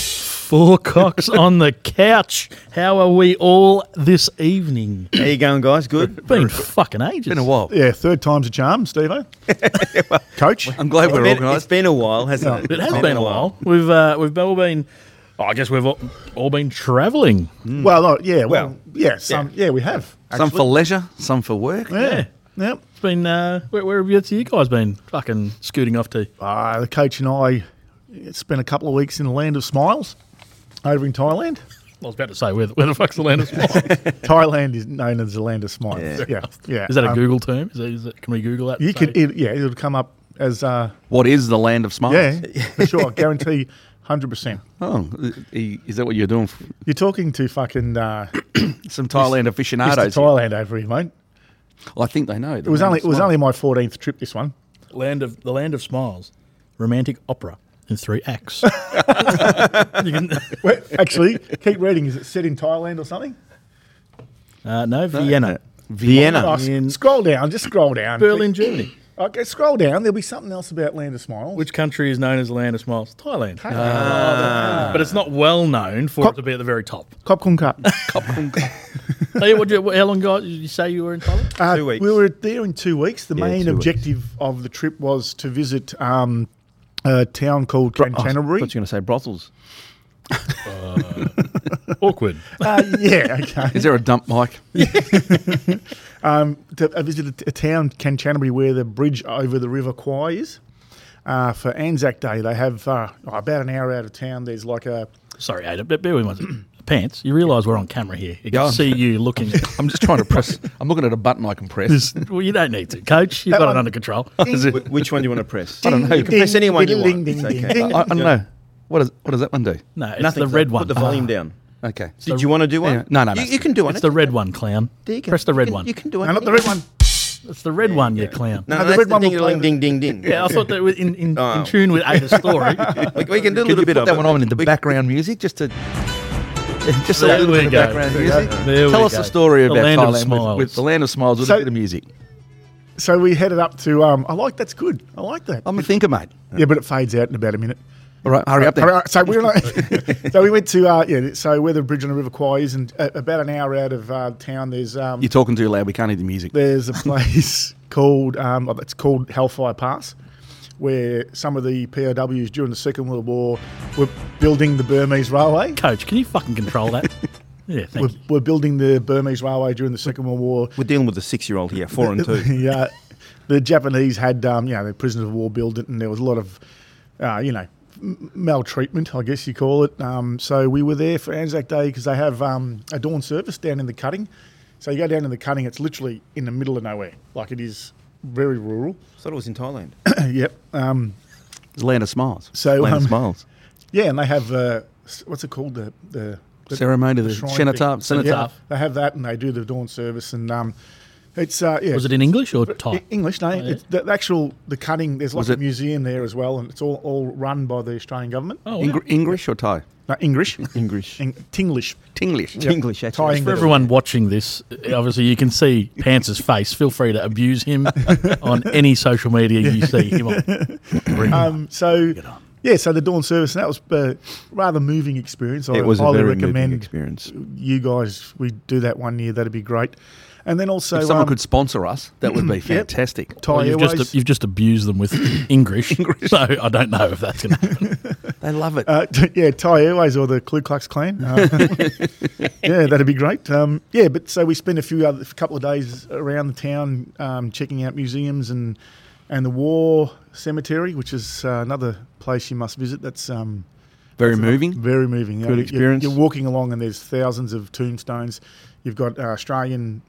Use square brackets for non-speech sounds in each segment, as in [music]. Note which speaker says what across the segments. Speaker 1: Four cocks on the couch. How are we all this evening?
Speaker 2: How you going, guys? Good.
Speaker 1: Been fucking ages.
Speaker 3: Been a while.
Speaker 4: Yeah, third time's a charm, Steve. Coach.
Speaker 3: I'm glad
Speaker 2: It's
Speaker 3: we're
Speaker 2: been, it's
Speaker 3: organised.
Speaker 2: been a while, hasn't it?
Speaker 1: It has been a while. We've uh, we've all been. oh, I guess we've all, all been travelling.
Speaker 4: Well, no, yeah, well,
Speaker 2: Well,
Speaker 4: yeah, some, yeah. we have.
Speaker 3: Some for leisure, some for work.
Speaker 4: Yeah. Yep.
Speaker 1: It's been. Uh, where, where have you, you guys been? Fucking scooting off to.
Speaker 4: Uh, the coach and I spent a couple of weeks in the land of smiles over in Thailand.
Speaker 1: I was about to say where, the- where the fuck's the land of smiles?
Speaker 4: Thailand is known as the land of smiles. Yeah. Yeah.
Speaker 1: Is that a
Speaker 4: Um,
Speaker 1: Google term? Is that, is that, can we Google that? and
Speaker 4: You
Speaker 1: say-
Speaker 4: could, it, yeah, it'll come up as, uh,
Speaker 3: What is the land of smiles?
Speaker 4: yeah, for sure. I guarantee 100%.
Speaker 3: Oh, i- is that what you're doing?
Speaker 4: You're talking to fucking uh,
Speaker 3: Some Thailand
Speaker 4: Mr.
Speaker 3: aficionados. here.
Speaker 4: Thailand over here, mate.
Speaker 3: Well, I think they know.
Speaker 4: It was only it was only my 14th trip. This one.
Speaker 1: Land of the land of smiles, romantic opera in three acts. you can,
Speaker 4: Well, actually, keep reading. Is it set in Thailand or something?
Speaker 1: uh, no,
Speaker 2: [laughs]
Speaker 1: Vienna,
Speaker 4: Oh,
Speaker 2: Vienna.
Speaker 4: s-
Speaker 1: In-
Speaker 4: scroll down. Just scroll down.
Speaker 1: Berlin, Germany.
Speaker 4: Okay, scroll down. There'll be something else about Land of Smiles.
Speaker 1: Which country is known as the land of smiles? Thailand,
Speaker 4: Ah.
Speaker 1: but it's not well known for
Speaker 4: Cop-
Speaker 1: it to be at the very top.
Speaker 4: Cop Kun Cup.
Speaker 1: Tell you what, you, how long ago did you say you were in
Speaker 4: [laughs]
Speaker 1: Thailand?
Speaker 4: Uh,
Speaker 2: Two weeks.
Speaker 4: We were there in two weeks. The
Speaker 3: Yeah,
Speaker 4: main
Speaker 3: two
Speaker 4: objective of the trip was to visit um, a town called
Speaker 2: oh,
Speaker 4: Kanchanaburi.
Speaker 3: Canterbury. What you going to say? Brothels.
Speaker 1: Awkward.
Speaker 4: uh, yeah, [laughs] okay.
Speaker 3: Is there a dump mic?
Speaker 4: to, I visited a town, Kanchanaburi, where the bridge over the River Kwai is. Uh, for Anzac Day, they have uh, oh, about an hour out of town. There's like a
Speaker 1: Sorry, Ada, but bear with me. one second. [clears throat] Pants, you realise we're on camera here. You can
Speaker 3: Yeah.
Speaker 1: see you looking.
Speaker 3: I'm just trying to press. I'm looking at a button I can press.
Speaker 1: well, you don't need to, Coach. You've
Speaker 4: That
Speaker 1: got
Speaker 4: one-
Speaker 1: it under control.
Speaker 3: Is it-
Speaker 2: Wh- Which one do you want to press?
Speaker 3: I don't know. You can
Speaker 2: press anyone you
Speaker 4: ding,
Speaker 2: want.
Speaker 4: ding,
Speaker 2: It's
Speaker 4: ding,
Speaker 2: okay.
Speaker 3: I,
Speaker 4: ding.
Speaker 3: I don't know. What, is, what does that one do?
Speaker 1: No, it's
Speaker 2: Nothing.
Speaker 1: the red one. Ah.
Speaker 2: Put the volume down.
Speaker 3: Okay.
Speaker 2: Did you want to do one?
Speaker 3: Yeah. No, no, no.
Speaker 2: You, you can do one.
Speaker 1: It's the red one, clown.
Speaker 2: There you go.
Speaker 1: Press the
Speaker 2: You
Speaker 1: red
Speaker 2: can-
Speaker 1: one.
Speaker 2: You can do one.
Speaker 4: no, not the red one.
Speaker 1: It's the red one, you clown.
Speaker 2: No, no,
Speaker 4: No, the
Speaker 2: that's
Speaker 4: red
Speaker 2: the
Speaker 4: one will
Speaker 2: ding,
Speaker 4: play
Speaker 2: ding,
Speaker 4: the-
Speaker 2: ding, ding, ding.
Speaker 1: Yeah, I thought that was in, in,
Speaker 2: Oh.
Speaker 1: in tune with Ada's story.
Speaker 2: [laughs] We, we can do a little
Speaker 3: Could you
Speaker 2: bit
Speaker 3: put
Speaker 2: of
Speaker 3: that one
Speaker 2: it.
Speaker 3: on in the
Speaker 2: We-
Speaker 3: background music just to just a
Speaker 1: There
Speaker 3: little bit
Speaker 1: we
Speaker 3: of
Speaker 1: go.
Speaker 3: background
Speaker 1: There we
Speaker 3: music?
Speaker 1: go. There
Speaker 3: Tell
Speaker 1: we
Speaker 3: us
Speaker 1: go.
Speaker 3: the story
Speaker 1: The
Speaker 3: about
Speaker 1: land of
Speaker 3: Thailand
Speaker 1: smiles.
Speaker 3: with, with the land of smiles with
Speaker 4: So-
Speaker 3: a bit of music.
Speaker 4: So we headed up to. Um, I like that's good. I like that.
Speaker 3: I'm a thinker, mate.
Speaker 4: yeah, but it fades out in about a minute.
Speaker 3: All right, Um, hurry up
Speaker 4: All
Speaker 3: then.
Speaker 4: right, so we were like, [laughs] so we went to uh, yeah. So where the bridge on the River Kwai is, and uh, about an hour out of uh, town, there's um,
Speaker 3: You're talking too loud. We can't hear the music.
Speaker 4: there's a place [laughs] called um, oh, it's called Hellfire Pass, where some of the POWs during the Second World War were building the Burmese railway.
Speaker 1: Coach, can you fucking control that? Yeah,
Speaker 4: We're,
Speaker 1: thank you.
Speaker 4: we're building the Burmese railway during the Second World War.
Speaker 2: We're dealing with a six-year-old here, four and
Speaker 4: [laughs]
Speaker 2: two.
Speaker 4: the, uh, the Japanese had, um, you know, the prisoners of war built it, and there was a lot of, uh, you know, m- maltreatment, I guess you call it. Um, so we were there for Anzac Day because they have um, a dawn service down in the cutting. So you go down in the cutting, it's literally in the middle of nowhere. Like it is very rural. [coughs]
Speaker 2: thought it was in Thailand.
Speaker 4: yep. Um,
Speaker 3: It's land of smiles.
Speaker 4: So,
Speaker 3: land of
Speaker 4: um,
Speaker 3: smiles.
Speaker 4: yeah, and they have, uh, s- what's it called? The, the, the
Speaker 3: Ceremony, the
Speaker 4: shrine
Speaker 3: cenotaph,
Speaker 4: thing.
Speaker 3: cenotaph.
Speaker 4: Yeah, they have that and they do the dawn service and um, it's, uh, yeah.
Speaker 1: Was it in English or Thai?
Speaker 4: E- English, no.
Speaker 1: Oh, yeah.
Speaker 4: It's the, the actual the cutting. There's like
Speaker 3: Was
Speaker 4: a
Speaker 3: it-
Speaker 4: museum there as well, and it's all, all run by the Australian government.
Speaker 1: Oh, wow.
Speaker 3: Engr- English or Thai?
Speaker 4: No, English,
Speaker 2: English.
Speaker 4: Eng- Tinglish.
Speaker 3: Tinglish.
Speaker 2: English, actually.
Speaker 4: Thai
Speaker 2: It's
Speaker 1: For
Speaker 4: English.
Speaker 1: everyone watching this, uh, obviously you can see Pants' face. Feel free to abuse him on any social media you see him on. Bring him
Speaker 4: Um, so
Speaker 1: on.
Speaker 4: yeah, so the dawn service, and that was a rather moving experience. I
Speaker 2: It was a
Speaker 4: highly
Speaker 2: very moving
Speaker 4: recommend
Speaker 2: experience.
Speaker 4: you guys. We do that one year. That'd be great. And then also
Speaker 3: If someone
Speaker 4: um,
Speaker 3: could sponsor us, that would be fantastic.
Speaker 4: Thai
Speaker 1: Well, you've,
Speaker 4: Airways.
Speaker 1: just, you've just abused them with English, so I don't know if that's going to happen.
Speaker 3: They love [laughs] it.
Speaker 4: Uh, [laughs] t- yeah, Thai Airways or the Ku Klux Klan. Uh, [laughs] yeah, that'd be great. Um, yeah, but so we spent a few other, a couple of days around the town um, checking out museums and and the war cemetery, which is uh, another place you must visit. That's um,
Speaker 3: Very moving.
Speaker 4: very moving. You know, you're-
Speaker 3: experience.
Speaker 4: You're, walking along and there's thousands of tombstones. You've got uh, Australian,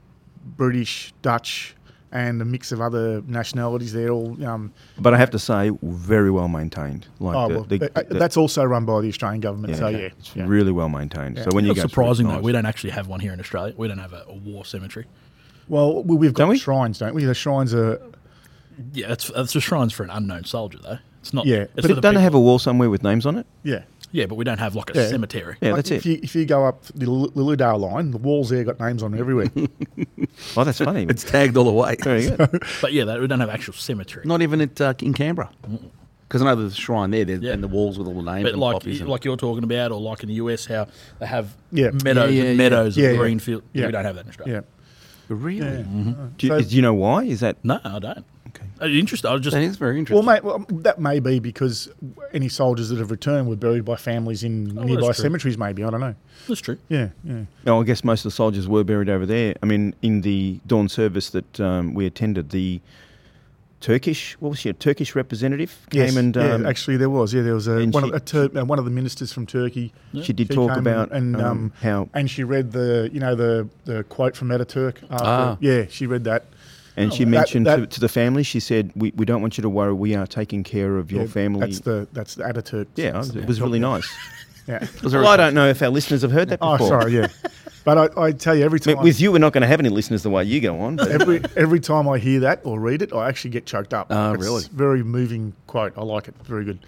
Speaker 4: British, Dutch, and a mix of other nationalities. They're all um,
Speaker 2: But I have to say, very well maintained. Like
Speaker 4: oh,
Speaker 2: the,
Speaker 4: well,
Speaker 2: the-
Speaker 4: uh,
Speaker 2: the-
Speaker 4: that's also run by the Australian government.
Speaker 2: yeah,
Speaker 4: so
Speaker 2: okay.
Speaker 4: yeah,
Speaker 2: it's
Speaker 4: yeah.
Speaker 2: really well maintained. So when you
Speaker 1: It's
Speaker 2: go, through,
Speaker 1: surprising
Speaker 2: it's
Speaker 1: though.
Speaker 2: nice.
Speaker 1: We don't actually have one here in Australia. We don't have a, a war cemetery.
Speaker 4: Well, we- we've got
Speaker 2: Don't we?
Speaker 4: shrines, don't we? The shrines are.
Speaker 1: Yeah, it's it's a shrines for an unknown soldier though. It's not.
Speaker 4: Yeah,
Speaker 1: it's
Speaker 4: but
Speaker 1: for
Speaker 2: But
Speaker 1: the
Speaker 2: don't they
Speaker 1: people-
Speaker 2: have a wall somewhere with names on it?
Speaker 4: Yeah.
Speaker 1: Yeah, but we don't have like a
Speaker 4: Yeah.
Speaker 1: cemetery.
Speaker 2: Yeah,
Speaker 4: Like,
Speaker 2: that's
Speaker 4: if
Speaker 2: it.
Speaker 4: You, if you go up the Lil- Lilydale line, the walls there got names on
Speaker 2: [laughs]
Speaker 4: them everywhere.
Speaker 2: Oh, that's funny.
Speaker 3: It's tagged all the way.
Speaker 2: very good.
Speaker 1: But yeah, that, we don't have actual cemetery.
Speaker 3: Not even at, uh, in Canberra. Because I know there's a shrine there, there
Speaker 1: Yeah.
Speaker 3: and the walls with all the names
Speaker 1: But
Speaker 3: and
Speaker 1: like
Speaker 3: poppies. and-
Speaker 1: like you're talking about, or like in the US, how they have
Speaker 4: Yeah.
Speaker 1: meadows
Speaker 3: Yeah, yeah,
Speaker 1: and
Speaker 3: yeah.
Speaker 1: meadows
Speaker 4: Yeah,
Speaker 1: of
Speaker 4: yeah.
Speaker 1: green field.
Speaker 4: Yeah.
Speaker 1: We don't have that in Australia.
Speaker 4: Yeah. Mm-hmm.
Speaker 3: really?
Speaker 2: Do you,
Speaker 4: So-
Speaker 2: is- do you know why? Is that
Speaker 1: No, I don't.
Speaker 2: Okay.
Speaker 1: Uh, Interesting. I was just
Speaker 3: That is very
Speaker 4: Well,
Speaker 3: interesting.
Speaker 4: mate, well, that may be because any soldiers that have returned were buried by families in
Speaker 1: well,
Speaker 4: nearby
Speaker 1: Oh, that's true.
Speaker 4: cemeteries. Maybe I don't know.
Speaker 1: that's true.
Speaker 4: Yeah, yeah.
Speaker 2: No, I guess most of the soldiers were buried over there. I mean, in the dawn service that um, we attended, the Turkish, what was she, a Turkish representative came
Speaker 4: Yes,
Speaker 2: and um,
Speaker 4: yeah, actually, there was. Yeah, there was a,
Speaker 2: and
Speaker 4: one,
Speaker 2: she-
Speaker 4: of, a Tur- uh, one of the ministers from Turkey.
Speaker 2: she did
Speaker 4: She
Speaker 2: talk
Speaker 4: came
Speaker 2: about
Speaker 4: and,
Speaker 2: um,
Speaker 4: um,
Speaker 2: how,
Speaker 4: And she read the, you know, the, the quote from Ataturk. After,
Speaker 3: Ah.
Speaker 4: Yeah, she read that.
Speaker 2: and she
Speaker 4: that-
Speaker 2: mentioned
Speaker 4: that-
Speaker 2: to, to the family, she said, we, we don't want you to worry, we are taking care of your
Speaker 4: Yeah,
Speaker 2: family.
Speaker 4: That's the that's the Ataturk.
Speaker 2: yeah,
Speaker 4: That's the-
Speaker 2: it was really nice.
Speaker 4: [laughs] Yeah.
Speaker 2: well, I don't know if our listeners have heard that
Speaker 4: Oh,
Speaker 2: before.
Speaker 4: sorry. Yeah, but I, I tell you, every
Speaker 2: I
Speaker 4: time
Speaker 2: mean, with you, we're not going to have any listeners the way you go on. But
Speaker 4: every every time I hear that or read it, I actually get choked up.
Speaker 3: Ah,
Speaker 4: It's
Speaker 3: really?
Speaker 4: Very moving quote. I like it. Very good.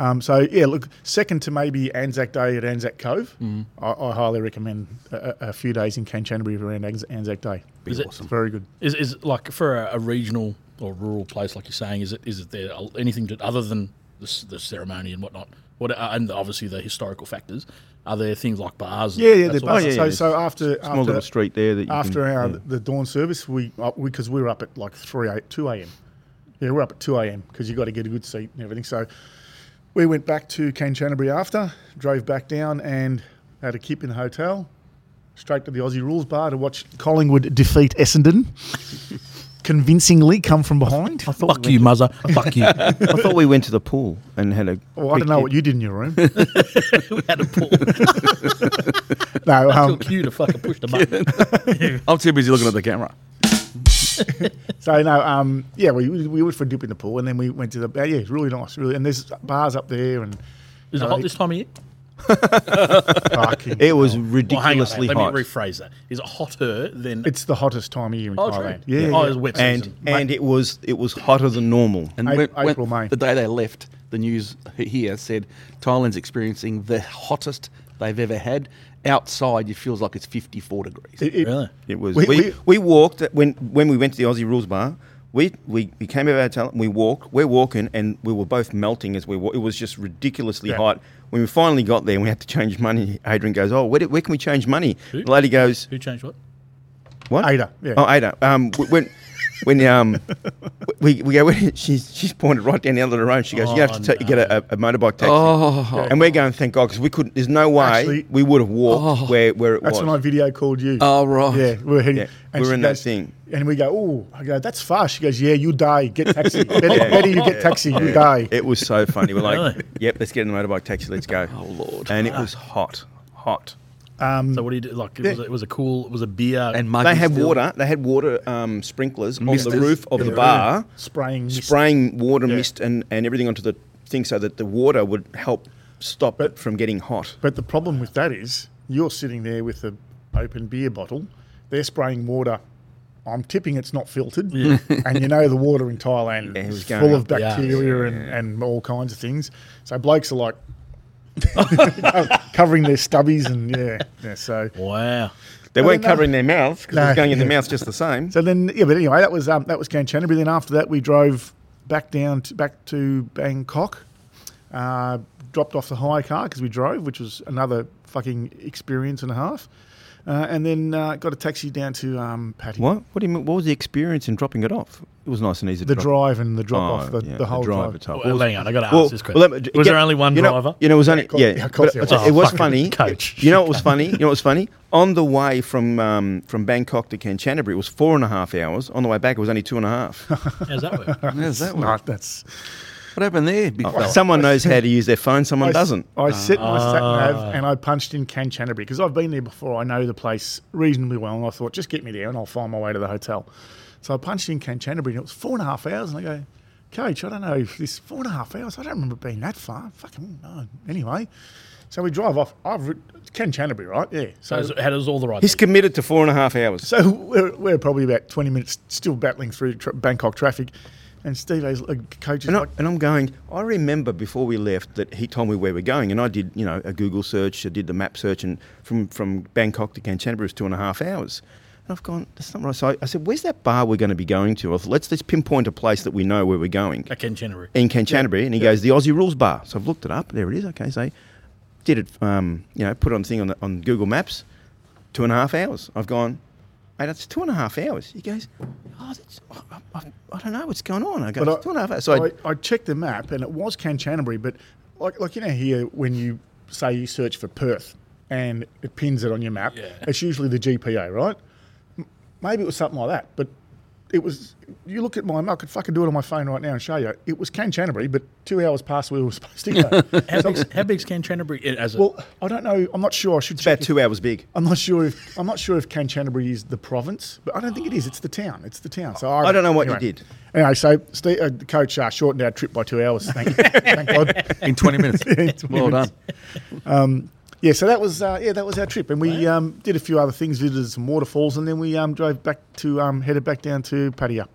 Speaker 4: Um, so yeah, look, second to maybe Anzac Day at Anzac Cove. I, I highly recommend a, a a few days in Canterbury around Anz- Anzac Day.
Speaker 1: Is it-
Speaker 4: It's very good.
Speaker 1: Is is it like for a, a regional or rural place like you're saying? Is it is it there al- anything to, other than the, c- the ceremony and whatnot? What are- and obviously the historical factors? Are there things like bars? and
Speaker 4: Yeah, yeah.
Speaker 1: that
Speaker 4: they're
Speaker 1: sort of
Speaker 4: both-
Speaker 2: yeah,
Speaker 4: so
Speaker 2: yeah,
Speaker 4: so after
Speaker 2: small
Speaker 4: after
Speaker 2: little street there that you
Speaker 4: after
Speaker 2: can,
Speaker 4: our
Speaker 2: yeah.
Speaker 4: the dawn service, we because we, 'cause we were up at like three a, two a.m. Yeah, we're up at two a.m. because you got to get a good seat and everything. So we went back to Canterbury after, drove back down, and had a kip in the hotel. Straight to the Aussie Rules bar to watch Collingwood defeat Essendon, [laughs] convincingly come
Speaker 2: [laughs]
Speaker 4: from behind. [laughs] I
Speaker 1: Fuck you, mother. Fuck you.
Speaker 2: I thought we went to the pool and had a.
Speaker 4: Well, Oh, I don't know what you did in
Speaker 2: [laughs]
Speaker 4: your room.
Speaker 1: we had a pool. It
Speaker 4: No, um,
Speaker 1: took you to fucking push the
Speaker 4: [laughs]
Speaker 1: button.
Speaker 3: I'm too busy looking at the camera.
Speaker 4: So no, um, yeah, we we went for a dip in the pool, and then we went to the yeah, it's really nice, really. And there's bars up there,
Speaker 2: [laughs]
Speaker 4: and
Speaker 1: Is it hot this time of year?
Speaker 4: fucking,
Speaker 2: It was
Speaker 1: Well, hang on,
Speaker 2: ridiculously
Speaker 1: let
Speaker 2: hot.
Speaker 1: me rephrase that. Is it hotter than?
Speaker 4: it's the hottest time of year in
Speaker 1: oh, true.
Speaker 4: Thailand. Yeah,
Speaker 1: Oh,
Speaker 4: yeah.
Speaker 1: it's wet
Speaker 2: and
Speaker 1: season.
Speaker 2: and it was it was hotter than normal.
Speaker 3: And
Speaker 4: A-
Speaker 3: when, when-
Speaker 4: April, May.
Speaker 3: the day they left, the news h- here said Thailand's experiencing the hottest they've ever had. Outside, it feels like it's 54 degrees.
Speaker 4: It- it-
Speaker 1: Really?
Speaker 2: It was.
Speaker 4: We-
Speaker 2: We,
Speaker 4: we-
Speaker 2: we, walked when when we went to the Aussie Rules Bar. We, we, we came out of our talent. We walked. We're walking, and we were both melting as we walked. It was just ridiculously
Speaker 4: Yeah.
Speaker 2: hot. When we finally got there, and we had to change money. Adrian goes, "Oh, where, do, where can we change money?" The lady goes,
Speaker 1: Who changed what?
Speaker 2: "What?"
Speaker 4: Ada, yeah.
Speaker 2: Oh, Ada. Um, w- when when um we, we go, [laughs] she's she's pointed right down the end of the road. She goes, "You have to
Speaker 1: Oh,
Speaker 2: ta- get a, a, a motorbike taxi."
Speaker 3: Oh.
Speaker 2: And we're going, "Thank God," because we couldn't. There's no way
Speaker 4: Actually-
Speaker 2: we would have walked
Speaker 3: Oh.
Speaker 2: where where it
Speaker 4: That's
Speaker 2: was.
Speaker 4: when I video called you.
Speaker 3: Oh, right.
Speaker 4: Yeah, we were heading.
Speaker 2: Yeah,
Speaker 4: and
Speaker 2: we were
Speaker 4: she
Speaker 2: in that
Speaker 4: goes-
Speaker 2: thing.
Speaker 4: And we go, oh, I go, that's fast. She goes, yeah, you die, get
Speaker 2: [laughs]
Speaker 4: taxi. Better, better you get taxi, you die.
Speaker 2: It was so funny. We're like,
Speaker 1: Really?
Speaker 2: yep, let's get in the motorbike taxi, let's go.
Speaker 3: Oh, Lord.
Speaker 2: And it was hot, hot.
Speaker 1: So what do you do? Like it, was,
Speaker 4: Um, Yeah.
Speaker 1: it was a cool. It was a beer.
Speaker 3: And muggy
Speaker 2: they had
Speaker 3: still.
Speaker 2: water. They had water um, sprinklers on the
Speaker 3: Misters.
Speaker 2: roof of the bar,
Speaker 4: Spraying. mist.
Speaker 2: spraying water mist and, and everything onto the thing so that the water would help stop it from getting hot.
Speaker 4: But the problem with that is you're sitting there with an open beer bottle. They're spraying water. I'm tipping it's not filtered. [laughs] and you know the water in Thailand
Speaker 2: it
Speaker 4: is
Speaker 2: was going
Speaker 4: full
Speaker 2: up
Speaker 4: of
Speaker 1: the arse.
Speaker 4: bacteria and, and all kinds of things. So blokes are like [laughs] covering their stubbies and yeah. yeah so
Speaker 1: wow.
Speaker 2: They
Speaker 4: I
Speaker 2: weren't
Speaker 4: don't know.
Speaker 2: covering their mouth because it
Speaker 4: No.
Speaker 2: was going in their mouth just the same.
Speaker 4: So then, yeah, but anyway, that was um, that was Kanchanaburi. Then after that, we drove back down to, back to Bangkok, uh, dropped off the hire car because we drove, which was another fucking experience and a half, uh, and then uh, got a taxi down to um, Patty.
Speaker 2: What? What do you mean? What was the experience in dropping it off? It was nice and easy.
Speaker 4: The
Speaker 2: to drop.
Speaker 4: drive and the drop
Speaker 2: Oh,
Speaker 4: off, the,
Speaker 2: yeah,
Speaker 4: the whole
Speaker 2: driver
Speaker 4: drive.
Speaker 2: type.
Speaker 1: Well, hang on, I got to ask
Speaker 2: Well,
Speaker 1: this
Speaker 2: well,
Speaker 1: question.
Speaker 2: let me-
Speaker 1: was
Speaker 2: yeah,
Speaker 1: there only one
Speaker 2: you know,
Speaker 1: driver?
Speaker 2: You know, it was only
Speaker 4: of course-
Speaker 2: yeah.
Speaker 4: yeah, of course
Speaker 2: but
Speaker 4: there
Speaker 2: it's-
Speaker 4: was.
Speaker 2: it was
Speaker 1: Oh, fucking [laughs]
Speaker 2: funny.
Speaker 1: coach.
Speaker 2: You know what was funny? You know what was funny? On the way from um, from Bangkok to Kanchanaburi, it was four and a half hours. On the way back, it was only two and a
Speaker 4: [laughs]
Speaker 2: half.
Speaker 1: How's that work?
Speaker 3: How's that work?
Speaker 4: Nah, that's
Speaker 3: What happened there, big fella?
Speaker 2: someone knows how to use their phone. Someone
Speaker 4: I s-
Speaker 2: doesn't.
Speaker 4: I set my sat nav and I punched in Kanchanaburi because I've been there before. I know the place reasonably well, and I thought, just get me there and I'll find my way to the hotel. So I punched in Kanchanaburi and it was four and a half hours. And I go, Coach, I don't know if this four and a half hours. I don't remember being that far. Fucking no. Anyway, so we drive off. I've re- Kanchanaburi, right? Yeah.
Speaker 1: So
Speaker 4: So.
Speaker 1: is- how does all the right?
Speaker 2: He's committed to four and a half hours.
Speaker 4: So we're, we're probably about 20 minutes still battling through tra- Bangkok traffic. And Steve A's uh, coach is
Speaker 2: And, I,
Speaker 4: like,
Speaker 2: and I'm going, I remember before we left that he told me where we're going. And I did, you know, a Google search, I did the map search. And from, from Bangkok to Kanchanaburi was two and a half hours. And I've gone, that's not right. So I, I said, where's that bar we're going to be going to? I thought, let's let's pinpoint a place that we know where we're going
Speaker 1: At Ken
Speaker 2: [laughs]
Speaker 1: Chenery.
Speaker 2: in Canterbury, and he goes the Aussie Rules Bar. So I've looked it up. There it is. Okay, so did it. Um, you know, put it on thing on the, on Google Maps. Two and a half hours. I've gone. Hey, that's two and a half hours. He goes, oh, that's, I, I, I don't know what's going on. I go,
Speaker 4: But
Speaker 2: "It's two and a half hours. So I,
Speaker 4: I, I checked the map and it was Canterbury, but like, like you know here when you say you search for Perth and it pins it on your map,
Speaker 1: Yeah.
Speaker 4: it's usually the GPA, right? M- Maybe it was something like that, but it was. You look at my map, I could fucking do it on my phone right now and show you. It was Canterbury, but two hours past where we were [laughs] supposed to go.
Speaker 1: [laughs] How big's, how big's Ken Canterbury i- as a
Speaker 4: well, I don't know. I'm not sure. I should check.
Speaker 2: about
Speaker 4: if-
Speaker 2: two hours big.
Speaker 4: I'm not sure if I'm not sure if Canterbury is the province, but I don't think it is. It's the town. It's the town. So I,
Speaker 2: I don't know what you did.
Speaker 4: Anyway, so Steve, uh, the coach uh, shortened our trip by two hours.
Speaker 1: [laughs]
Speaker 4: Thank, thank God.
Speaker 3: in 20 minutes. [laughs] well done.
Speaker 4: Yeah, so that was uh, yeah that was our trip, and we um, did a few other things, visited some waterfalls, and then we um, drove back to um, headed back down to Pattaya.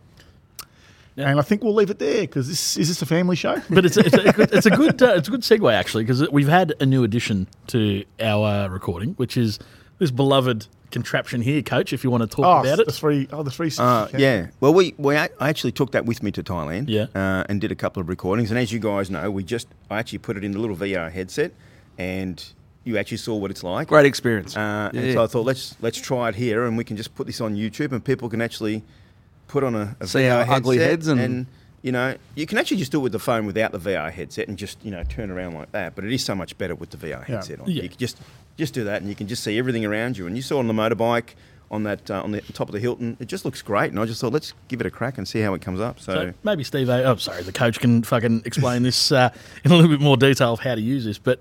Speaker 1: Yeah.
Speaker 4: And I think we'll leave it there because this is this a family show.
Speaker 1: but it's a, it's a good, it's a good uh, it's a good segue actually because we've had a new addition to our uh, recording, which is this beloved contraption here, Coach. If you want to talk
Speaker 4: Oh,
Speaker 1: about
Speaker 4: the
Speaker 1: it,
Speaker 4: three oh the three sisters,
Speaker 2: Uh,
Speaker 4: okay.
Speaker 2: Yeah. Well, we, we I I actually took that with me to Thailand.
Speaker 1: Yeah.
Speaker 2: Uh, and did a couple of recordings. And as you guys know, we just I actually put it in the little VR headset, and you actually saw what it's like.
Speaker 3: Great experience.
Speaker 2: Uh,
Speaker 3: Yeah.
Speaker 2: And so I thought let's let's try it here, and we can just put this on YouTube, and people can actually put on a, a
Speaker 3: See
Speaker 2: VR
Speaker 3: our ugly
Speaker 2: headset
Speaker 3: heads and-
Speaker 2: you know you can actually just do it with the phone without the VR headset and just you know turn around like that. But it is so much better with the VR headset on.
Speaker 1: Yeah.
Speaker 2: You can just just do that, and you can just see everything around you. And you saw on the motorbike on that uh, on the top of the Hilton, it just looks great. And I just thought let's give it a crack and see how it comes up. So.
Speaker 1: so maybe Steve. A, oh, sorry, the coach can fucking explain this uh, [laughs] in a little bit more detail of how to use this. But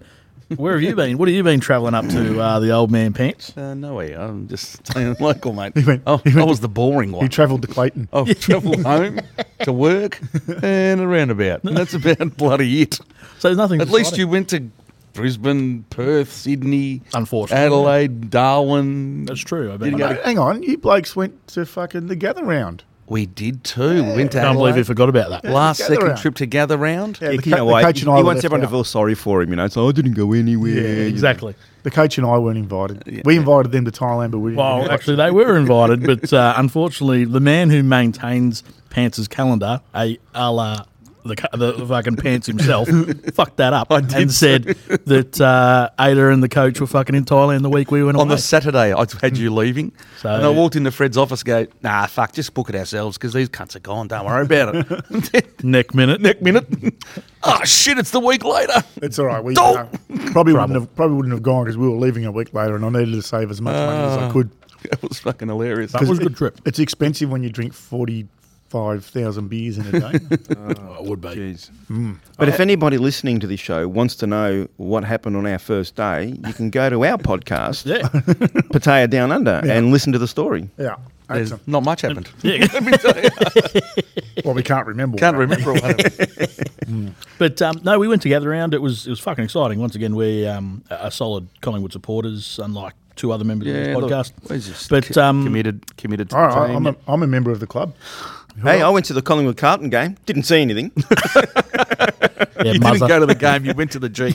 Speaker 1: where have you been? What have you been travelling up to? Uh, the old man pants.
Speaker 3: Uh, no way. I'm just [laughs] staying local, mate.
Speaker 4: went-
Speaker 3: oh,
Speaker 4: he went
Speaker 3: I was the boring
Speaker 4: He
Speaker 3: one.
Speaker 4: travelled to Clayton.
Speaker 2: Oh,
Speaker 3: I've
Speaker 4: [laughs]
Speaker 3: travelled home to work and a roundabout. And that's about bloody it.
Speaker 1: So there's nothing.
Speaker 3: At least
Speaker 1: exciting.
Speaker 3: you went to Brisbane, Perth, Sydney,
Speaker 1: Unfortunately.
Speaker 3: Adelaide, Darwin.
Speaker 1: That's true. I bet.
Speaker 3: Didn't
Speaker 1: I
Speaker 3: go to-
Speaker 4: Hang on, you blokes went to fucking the gather round.
Speaker 3: We did too. We went to
Speaker 1: can't believe
Speaker 3: Adelaide.
Speaker 1: you forgot about that.
Speaker 3: Last
Speaker 4: Gather
Speaker 3: second
Speaker 4: round.
Speaker 3: trip to gather round.
Speaker 2: Yeah,
Speaker 4: Yeah, the,
Speaker 2: you
Speaker 4: co-
Speaker 2: know
Speaker 4: the
Speaker 2: why?
Speaker 4: coach and I
Speaker 2: he
Speaker 4: were
Speaker 2: wants
Speaker 4: left
Speaker 2: everyone
Speaker 4: out.
Speaker 2: to feel sorry for him, you know. So I didn't go anywhere. you know.
Speaker 1: Exactly.
Speaker 4: The coach and I weren't invited. We invited them to Thailand, but we didn't.
Speaker 1: Well, actually, they were invited, but uh, unfortunately, the man who maintains Pants' calendar, a a la the, ca- the fucking Pants himself, [laughs] fucked that up and said that uh, Ada and the coach were fucking in Thailand the week we went
Speaker 3: On
Speaker 1: away.
Speaker 3: the Saturday, I had you leaving,
Speaker 1: Hmm. So-
Speaker 3: and I walked into Fred's office. Go, nah, fuck, just book it ourselves because these cunts are gone. Don't worry about it.
Speaker 1: [laughs] neck minute.
Speaker 3: Next minute, oh shit, it's the week later. [laughs]
Speaker 4: It's all right. We
Speaker 3: Don't-
Speaker 4: uh, probably wouldn't have probably wouldn't have gone because we were leaving a week later, and I needed to save as much money as I could.
Speaker 3: That was fucking hilarious.
Speaker 1: That was a good trip.
Speaker 4: It's expensive when you drink forty five thousand beers in a [laughs] day.
Speaker 1: Oh, it would be.
Speaker 3: Mm.
Speaker 2: But if anybody listening to this show wants to know what happened on our first day, you can go to our
Speaker 3: [laughs]
Speaker 2: podcast,
Speaker 1: Yeah.
Speaker 2: Patea Down Under, and listen to the story.
Speaker 4: yeah,
Speaker 3: There's
Speaker 4: Excellent.
Speaker 3: not much happened.
Speaker 1: [laughs] yeah.
Speaker 3: Let me tell you.
Speaker 4: well, we can't remember.
Speaker 3: Can't remember one of
Speaker 1: [laughs]
Speaker 3: them.
Speaker 1: But um, no, we went together around. It was it was fucking exciting. Once again, we um, are solid Collingwood supporters, unlike two other members
Speaker 3: Yeah,
Speaker 1: of
Speaker 3: look,
Speaker 1: this
Speaker 3: we're
Speaker 1: podcast.
Speaker 3: just
Speaker 1: But
Speaker 3: co-
Speaker 1: um,
Speaker 3: committed, committed to
Speaker 4: All
Speaker 3: the
Speaker 4: right,
Speaker 3: team.
Speaker 4: I'm a, I'm a member of the club.
Speaker 2: Hey, I went to the Collingwood Carlton game, didn't see
Speaker 3: [laughs]
Speaker 2: anything.
Speaker 1: yeah,
Speaker 3: you
Speaker 1: mother, [laughs]
Speaker 3: didn't go to the game. You went to the G.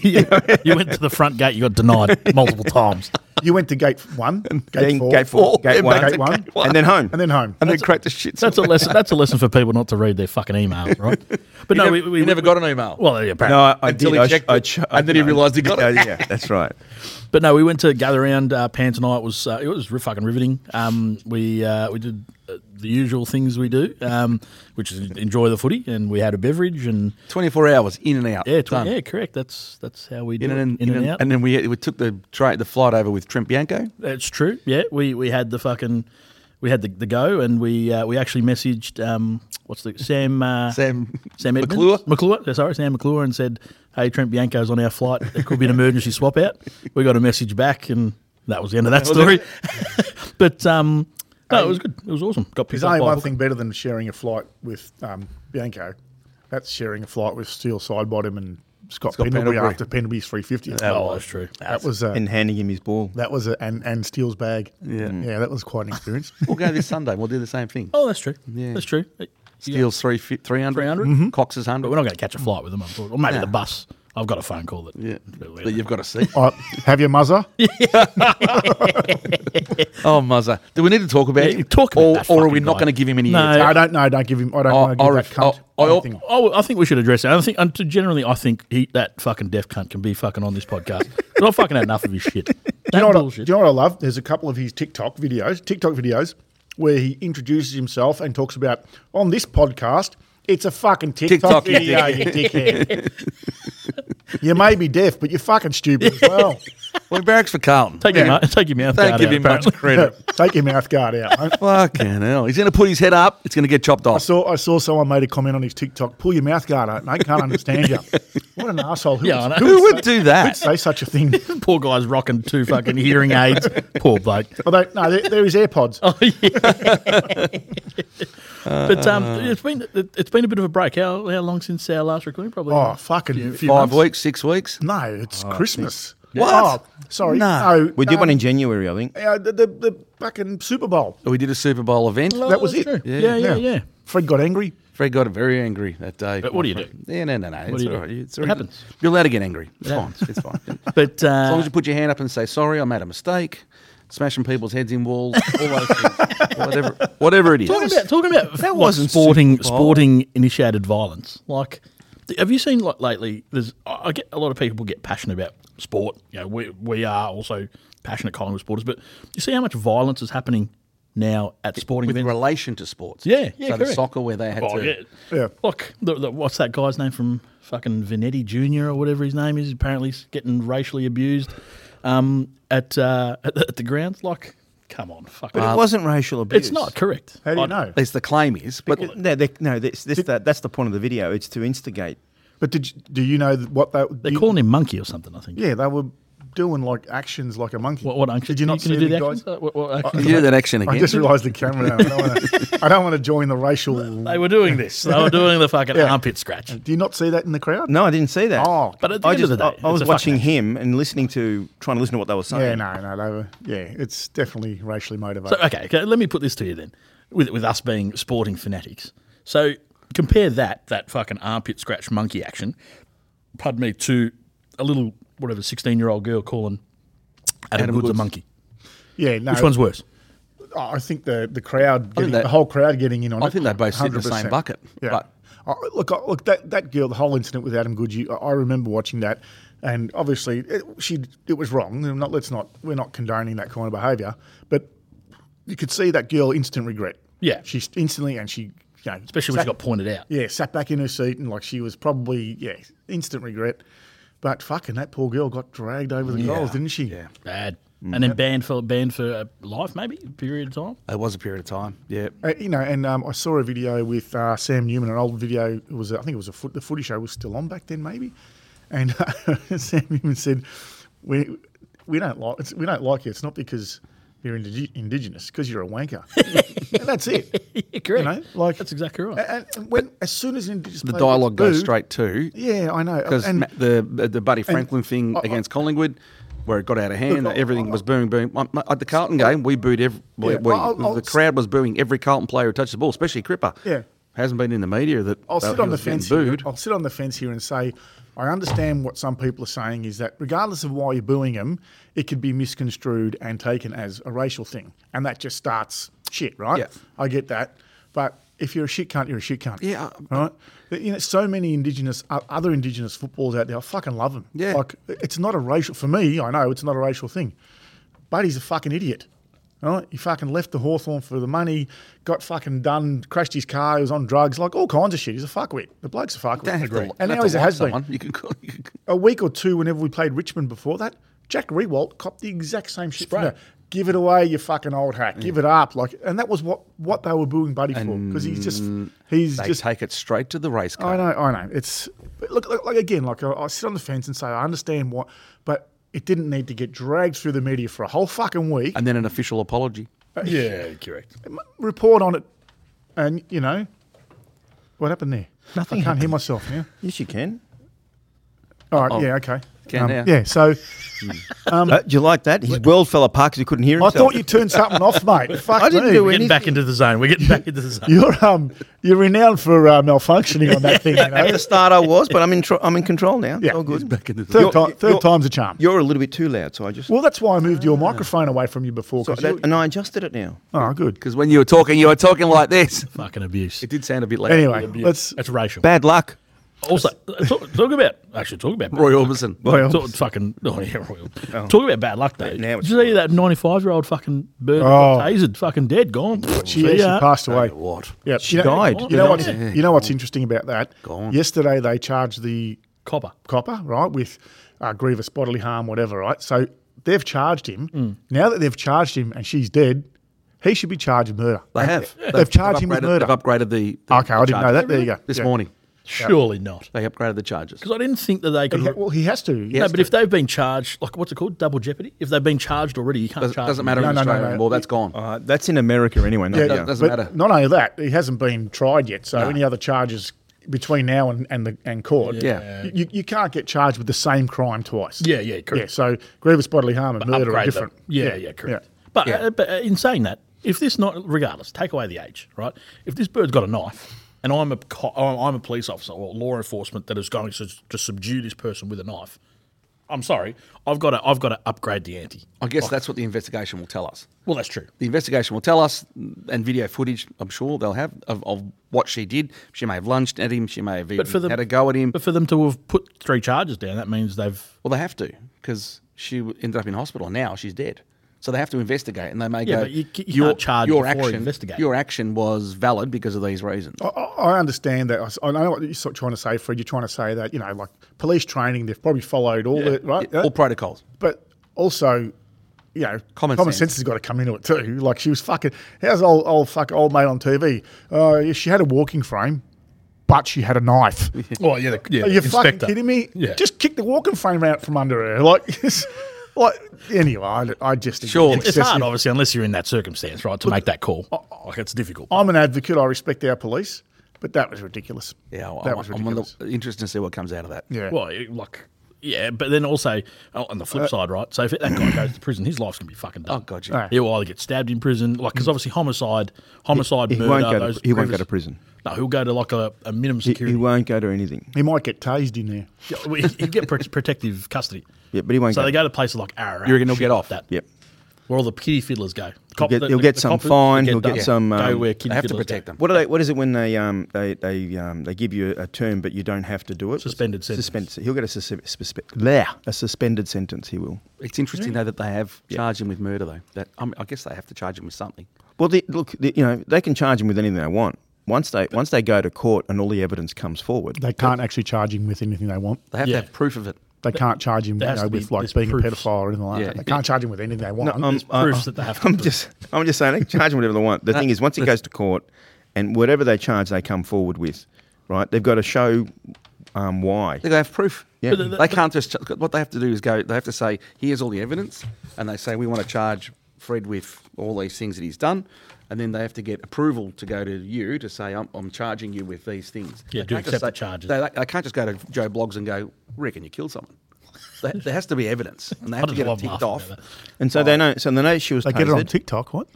Speaker 1: you went to the front gate. You got denied multiple times.
Speaker 4: You went to gate one, gate
Speaker 2: Then
Speaker 4: four,
Speaker 2: gate
Speaker 3: [laughs]
Speaker 2: four,
Speaker 3: Four,
Speaker 2: gate
Speaker 3: then
Speaker 2: one,
Speaker 3: back
Speaker 4: to gate
Speaker 3: one.
Speaker 2: and then home.
Speaker 4: and then home.
Speaker 3: and then cracked the shit.
Speaker 1: That's a lesson. That's a lesson for people not to read their fucking emails, right? But no,
Speaker 3: never,
Speaker 1: we, we
Speaker 3: you never got an email.
Speaker 1: Well, yeah, apparently.
Speaker 2: no, I, I
Speaker 3: Until
Speaker 2: did.
Speaker 3: he
Speaker 2: I sh-
Speaker 3: checked
Speaker 2: I
Speaker 3: it,
Speaker 2: ch-
Speaker 3: and then he
Speaker 2: no. Oh,
Speaker 3: realised he got it.
Speaker 2: Yeah, yeah, that's
Speaker 3: [laughs]
Speaker 2: right.
Speaker 1: But no, we went to gather around uh, Pan tonight. Was uh, it was ri- fucking riveting. Um, we uh, we did uh, the usual things we do, um, which is enjoy the footy, and we had a beverage and
Speaker 3: 24 hours in and out.
Speaker 1: yeah, tw-
Speaker 3: Done.
Speaker 1: yeah, correct. That's that's how we do
Speaker 3: In
Speaker 1: it.
Speaker 3: and, in and,
Speaker 1: out.
Speaker 3: and then we, we took the train, the flight over with Trent Bianco.
Speaker 1: That's true. Yeah, we we had the fucking we had the, the go, and we uh, we actually messaged um, what's the Sam uh,
Speaker 3: Sam-
Speaker 1: Sam Edmonds?
Speaker 3: McClure?
Speaker 1: McClure yeah, sorry Sam McClure and said, hey Trent Bianco's on our flight. There could be an emergency swap out. We got a message back, and that was the end of that story. [laughs] but um, no, it was good. It was awesome. Got picked
Speaker 4: There's
Speaker 1: up
Speaker 4: only
Speaker 1: by
Speaker 4: one
Speaker 1: Hooker.
Speaker 4: thing better than sharing a flight with um, Bianco. That's sharing a flight with Steel Side Bottom and Scott,
Speaker 3: Scott
Speaker 4: Pendlebury,
Speaker 3: Pendlebury.
Speaker 4: after Pendlebury's 350.
Speaker 1: Oh, that's true.
Speaker 4: that was a,
Speaker 2: And handing him his ball.
Speaker 4: that was a, and and Steel's bag.
Speaker 3: Yeah. Mm.
Speaker 4: yeah, that was quite an experience. [laughs]
Speaker 3: We'll go this Sunday. We'll do the same thing.
Speaker 1: [laughs] Oh, that's true.
Speaker 3: Yeah.
Speaker 1: That's true. You got-
Speaker 3: Steele's three Mm-hmm. fi 300.
Speaker 1: 300?
Speaker 3: Cox's
Speaker 1: Mm-hmm. But
Speaker 3: 100.
Speaker 1: we're not going to catch a flight with them, unfortunately. Or maybe
Speaker 3: No.
Speaker 1: the bus. I've got a phone call that.
Speaker 3: Yeah, that you've got to see.
Speaker 4: Uh, have your
Speaker 3: [laughs]
Speaker 4: muzza?
Speaker 3: Oh, Muzza. Do we need to talk about
Speaker 1: Yeah,
Speaker 3: him?
Speaker 1: talk about
Speaker 3: or,
Speaker 1: that
Speaker 3: or are
Speaker 1: fucking
Speaker 3: we not
Speaker 1: guy.
Speaker 3: going to give him any
Speaker 1: No.
Speaker 3: airtime?
Speaker 4: No, I don't know. Don't give him. I don't
Speaker 3: Oh,
Speaker 4: want to give
Speaker 3: I
Speaker 4: that
Speaker 3: ref-
Speaker 4: cunt
Speaker 3: oh, I-
Speaker 4: anything.
Speaker 1: Oh, I think we should address it. I think and generally, I think he, that fucking deaf cunt can be fucking on this podcast. [laughs] But I've fucking had enough of his shit. That
Speaker 4: you know what I,
Speaker 1: bullshit.
Speaker 4: do you know what I love? There's a couple of his TikTok videos, TikTok videos, where he introduces himself and talks about on this podcast. It's a fucking TikTok,
Speaker 3: TikTok, you
Speaker 4: video, you dickhead.
Speaker 3: [laughs]
Speaker 4: you may be deaf, but you're fucking stupid as well.
Speaker 3: Well, he barracks for Carlton.
Speaker 1: take, your, mou- take your mouth
Speaker 3: Don't
Speaker 1: guard
Speaker 3: give
Speaker 1: out,
Speaker 3: him much
Speaker 1: apparently.
Speaker 3: credit.
Speaker 4: [laughs]
Speaker 3: [laughs]
Speaker 4: Take your mouth guard out. mate.
Speaker 3: Fucking hell. He's going to put his head up. It's going to get chopped
Speaker 1: [laughs]
Speaker 4: I
Speaker 3: off.
Speaker 4: saw I saw someone made a comment on his TikTok. Pull your mouth guard out, mate. Can't understand
Speaker 3: [laughs]
Speaker 4: you. What an asshole. Who,
Speaker 1: Yeah, I
Speaker 4: would,
Speaker 1: know.
Speaker 3: Who would do
Speaker 4: who'd
Speaker 3: that?
Speaker 4: say such a thing? [laughs]
Speaker 1: [laughs] Poor guy's rocking two fucking hearing aids. Poor bloke.
Speaker 4: Although no, there, there is AirPods.
Speaker 3: Oh.
Speaker 1: But um,
Speaker 4: Uh.
Speaker 1: it's been it's been a bit of a break. How how long since our last recording? Probably.
Speaker 4: Oh, fucking
Speaker 3: Five weeks, six weeks?
Speaker 4: No, it's Christmas.
Speaker 3: What?
Speaker 4: Oh, sorry.
Speaker 3: No.
Speaker 4: No.
Speaker 2: We did
Speaker 4: um,
Speaker 2: one in January, I think.
Speaker 4: uh, the, the, the fucking Super Bowl.
Speaker 3: We did a Super Bowl event.
Speaker 1: Oh,
Speaker 4: that was
Speaker 1: that's
Speaker 4: it.
Speaker 1: true. Yeah, yeah, yeah.
Speaker 4: Fred got angry.
Speaker 3: Fred got very angry that day.
Speaker 1: But what do you
Speaker 3: My
Speaker 1: do?
Speaker 3: friend. Yeah, no, no, no. What it's
Speaker 1: do you
Speaker 3: all
Speaker 1: do?
Speaker 3: right. It's
Speaker 1: It
Speaker 3: all right.
Speaker 1: happens.
Speaker 3: You're allowed to get angry. It's
Speaker 1: Yeah.
Speaker 3: fine.
Speaker 1: [laughs]
Speaker 3: It's fine.
Speaker 1: But uh,
Speaker 3: As long as you put your hand up and say, sorry, I made a mistake, smashing people's heads in walls, all those things.
Speaker 1: [laughs]
Speaker 3: whatever, whatever it is.
Speaker 1: talking about talking about that
Speaker 3: wasn't
Speaker 1: sporting
Speaker 3: Super Bowl.
Speaker 1: sporting initiated violence. Like, th- have you seen like lately? There's I I get a lot of people get passionate about sport. You know, we we are also passionate Collingwood supporters, but you see how much violence is happening now at sporting
Speaker 3: with
Speaker 1: events.
Speaker 3: relation to sports.
Speaker 1: Yeah, yeah,
Speaker 3: So the
Speaker 1: correct.
Speaker 3: soccer where they had
Speaker 1: Oh,
Speaker 3: to.
Speaker 1: yeah.
Speaker 4: Yeah.
Speaker 1: Look, the, the, what's that guy's name from fucking Venetti Junior or whatever his name is? Apparently, he's getting racially abused um, at, uh, at the- at the grounds. Like, come on, fuck.
Speaker 3: Uh,
Speaker 2: But it wasn't racial abuse.
Speaker 1: it's not correct.
Speaker 4: How do you
Speaker 1: I-
Speaker 4: know?
Speaker 3: At least the claim is, but
Speaker 2: But no, they, no this, this, that, that's the point of the video. It's to instigate.
Speaker 4: But did you, do you know what that?
Speaker 1: They're
Speaker 4: you,
Speaker 1: calling him monkey or something. I think.
Speaker 4: Yeah, they were doing like actions like a monkey.
Speaker 1: What, what action?
Speaker 4: Did you
Speaker 1: are
Speaker 4: not
Speaker 1: gonna do
Speaker 4: see the
Speaker 1: the
Speaker 4: guys? Oh,
Speaker 1: action? What, what action?
Speaker 4: [laughs]
Speaker 3: you do that action
Speaker 4: I
Speaker 3: again.
Speaker 4: just realised the camera. Now. I don't wanna-
Speaker 1: [laughs]
Speaker 4: I don't want to join the racial.
Speaker 1: They were doing this. They were doing the
Speaker 4: [laughs]
Speaker 1: fucking armpit scratch.
Speaker 4: Do you not see that in the crowd?
Speaker 2: No, I didn't see that.
Speaker 4: Oh,
Speaker 1: But at the
Speaker 2: I
Speaker 1: end
Speaker 2: just
Speaker 1: of the day,
Speaker 2: I, I was
Speaker 1: it's a fucking
Speaker 2: watching
Speaker 1: action.
Speaker 2: him and listening to trying to listen to what they were saying.
Speaker 4: yeah, no, no, they were. Yeah, it's definitely racially motivated.
Speaker 1: So, uh, okay, okay, let me put this to you then, with with us being sporting fanatics. So compare that that fucking armpit scratch monkey action, pardon me, to a little whatever sixteen year old girl calling Adam,
Speaker 3: Adam
Speaker 1: Goods, a
Speaker 3: Goods.
Speaker 1: monkey.
Speaker 4: yeah, no.
Speaker 1: Which one's worse?
Speaker 4: Oh, I think the the crowd, getting,
Speaker 3: that-
Speaker 4: the whole crowd getting in on it.
Speaker 3: I think they both sit in the same
Speaker 4: 100%.
Speaker 3: bucket,
Speaker 4: Yeah.
Speaker 3: but-
Speaker 4: Oh, look, oh, look that that girl, the whole incident with Adam Goodge. I I remember watching that, and obviously it, she it was wrong. I'm not, let's not we're not condoning that kind of behaviour, but you could see that girl instant regret.
Speaker 1: Yeah.
Speaker 4: she instantly and she. You know,
Speaker 1: Especially when she got pointed out.
Speaker 4: yeah, sat back in her seat and like she was probably yeah, instant regret. But fucking that poor girl got dragged over the goals, didn't she?
Speaker 3: Yeah.
Speaker 1: Bad.
Speaker 4: Mm.
Speaker 1: And then banned for banned for uh, life, maybe a period of time. [laughs]
Speaker 3: It was a period of time. Yeah.
Speaker 4: Uh, you know, and um, I saw a video with uh, Sam Newman, an old video. It was I think it was a foot, the footy show was still on back then, maybe. And uh, [laughs] Sam Newman said, "We we don't like it's, we don't like you. It's not because you're indig- indigenous, because you're
Speaker 1: [laughs]
Speaker 4: a wanker. and that's it.
Speaker 1: Yeah, correct.
Speaker 4: You know, like-
Speaker 1: that's exactly right.
Speaker 4: And, and when as soon as an indigenous
Speaker 3: The
Speaker 4: player
Speaker 3: dialogue
Speaker 4: gets
Speaker 3: goes
Speaker 4: booed-
Speaker 3: straight to
Speaker 4: Yeah, I know.
Speaker 3: because
Speaker 4: And-
Speaker 3: the the Buddy Franklin thing
Speaker 4: I- I-
Speaker 3: against Collingwood, where it got out of hand,
Speaker 4: Look, I-
Speaker 3: everything was booing, booing. Um, At the Carlton game, we booed every. we-
Speaker 4: Yeah,
Speaker 3: we-
Speaker 4: I'll- I'll-
Speaker 3: the crowd was booing every Carlton player who touched the ball, especially Cripper.
Speaker 4: Yeah.
Speaker 3: hasn't been in the media that
Speaker 4: I'll
Speaker 3: that
Speaker 4: sit
Speaker 3: he
Speaker 4: on the
Speaker 3: was getting
Speaker 4: fence. Here.
Speaker 3: Booed.
Speaker 4: I'll sit on the fence here and say, I understand what some people are saying is that regardless of why you're booing them, it could be misconstrued and taken as a racial thing, and that just starts shit, right?
Speaker 3: Yeah.
Speaker 4: I get that, but if you're a shit cunt, you're a shit cunt.
Speaker 3: Yeah,
Speaker 4: right. But, You know, so many indigenous o- other indigenous footballs out there. I fucking love them.
Speaker 3: Yeah.
Speaker 4: like it's not a racial for me. I know it's not a racial thing, but he's a fucking idiot. Right? He fucking left the Hawthorn for the money, got fucking done, crashed his car, he was on drugs, like all kinds of shit. He's a fuckwit. The bloke's a fuckwit.
Speaker 3: Don't have to- don't
Speaker 4: and now
Speaker 3: have
Speaker 4: he's
Speaker 3: to
Speaker 4: a
Speaker 3: like
Speaker 4: has
Speaker 3: someone.
Speaker 4: been.
Speaker 3: You can call- you can-
Speaker 4: A week or two, whenever we played Richmond before that, Jack Rewalt copped the exact same shit. from
Speaker 1: Spray.
Speaker 4: her. Give it away, you fucking old hack.
Speaker 3: Mm.
Speaker 4: Give it up, like, and that was what what they were booing Buddy for because he's just he's
Speaker 3: They
Speaker 4: just
Speaker 3: take it straight to the race car.
Speaker 4: I know, I know. It's but look, look like again, like I, I sit on the fence and say I understand what, but it didn't need to get dragged through the media for a whole fucking week.
Speaker 3: and then an official apology.
Speaker 4: Uh,
Speaker 1: yeah, correct.
Speaker 4: M- Report on it, and you know what happened there. Nothing. I can't hear myself now.
Speaker 2: Yes, you can. Oh,
Speaker 4: All right, yeah, okay.
Speaker 3: Can
Speaker 4: Um,
Speaker 3: now.
Speaker 2: [laughs]
Speaker 4: Yeah, so
Speaker 1: Um,
Speaker 2: Uh, do you like that? His world fell apart because he couldn't hear
Speaker 4: I
Speaker 2: himself. [laughs]
Speaker 4: thought you turned something off, mate. Fuck
Speaker 2: I didn't
Speaker 4: me.
Speaker 2: do
Speaker 1: We're getting back into the zone. We're getting back into the
Speaker 4: [laughs]
Speaker 1: zone.
Speaker 4: You're um, you're renowned for uh, malfunctioning
Speaker 2: [laughs]
Speaker 4: on that thing. You
Speaker 2: At
Speaker 4: know?
Speaker 2: the start, I was, but I'm in. Tr- I'm in control now.
Speaker 4: Yeah.
Speaker 2: Yeah, all good.
Speaker 3: Back into the-
Speaker 4: 3rd
Speaker 2: You're-
Speaker 4: time, third
Speaker 2: you're-
Speaker 4: time's a charm.
Speaker 2: You're a little bit too loud, so I just.
Speaker 4: Well, that's why I moved your microphone away from you before.
Speaker 2: so
Speaker 4: 'cause
Speaker 2: that,
Speaker 4: you-
Speaker 2: and I adjusted it now.
Speaker 4: oh, good.
Speaker 3: Because when you were talking, you were talking
Speaker 4: [laughs]
Speaker 3: like this.
Speaker 1: Fucking abuse.
Speaker 3: It did sound a bit like
Speaker 4: Anyway, let's.
Speaker 1: That's racial.
Speaker 2: Bad luck.
Speaker 1: Also, uh, talk, talk about actually talk about
Speaker 3: Roy Orbison.
Speaker 4: Roy
Speaker 1: Talk, fucking [laughs] oh yeah, Royal. Talk about bad luck, though.
Speaker 2: Now
Speaker 1: Did
Speaker 2: it's
Speaker 1: you see that ninety-five-year-old fucking bird
Speaker 4: Oh.
Speaker 1: got tasered, fucking dead, gone?
Speaker 4: She
Speaker 1: See
Speaker 4: actually
Speaker 1: ya.
Speaker 4: passed away.
Speaker 3: What?
Speaker 4: Yeah,
Speaker 2: She died.
Speaker 4: You
Speaker 1: Yeah.
Speaker 4: know what's
Speaker 1: Yeah.
Speaker 4: you know what's interesting about that?
Speaker 3: Go on.
Speaker 4: Yesterday they charged the
Speaker 1: Copper.
Speaker 4: copper right with uh, grievous bodily harm, whatever. Right, so they've charged him. Now that they've charged him and she's dead, he should be charged with murder.
Speaker 3: They have.
Speaker 4: They've charged him with
Speaker 3: upgraded-
Speaker 4: murder.
Speaker 3: They've upgraded the. the
Speaker 4: Okay, I
Speaker 3: the
Speaker 4: didn't know
Speaker 3: charges.
Speaker 4: that. There you go.
Speaker 3: This
Speaker 4: Yeah.
Speaker 3: morning,
Speaker 1: Surely not.
Speaker 3: they upgraded the charges.
Speaker 1: Because I didn't think that they could.
Speaker 4: He ha- well, he has to.
Speaker 1: no, but if they've been charged, like what's it called, double jeopardy? If they've been charged already, you can't
Speaker 3: Doesn't,
Speaker 1: charge.
Speaker 3: doesn't
Speaker 1: them.
Speaker 3: matter
Speaker 4: No,
Speaker 3: in
Speaker 4: no, no,
Speaker 3: Australia
Speaker 4: no.
Speaker 3: anymore. That's gone.
Speaker 1: Oh.
Speaker 2: Uh, that's in America anyway. Not
Speaker 4: Yeah,
Speaker 2: here.
Speaker 3: doesn't
Speaker 4: but
Speaker 3: matter.
Speaker 4: Not only that, he hasn't been tried yet. So any other charges between now and and, the, and court,
Speaker 3: Yeah.
Speaker 4: you, you can't get charged with the same crime twice.
Speaker 1: Yeah, yeah, correct.
Speaker 4: Yeah, so grievous bodily harm and murder are
Speaker 1: upgrade
Speaker 4: different.
Speaker 1: Them. Yeah, yeah, correct. But, uh, but uh, in saying that, if this not regardless, take away the age, right? If this bird's got a knife, and I'm a co- I'm I'm a police officer or law enforcement that is going to, to subdue this person with a knife, I'm sorry, I've got to I've got to upgrade the ante.
Speaker 3: I guess that's what the investigation will tell us.
Speaker 1: Well, that's true.
Speaker 3: The investigation will tell us, and video footage, I'm sure they'll have, of, of what she did. She may have lunged at him. She may have even
Speaker 1: But for them
Speaker 3: had a go at him.
Speaker 1: But for them to have put three charges down, that means they've
Speaker 3: Well, they have to because she w- ended up in hospital. and Now she's dead. So they have to investigate, and they may
Speaker 1: Yeah,
Speaker 3: go.
Speaker 1: but you c- you can't charge before you investigate.
Speaker 3: Your action was valid because of these reasons.
Speaker 4: I, I I understand that. I s- I know what you're sort of trying to say, Fred. You're trying to say that you know, like police training, they've probably followed all the right, Uh,
Speaker 3: All protocols.
Speaker 4: but also. You know,
Speaker 3: Common
Speaker 4: common sense.
Speaker 3: sense.
Speaker 4: has got to come into it too. Like she was fucking. How's old old fuck old mate on TV? Uh, yeah, she had a walking frame, but she had a knife.
Speaker 1: [laughs] well, yeah, the, yeah,
Speaker 4: Are you fucking kidding me?
Speaker 1: Yeah.
Speaker 4: Just kick the walking frame out from under her. Like, [laughs] it's- like anyway, I, I just think
Speaker 3: Sure.
Speaker 1: It's,
Speaker 4: it's
Speaker 1: it's hard,
Speaker 4: excessive.
Speaker 1: obviously, unless you're in that circumstance, right, to make that call. Like it's difficult.
Speaker 4: I'm an advocate. I respect our police, but that was ridiculous.
Speaker 3: Yeah, I-
Speaker 4: that
Speaker 3: I'm,
Speaker 4: was
Speaker 3: I'm on the-
Speaker 4: ridiculous.
Speaker 3: interested to see what comes out of that.
Speaker 4: yeah.
Speaker 1: Well, it- like, yeah, but then also oh, on the
Speaker 2: Uh,
Speaker 1: flip side, right? So if that guy goes to prison, his life's gonna be fucking done.
Speaker 3: Oh, God, yeah.
Speaker 4: Right.
Speaker 1: He'll either get stabbed in prison, like because obviously homicide, homicide,
Speaker 2: Mm. He
Speaker 1: murder.
Speaker 2: won't go.
Speaker 1: those
Speaker 2: To, he won't go
Speaker 1: previous-
Speaker 2: to prison.
Speaker 1: No, he'll go to like a, a minimum
Speaker 2: He, he
Speaker 1: security.
Speaker 2: won't go to anything.
Speaker 4: he might get tased in there.
Speaker 1: Yeah, well, he, will get pro- protective custody.
Speaker 2: Yeah, but he won't
Speaker 1: So
Speaker 2: go.
Speaker 1: they go to places like Ararat.
Speaker 3: You reckon he'll
Speaker 1: shit
Speaker 3: get
Speaker 1: like
Speaker 3: off?
Speaker 1: that?
Speaker 2: Yep.
Speaker 1: Where all the kitty fiddlers go. Cop-
Speaker 2: get- he'll get some
Speaker 1: coppers,
Speaker 2: fine, he'll get
Speaker 1: done.
Speaker 2: some,
Speaker 1: Go
Speaker 2: um,
Speaker 1: where kitty
Speaker 3: They have to
Speaker 1: fiddlers go.
Speaker 3: protect them.
Speaker 2: What are they? What is it when they um they they um they give you a term but you don't have to do it?
Speaker 1: Suspended sentence.
Speaker 2: Suspended. He'll get a suspended. Suspe- a suspended sentence. He will.
Speaker 3: It's interesting though that they have charged him with murder though. That I, mean, I guess they have to charge him with something.
Speaker 2: Well, the, look, the, you know, they can charge him with anything they want. Once they once they go to court and all the evidence comes forward,
Speaker 4: They can't actually charge him with anything they want.
Speaker 3: They have
Speaker 1: Yeah.
Speaker 3: to have proof of it.
Speaker 4: They can't charge him you
Speaker 1: There has
Speaker 4: know,
Speaker 1: to be-
Speaker 4: with like
Speaker 1: there's
Speaker 4: being a
Speaker 1: proofs.
Speaker 4: pedophile or anything like
Speaker 3: Yeah.
Speaker 4: that. They can't charge him with anything they want.
Speaker 2: um, I-
Speaker 1: Proofs that they have to
Speaker 2: I'm
Speaker 1: prove.
Speaker 2: just I'm just saying they can charge him whatever they want. The thing is, once it goes to court, and whatever they charge, they come forward with, right? They've got to show um, why.
Speaker 3: They gotta have proof.
Speaker 2: Yeah. But the-
Speaker 1: the-
Speaker 3: they can't just. ch- What they have to do is go. They have to say, "Here's all the evidence," and they say, "We want to charge Fred with all these things that he's done," and then they have to get approval to go to you to say, "I'm, I'm charging you with these things."
Speaker 1: Yeah,
Speaker 3: They
Speaker 1: do
Speaker 3: can't just
Speaker 1: accept the
Speaker 3: say-
Speaker 1: charges.
Speaker 3: They, they can't just go to Joe Blogs and go, "Reckon you killed someone." There- there has to be evidence,
Speaker 1: [laughs]
Speaker 3: and they have to
Speaker 1: just
Speaker 3: get it
Speaker 1: love
Speaker 3: ticked
Speaker 1: laughing
Speaker 3: off.
Speaker 1: at that.
Speaker 2: And so they know. So they know she was
Speaker 4: They get it on
Speaker 2: tasered.
Speaker 4: TikTok. What?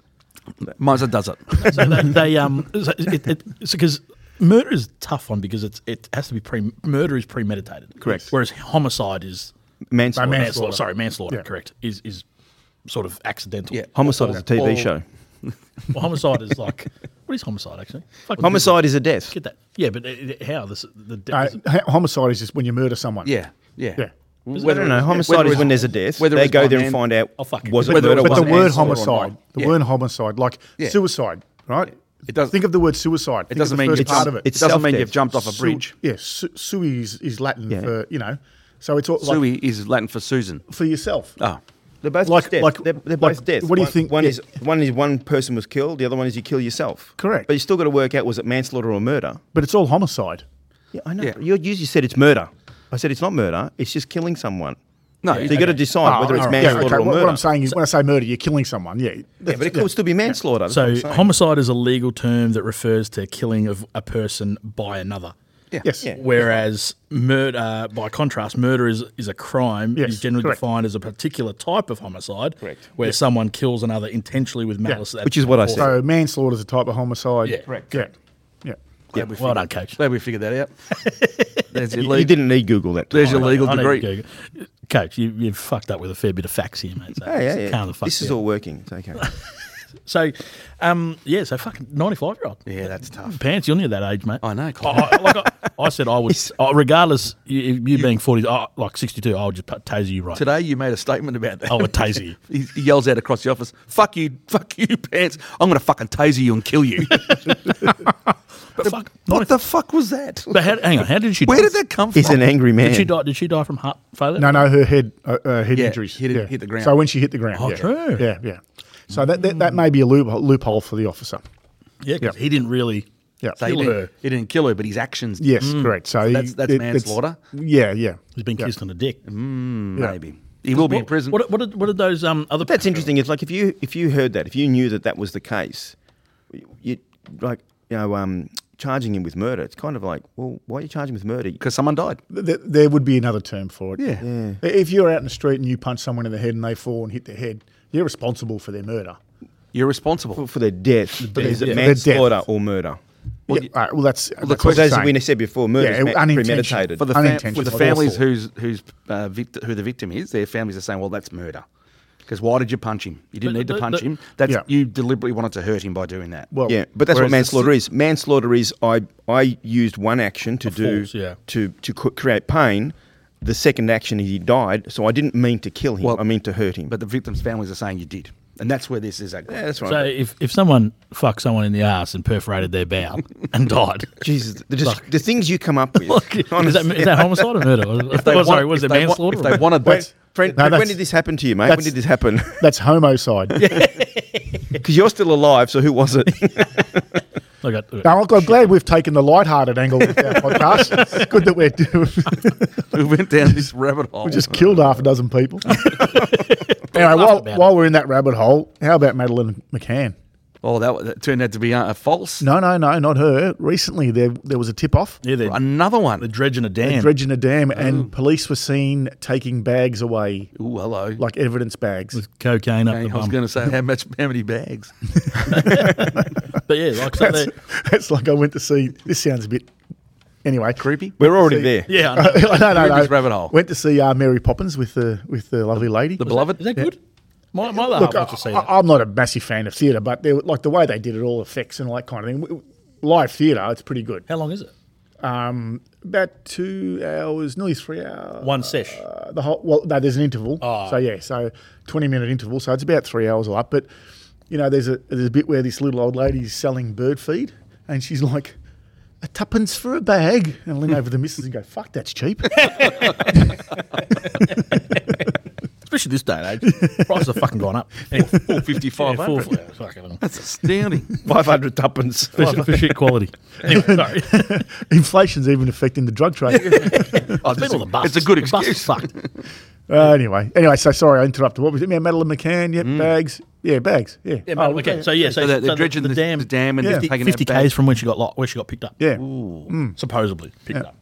Speaker 3: Miser does it.
Speaker 1: so they, they um so it, it, it's because murder is a tough one because it's it has to be pre murder is premeditated
Speaker 2: Correct.
Speaker 1: whereas homicide is
Speaker 2: manslaughter.
Speaker 4: By
Speaker 1: manslaughter,
Speaker 4: Manslaughter.
Speaker 1: sorry manslaughter
Speaker 4: Yeah.
Speaker 1: correct is is sort of accidental
Speaker 3: [laughs] Yeah.
Speaker 2: Homicide is a TV
Speaker 3: Or-
Speaker 2: show.
Speaker 1: well, homicide is like what is homicide actually Fucking
Speaker 2: Homicide is a death.
Speaker 1: get that yeah but it, it- how this the de-
Speaker 4: Uh, h- homicide is just when you murder someone.
Speaker 3: Yeah, yeah.
Speaker 4: Yeah.
Speaker 2: I don't know. Homicide
Speaker 3: whether
Speaker 2: is when
Speaker 3: it's-
Speaker 2: there's a death.
Speaker 3: whether
Speaker 2: They
Speaker 3: it's
Speaker 2: go
Speaker 3: one
Speaker 2: there
Speaker 3: man-
Speaker 2: and find out
Speaker 1: Oh, fuck it.
Speaker 2: was it
Speaker 3: Whether
Speaker 2: murder?
Speaker 3: it
Speaker 2: or
Speaker 4: But
Speaker 3: was
Speaker 4: the
Speaker 2: wasn't?
Speaker 3: an
Speaker 4: word
Speaker 3: answer or not.
Speaker 4: homicide, the
Speaker 3: Yeah.
Speaker 4: word homicide, like
Speaker 3: Yeah.
Speaker 4: suicide, right?
Speaker 3: It does-
Speaker 4: Think of the word suicide. Think of
Speaker 3: doesn't
Speaker 4: the
Speaker 3: mean
Speaker 4: first
Speaker 3: you
Speaker 4: part
Speaker 3: jump-
Speaker 4: of it.
Speaker 3: It
Speaker 2: It's
Speaker 3: doesn't mean
Speaker 2: self-death.
Speaker 3: you've jumped off a
Speaker 4: Su-
Speaker 3: bridge.
Speaker 4: yeah, su- sui is, is Latin
Speaker 2: Yeah.
Speaker 4: for you know, so it's all like
Speaker 3: Sui is Latin for Susan.
Speaker 4: for yourself.
Speaker 3: Oh,
Speaker 2: They're both
Speaker 4: Like-
Speaker 2: just death.
Speaker 4: like-
Speaker 2: they're, they're
Speaker 4: like,
Speaker 2: both death.
Speaker 4: what do you
Speaker 2: One-
Speaker 4: think-
Speaker 2: One
Speaker 4: yeah.
Speaker 2: is one is one person was killed. The other one is you kill yourself.
Speaker 4: Correct.
Speaker 2: But you still got to work out was it manslaughter or murder.
Speaker 4: But it's all homicide.
Speaker 2: Yeah, I know.
Speaker 3: Yeah.
Speaker 2: You usually said it's murder. I said it's not murder. It's just killing someone.
Speaker 3: No,
Speaker 2: so
Speaker 3: Ah, it's-
Speaker 2: you got to decide whether it's
Speaker 4: alright. Oh, Yeah,
Speaker 2: manslaughter
Speaker 4: okay,
Speaker 2: or
Speaker 4: what,
Speaker 2: murder.
Speaker 4: what I'm saying is, when I say murder, you're killing someone. Yeah,
Speaker 2: yeah, but it could still be manslaughter. that's what
Speaker 1: so
Speaker 2: I'm saying.
Speaker 1: homicide is a legal term that refers to killing of a person by another
Speaker 3: Yeah.
Speaker 4: Yes.
Speaker 2: Yeah.
Speaker 1: Whereas murder, by contrast, murder is, is a crime
Speaker 4: Yes,
Speaker 1: is generally
Speaker 4: correct.
Speaker 1: defined as a particular type of homicide,
Speaker 2: Correct.
Speaker 1: where someone kills another intentionally with malice. That's
Speaker 2: Which is what I said.
Speaker 4: So manslaughter is a type of homicide.
Speaker 1: Yeah.
Speaker 2: Correct.
Speaker 4: Yeah. Yeah.
Speaker 3: Glad we
Speaker 1: Well
Speaker 3: figured-
Speaker 1: done, coach.
Speaker 3: Glad we figured that out. [laughs] There's your
Speaker 2: You,
Speaker 3: legal,
Speaker 2: you didn't need Google that.
Speaker 3: there's your
Speaker 2: time.
Speaker 3: legal
Speaker 1: I
Speaker 3: degree.
Speaker 1: need to Google. Coach, you, you've fucked up with a fair bit of facts here, mate. So
Speaker 2: Oh, yeah,
Speaker 1: it's
Speaker 2: yeah.
Speaker 1: calm the fuck
Speaker 2: This is
Speaker 1: down.
Speaker 2: all working. It's
Speaker 4: [laughs]
Speaker 2: okay.
Speaker 1: So, um, yeah, so fucking 95 year old.
Speaker 3: Yeah, that's tough.
Speaker 1: Pants, you're near that age, mate.
Speaker 3: I know.
Speaker 1: I, I, like I, I said, I would, I, regardless, you, you being 40, I, like 62, I would just put- taser you right.
Speaker 3: Today you made Oh, a statement about that.
Speaker 1: I would taser you.
Speaker 3: [laughs] He he yells out across the office, "Fuck you, fuck you, pants! I'm gonna fucking taser you and kill [laughs] you."
Speaker 1: But fuck,
Speaker 3: what
Speaker 1: 90
Speaker 3: the fuck was that?
Speaker 1: but how, hang on, how did she
Speaker 3: Where
Speaker 1: die?
Speaker 3: did that come from?
Speaker 2: He's an angry man.
Speaker 1: Did she die? Did she die from heart failure?
Speaker 4: No, no, her head, uh, uh, head
Speaker 3: Yeah,
Speaker 4: injuries.
Speaker 3: hit it-
Speaker 4: yeah.
Speaker 3: hit the ground.
Speaker 4: So when she hit the ground.
Speaker 1: Oh,
Speaker 4: yeah.
Speaker 1: true.
Speaker 4: Yeah, yeah. So that, that, that may be a loophole, loophole for the officer.
Speaker 1: Yeah, 'cause
Speaker 4: Yeah.
Speaker 1: he didn't really.
Speaker 4: Yeah.
Speaker 3: So he,
Speaker 1: Kill
Speaker 3: didn't,
Speaker 1: her.
Speaker 3: he didn't kill her, but his actions.
Speaker 4: yes, correct. So,
Speaker 3: that's- that's
Speaker 4: it- it's-
Speaker 3: manslaughter?
Speaker 4: Yeah, yeah.
Speaker 1: He's been
Speaker 4: Yeah.
Speaker 1: kissed on the dick.
Speaker 4: Yeah.
Speaker 3: maybe he will be in
Speaker 1: What-
Speaker 3: prison.
Speaker 1: What, what, did, what did those um other?
Speaker 2: That's interesting. It's like if you if you heard that, if you knew that that was the case, you like you know um, charging him with murder. It's kind of like, well, why are you charging him with murder?
Speaker 3: Because someone died.
Speaker 4: Th- th- there would be another term for it.
Speaker 3: Yeah. Yeah.
Speaker 4: If you're out in the street and you punch someone in the head and they fall and hit their head, you're responsible for their murder.
Speaker 3: You're responsible.
Speaker 2: For their death, is it
Speaker 4: yeah. Their death.
Speaker 2: manslaughter or murder?
Speaker 4: Well, yeah, all right, well that's, that's
Speaker 2: Because
Speaker 4: what I'm
Speaker 2: as we
Speaker 4: saying.
Speaker 2: said before, murder
Speaker 4: Yeah,
Speaker 2: is ma-
Speaker 4: unintentional.
Speaker 2: premeditated.
Speaker 3: for the fam-
Speaker 4: Unintentional.
Speaker 3: for the
Speaker 4: Awful.
Speaker 3: families who's who's uh, vict- who the victim is, their families are saying, "Well, that's murder." Because why did you punch him? You didn't
Speaker 1: But-
Speaker 3: need to
Speaker 1: but-
Speaker 3: punch
Speaker 1: but-
Speaker 3: him. That's
Speaker 4: Yeah.
Speaker 3: you deliberately wanted to hurt him by doing that.
Speaker 4: Well,
Speaker 2: yeah, but that's what
Speaker 3: whereas the
Speaker 2: manslaughter is. Manslaughter is I I used one action to do
Speaker 1: force, yeah.
Speaker 2: to to co- create pain. The second action is he died, so I didn't mean to kill him.
Speaker 3: Well,
Speaker 2: I mean to hurt him.
Speaker 3: But the victim's families are saying you did, and that's where this is at.
Speaker 2: yeah, that's right.
Speaker 1: So if, if someone fucked someone in the ass and perforated their bowel [laughs] and died,
Speaker 3: [laughs]
Speaker 2: Jesus, the, just, the things you come up with.
Speaker 1: [laughs] look, is, that,
Speaker 2: honestly.
Speaker 1: is that homicide or
Speaker 3: [laughs]
Speaker 1: murder? Oh, sorry, was it manslaughter?
Speaker 3: If
Speaker 1: or
Speaker 3: they
Speaker 1: murder?
Speaker 3: wanted
Speaker 2: When,
Speaker 3: that,
Speaker 2: Brent,
Speaker 4: No,
Speaker 2: Brent, when
Speaker 4: that's-
Speaker 2: did this happen to you, mate? When
Speaker 4: that's-
Speaker 2: did this
Speaker 4: [laughs]
Speaker 2: happen? [laughs]
Speaker 4: that's homicide.
Speaker 2: Because you're still alive, so who was
Speaker 4: [laughs]
Speaker 2: it?
Speaker 1: Look, I- look,
Speaker 4: Now, I'm, I'm glad we've taken the light-hearted angle with our podcast. It's good that we're doing,
Speaker 3: [laughs] we went down this rabbit
Speaker 4: [laughs]
Speaker 3: hole.
Speaker 4: we just killed half a dozen people. anyway, while,
Speaker 1: about it.
Speaker 4: while we're in that rabbit hole, how about Madeline McCann?
Speaker 3: oh, that, that turned out to be a, a false.
Speaker 4: No, no, no, not her. Recently, there there was a tip-off.
Speaker 1: yeah, they're,
Speaker 3: Another
Speaker 1: they're
Speaker 3: one.
Speaker 1: dredging a dam.
Speaker 4: Dredging a dam, and police were seen taking bags away,
Speaker 3: Ooh, hello.
Speaker 4: like evidence bags.
Speaker 1: cocaine up
Speaker 3: I
Speaker 1: the
Speaker 3: was
Speaker 1: bum.
Speaker 3: going to say how much, how many bags?
Speaker 1: But yeah, like so they're-
Speaker 4: [laughs] That's like I went to see. This sounds a bit. Anyway, [laughs]
Speaker 3: Creepy.
Speaker 2: We're already there.
Speaker 1: yeah, I know.
Speaker 4: no, no, no.
Speaker 3: Ruby's rabbit hole.
Speaker 4: Went to see uh, Mary Poppins with the with the lovely lady.
Speaker 3: The beloved.
Speaker 1: Is that good? My my last
Speaker 4: Look, I,
Speaker 1: one to see that.
Speaker 4: I, am not a massive fan of theatre, but they, were- like the way they did it, all effects and all that kind of thing. W- w- Live theatre, it's pretty good.
Speaker 1: How long is it?
Speaker 4: Um, about two hours, nearly three hours.
Speaker 1: One sesh.
Speaker 4: Uh, the whole well, no, there's an interval.
Speaker 1: Oh.
Speaker 4: So yeah, so 20 minute interval. So it's about three hours or up. But you know, there's a there's a bit where this little old lady's selling bird feed, and she's like. A tuppence for a bag, and I lean over the missus and go, "Fuck,
Speaker 1: [laughs]
Speaker 4: that's cheap."
Speaker 1: Especially this day
Speaker 4: [laughs]
Speaker 1: and age, prices have fucking gone up. Anyway,
Speaker 3: Four fifty-five.
Speaker 1: yeah, four- yeah, fucking-
Speaker 3: That's astounding.
Speaker 2: 500 [laughs] tuppence.
Speaker 1: for shit- for shit quality. [laughs] Anyway, sorry.
Speaker 4: Inflation's even affecting the drug trade.
Speaker 1: [laughs]
Speaker 3: Oh,
Speaker 1: It's been all the bus.
Speaker 3: It's a good
Speaker 1: The bus
Speaker 3: excuse.
Speaker 1: fucked.
Speaker 4: Uh, anyway, anyway, so sorry I interrupted. What was it? Yeah, Madeline McCann. Yeah, bags. Yeah, bags. Yeah.
Speaker 1: Mm.
Speaker 4: Oh,
Speaker 1: Yeah, mate, Oh, okay. So yeah, so,
Speaker 3: So they're, they're
Speaker 1: so
Speaker 3: dredging the, the dam, and
Speaker 4: Yeah.
Speaker 3: just taking
Speaker 1: 50
Speaker 3: it out back.
Speaker 1: k's from when she got lo- where she got picked up.
Speaker 4: yeah.
Speaker 1: supposedly picked up.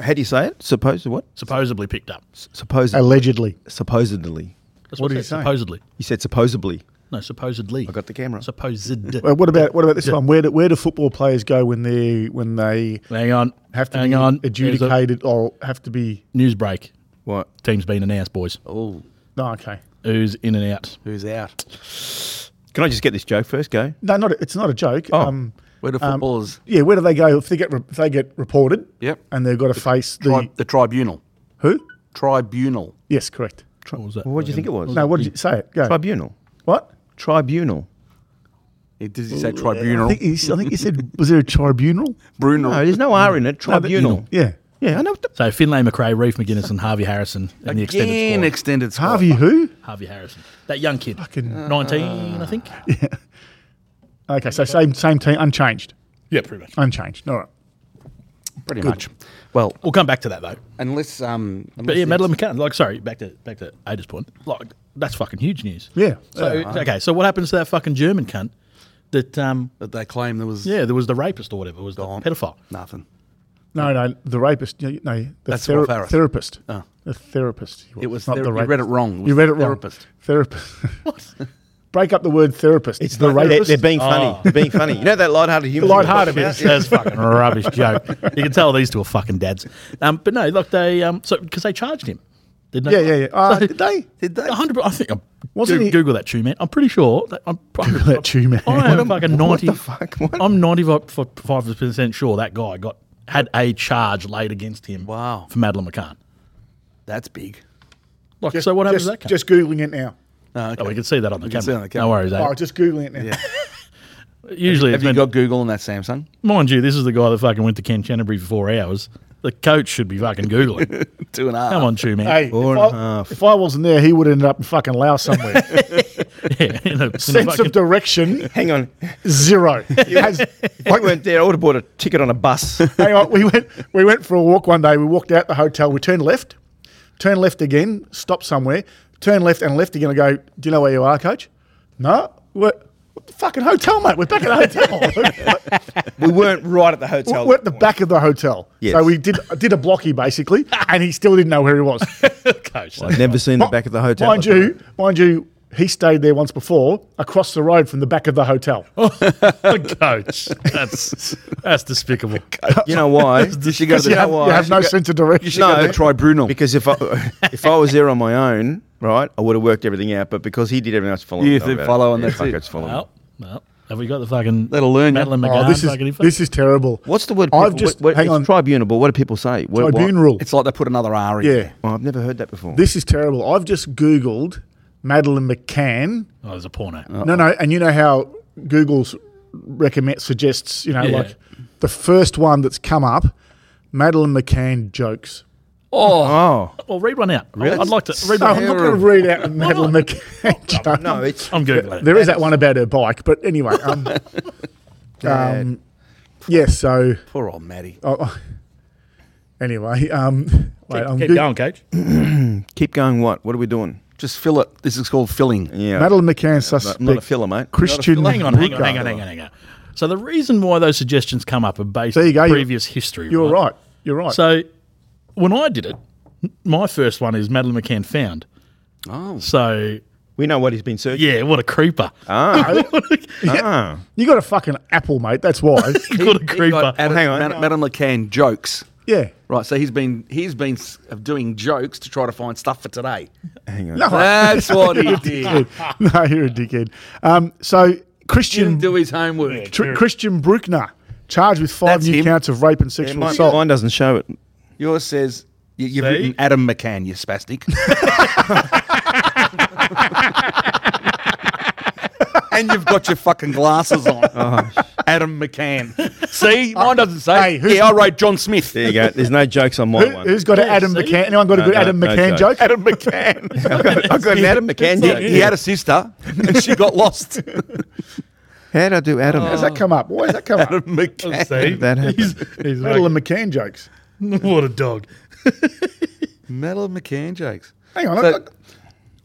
Speaker 2: How do you say it? Supposed what?
Speaker 1: Supposedly picked up.
Speaker 2: Supposed,
Speaker 4: Allegedly.
Speaker 2: supposedly.
Speaker 1: That's
Speaker 4: What
Speaker 1: it
Speaker 4: did he
Speaker 1: said,
Speaker 4: say?
Speaker 1: Supposedly,
Speaker 2: You said supposedly.
Speaker 1: no, supposedly.
Speaker 2: I got the camera.
Speaker 1: Supposed.
Speaker 4: Well, Uh, what about what about this one? Where do, where do football players go when they when they
Speaker 1: [laughs] hang on,
Speaker 4: have to
Speaker 1: hang
Speaker 4: be
Speaker 1: on. There's a
Speaker 4: adjudicated or have to be?
Speaker 1: news break.
Speaker 2: what?
Speaker 1: Team's been announced, boys.
Speaker 3: Oh,
Speaker 4: No, okay.
Speaker 1: Who's in and out?
Speaker 3: who's out?
Speaker 2: Can I just get this joke first? Go.
Speaker 4: No, not a- it's not a joke. Um,
Speaker 3: Where the footballers?
Speaker 4: yeah, where do they go if they get re- if they get reported?
Speaker 3: Yep.
Speaker 4: And they've got to face the
Speaker 3: Tri- the tribunal.
Speaker 4: who?
Speaker 3: Tribunal.
Speaker 4: Yes, correct.
Speaker 1: What was that?
Speaker 2: Well, what do you think it was?
Speaker 4: No, what did you say? It go.
Speaker 2: Tribunal.
Speaker 4: what?
Speaker 2: Tribunal.
Speaker 3: It- Does he say
Speaker 4: I
Speaker 3: tribunal?
Speaker 4: think, he, I think he said. Was there a tribunal?
Speaker 3: Bruno.
Speaker 2: No, there's no R in it.
Speaker 4: No, but-
Speaker 2: Tribunal.
Speaker 4: Yeah.
Speaker 2: Yeah, I know. What the,
Speaker 1: So Finlay McRae, Reeve McGuinness, and Harvey Harrison in the extended
Speaker 3: Again,
Speaker 1: squad.
Speaker 3: extended squad.
Speaker 4: Harvey who?
Speaker 1: Harvey Harrison, that young kid,
Speaker 4: Fucking-
Speaker 1: nineteen, I think.
Speaker 4: Okay, so same same team, unchanged,
Speaker 1: Yeah, pretty much.
Speaker 4: unchanged. All right.
Speaker 3: pretty much. Well,
Speaker 1: We'll come back to that though.
Speaker 3: unless um, unless
Speaker 1: But yeah,
Speaker 3: it's-
Speaker 1: Madeline McCann. Like, sorry, back to back to Ada's point. Like, that's fucking huge news.
Speaker 4: Yeah.
Speaker 1: So okay, so what happens to that fucking German cunt? That um,
Speaker 3: that they claim there was
Speaker 1: yeah, there was the rapist or whatever, was the
Speaker 3: Gone.
Speaker 1: pedophile.
Speaker 3: nothing.
Speaker 4: No, no, the rapist. No, no, the
Speaker 3: That's
Speaker 4: thera-
Speaker 3: what Farah-
Speaker 4: therapist.
Speaker 3: Oh.
Speaker 4: The therapist. he
Speaker 3: It was thera- you read it wrong. It was
Speaker 4: You read it
Speaker 3: therapist.
Speaker 4: wrong.
Speaker 3: [laughs]
Speaker 4: Therapist. What? Break up the word therapist.
Speaker 2: It's the they're, they're being funny. They're being funny. You know that light-hearted humor.
Speaker 4: Lighthearted bit.
Speaker 1: That's, that's
Speaker 4: [laughs]
Speaker 1: fucking rubbish joke. You can tell these two are fucking dads. Um, but no, like they um, so because they charged him. Did they?
Speaker 4: Yeah, yeah, yeah. Uh,
Speaker 1: So-
Speaker 4: did they?
Speaker 3: Did they?
Speaker 1: 100 I think I'm,
Speaker 4: Wasn't
Speaker 1: Go-
Speaker 4: he-
Speaker 1: Google that tune man. I'm pretty sure that I'm Google
Speaker 4: that tune, [laughs] man.
Speaker 1: I am fucking 90
Speaker 2: the fuck? What?
Speaker 1: I'm 95 percent sure that guy got had a charge laid against him
Speaker 3: Wow.
Speaker 1: for Madeline McCann.
Speaker 3: That's big.
Speaker 1: Like so what happens
Speaker 4: Just,
Speaker 1: to that guy?
Speaker 4: just googling it now.
Speaker 3: Oh,
Speaker 1: Oh, we
Speaker 3: okay.
Speaker 1: can see that on the,
Speaker 3: can
Speaker 1: camera.
Speaker 3: see it on the camera.
Speaker 1: No worries, eh?
Speaker 4: Oh, just googling it now.
Speaker 1: Usually
Speaker 3: Have
Speaker 1: it's
Speaker 3: you
Speaker 1: meant,
Speaker 3: got Google on that Samsung? [laughs]
Speaker 1: mind you, this is the guy that fucking went to Ken Canterbury for four hours. The coach should be fucking Googling.
Speaker 3: Two and a half.
Speaker 1: Come on, Chew Man.
Speaker 4: Hey, if
Speaker 2: Four and a
Speaker 4: I,
Speaker 2: half.
Speaker 4: if I wasn't there, he would end up in fucking Laos [laughs] somewhere.
Speaker 1: [laughs] Yeah, in a- in a
Speaker 4: Sense
Speaker 1: fucking-
Speaker 4: of direction
Speaker 2: Hang on.
Speaker 4: [laughs] zero. Has-
Speaker 2: If I went there, I would have bought a ticket on a
Speaker 4: [laughs]
Speaker 2: bus.
Speaker 4: Hang on, we went we went for a walk one day. We walked out the hotel. We turned left, turned left again, stopped somewhere, turned left and left again. I go, do you know where you are, coach? No, what? what the Fucking hotel, mate. We're back at the
Speaker 2: [laughs]
Speaker 4: hotel.
Speaker 2: we weren't right at the hotel.
Speaker 4: We're at the back of the hotel.
Speaker 2: Yes.
Speaker 4: So we did did a blocky basically, and he still didn't know where he
Speaker 2: [laughs]
Speaker 4: was.
Speaker 1: [laughs] coach.
Speaker 2: I've never seen the back of the hotel.
Speaker 4: mind you, mind you, he stayed there once before across the road from the back of the hotel.
Speaker 2: [laughs]
Speaker 1: coach. That's that's despicable.
Speaker 2: You know
Speaker 4: [laughs]
Speaker 2: why?
Speaker 3: should go to the-
Speaker 4: you have,
Speaker 2: why?
Speaker 4: you have no sense of direction.
Speaker 2: No.
Speaker 3: Go to the tribunal.
Speaker 2: [laughs] Because if I if I was there on my own, right, I would have worked everything out. But because he did everything else, follow.
Speaker 3: You
Speaker 2: no,
Speaker 3: did
Speaker 2: about
Speaker 3: follow
Speaker 2: it.
Speaker 3: and
Speaker 2: Yeah,
Speaker 3: that's
Speaker 2: fuck
Speaker 3: it.
Speaker 2: It's following.
Speaker 1: Well, well, have we got the fucking
Speaker 3: That'll learn ya.
Speaker 1: Madeline
Speaker 4: Oh,
Speaker 1: McGann?
Speaker 4: this
Speaker 1: fucking
Speaker 4: is
Speaker 1: info?
Speaker 4: this is terrible.
Speaker 2: What's the word?
Speaker 4: I've
Speaker 2: people-
Speaker 4: just
Speaker 2: what- what-
Speaker 4: hang
Speaker 2: it's
Speaker 4: on.
Speaker 2: Tribunal, but what do people say? What,
Speaker 4: Tribunal.
Speaker 3: It's like they put another R in.
Speaker 4: Yeah.
Speaker 2: What? Oh, I've never heard that before.
Speaker 4: This is terrible. I've just Googled Madeline McCann.
Speaker 1: Oh, there's a porno.
Speaker 4: No, no, and you know how Google's recommend suggests, you know,
Speaker 1: Yeah.
Speaker 4: like the first one that's come up, Madeline McCann jokes.
Speaker 1: Oh,
Speaker 2: oh
Speaker 1: well, read one out. Really? I'd like to read
Speaker 4: No,
Speaker 1: one.
Speaker 4: I'm not going to read out the Madeline McCann joke.
Speaker 2: no, Oh, it's
Speaker 1: I'm googling. it.
Speaker 4: [laughs] There is that one about her bike, but anyway.
Speaker 1: [laughs]
Speaker 4: Um, um, yeah, so
Speaker 3: Poor old Maddie.
Speaker 4: oh, anyway, um, wait,
Speaker 1: Keep-
Speaker 4: I'm
Speaker 1: Keep
Speaker 4: Goog-
Speaker 1: going, coach.
Speaker 2: keep going. What? What are we doing?
Speaker 3: Just fill it. This is called filling.
Speaker 2: Yeah,
Speaker 4: Madeline McCann
Speaker 2: not,
Speaker 4: suspect
Speaker 2: not a filler, mate.
Speaker 4: Christian.
Speaker 1: Hang on, hang on,
Speaker 4: Woodgate.
Speaker 1: hang on, hang on, hang on. So the reason why those suggestions come up are based
Speaker 4: There you
Speaker 1: on
Speaker 4: go, you're-
Speaker 1: previous history.
Speaker 4: You're right. You're right.
Speaker 1: So when I did it, my first one is Madeline McCann found.
Speaker 3: Oh.
Speaker 1: So
Speaker 2: We know what he's been searching.
Speaker 1: yeah, what a
Speaker 3: [laughs]
Speaker 1: creeper!
Speaker 2: Ah, ah.
Speaker 4: you got a fucking apple, mate. That's why.
Speaker 1: [laughs] what a
Speaker 3: [laughs]
Speaker 1: creeper!
Speaker 3: Adam,
Speaker 2: hang on.
Speaker 3: Madam, Madam McCann jokes.
Speaker 4: yeah.
Speaker 3: Right, so he's been he's been s- of doing jokes to try to find stuff for today.
Speaker 2: Hang on.
Speaker 3: [laughs] That's what he
Speaker 4: [laughs]
Speaker 3: did.
Speaker 4: no, you're a dickhead. Um, so Christian
Speaker 3: Didn't do his homework.
Speaker 4: Tr- Christian Bruckner charged with five
Speaker 3: That's
Speaker 4: new
Speaker 3: him.
Speaker 4: counts of rape and
Speaker 2: Yeah,
Speaker 4: sexual
Speaker 2: mine,
Speaker 4: assault.
Speaker 2: mine doesn't show it.
Speaker 3: Yours says you, you've
Speaker 1: See?
Speaker 3: written Adam McCann, you spastic. [laughs] and you've got your fucking glasses on. Adam McCann. Oh, See, mine doesn't say.
Speaker 4: Hey, who's-
Speaker 3: yeah, I wrote John Smith.
Speaker 2: There you go. There's no jokes on my
Speaker 4: Who,
Speaker 2: one.
Speaker 4: who's got an Adam
Speaker 1: see?
Speaker 4: McCann? Anyone got a
Speaker 2: No,
Speaker 4: good
Speaker 2: no,
Speaker 4: Adam
Speaker 2: no
Speaker 4: McCann
Speaker 2: joke.
Speaker 4: joke? [laughs]
Speaker 3: Adam McCann.
Speaker 2: I've got, I've got an Adam McCann joke.
Speaker 3: he, he had a sister, and she got [laughs] lost.
Speaker 2: How'd I do Adam?
Speaker 4: How's that come up? Why has that come [laughs] up?
Speaker 3: McCann. [laughs]
Speaker 1: See,
Speaker 4: [laughs]
Speaker 2: That happened.
Speaker 1: he's, he's
Speaker 4: Madeline McCann jokes.
Speaker 1: making- [laughs] what a dog.
Speaker 3: Metal McCann jokes.
Speaker 4: Hang on, I,
Speaker 3: So-
Speaker 4: got-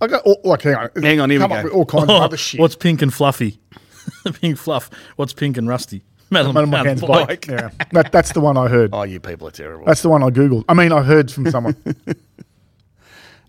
Speaker 4: I got all, like hang on.
Speaker 3: Hang on, here we
Speaker 4: come up
Speaker 3: go. Oh,
Speaker 4: with all kinds of other shit.
Speaker 1: Oh, What's pink and fluffy? [laughs] pink fluff. What's pink and rusty? Madeline,
Speaker 4: Madeline
Speaker 1: McCann's
Speaker 4: McCann's bike? Yeah, that, that's the one I heard.
Speaker 3: Oh, you people are terrible.
Speaker 4: That's the one I googled. I mean, I heard from someone.
Speaker 3: [laughs]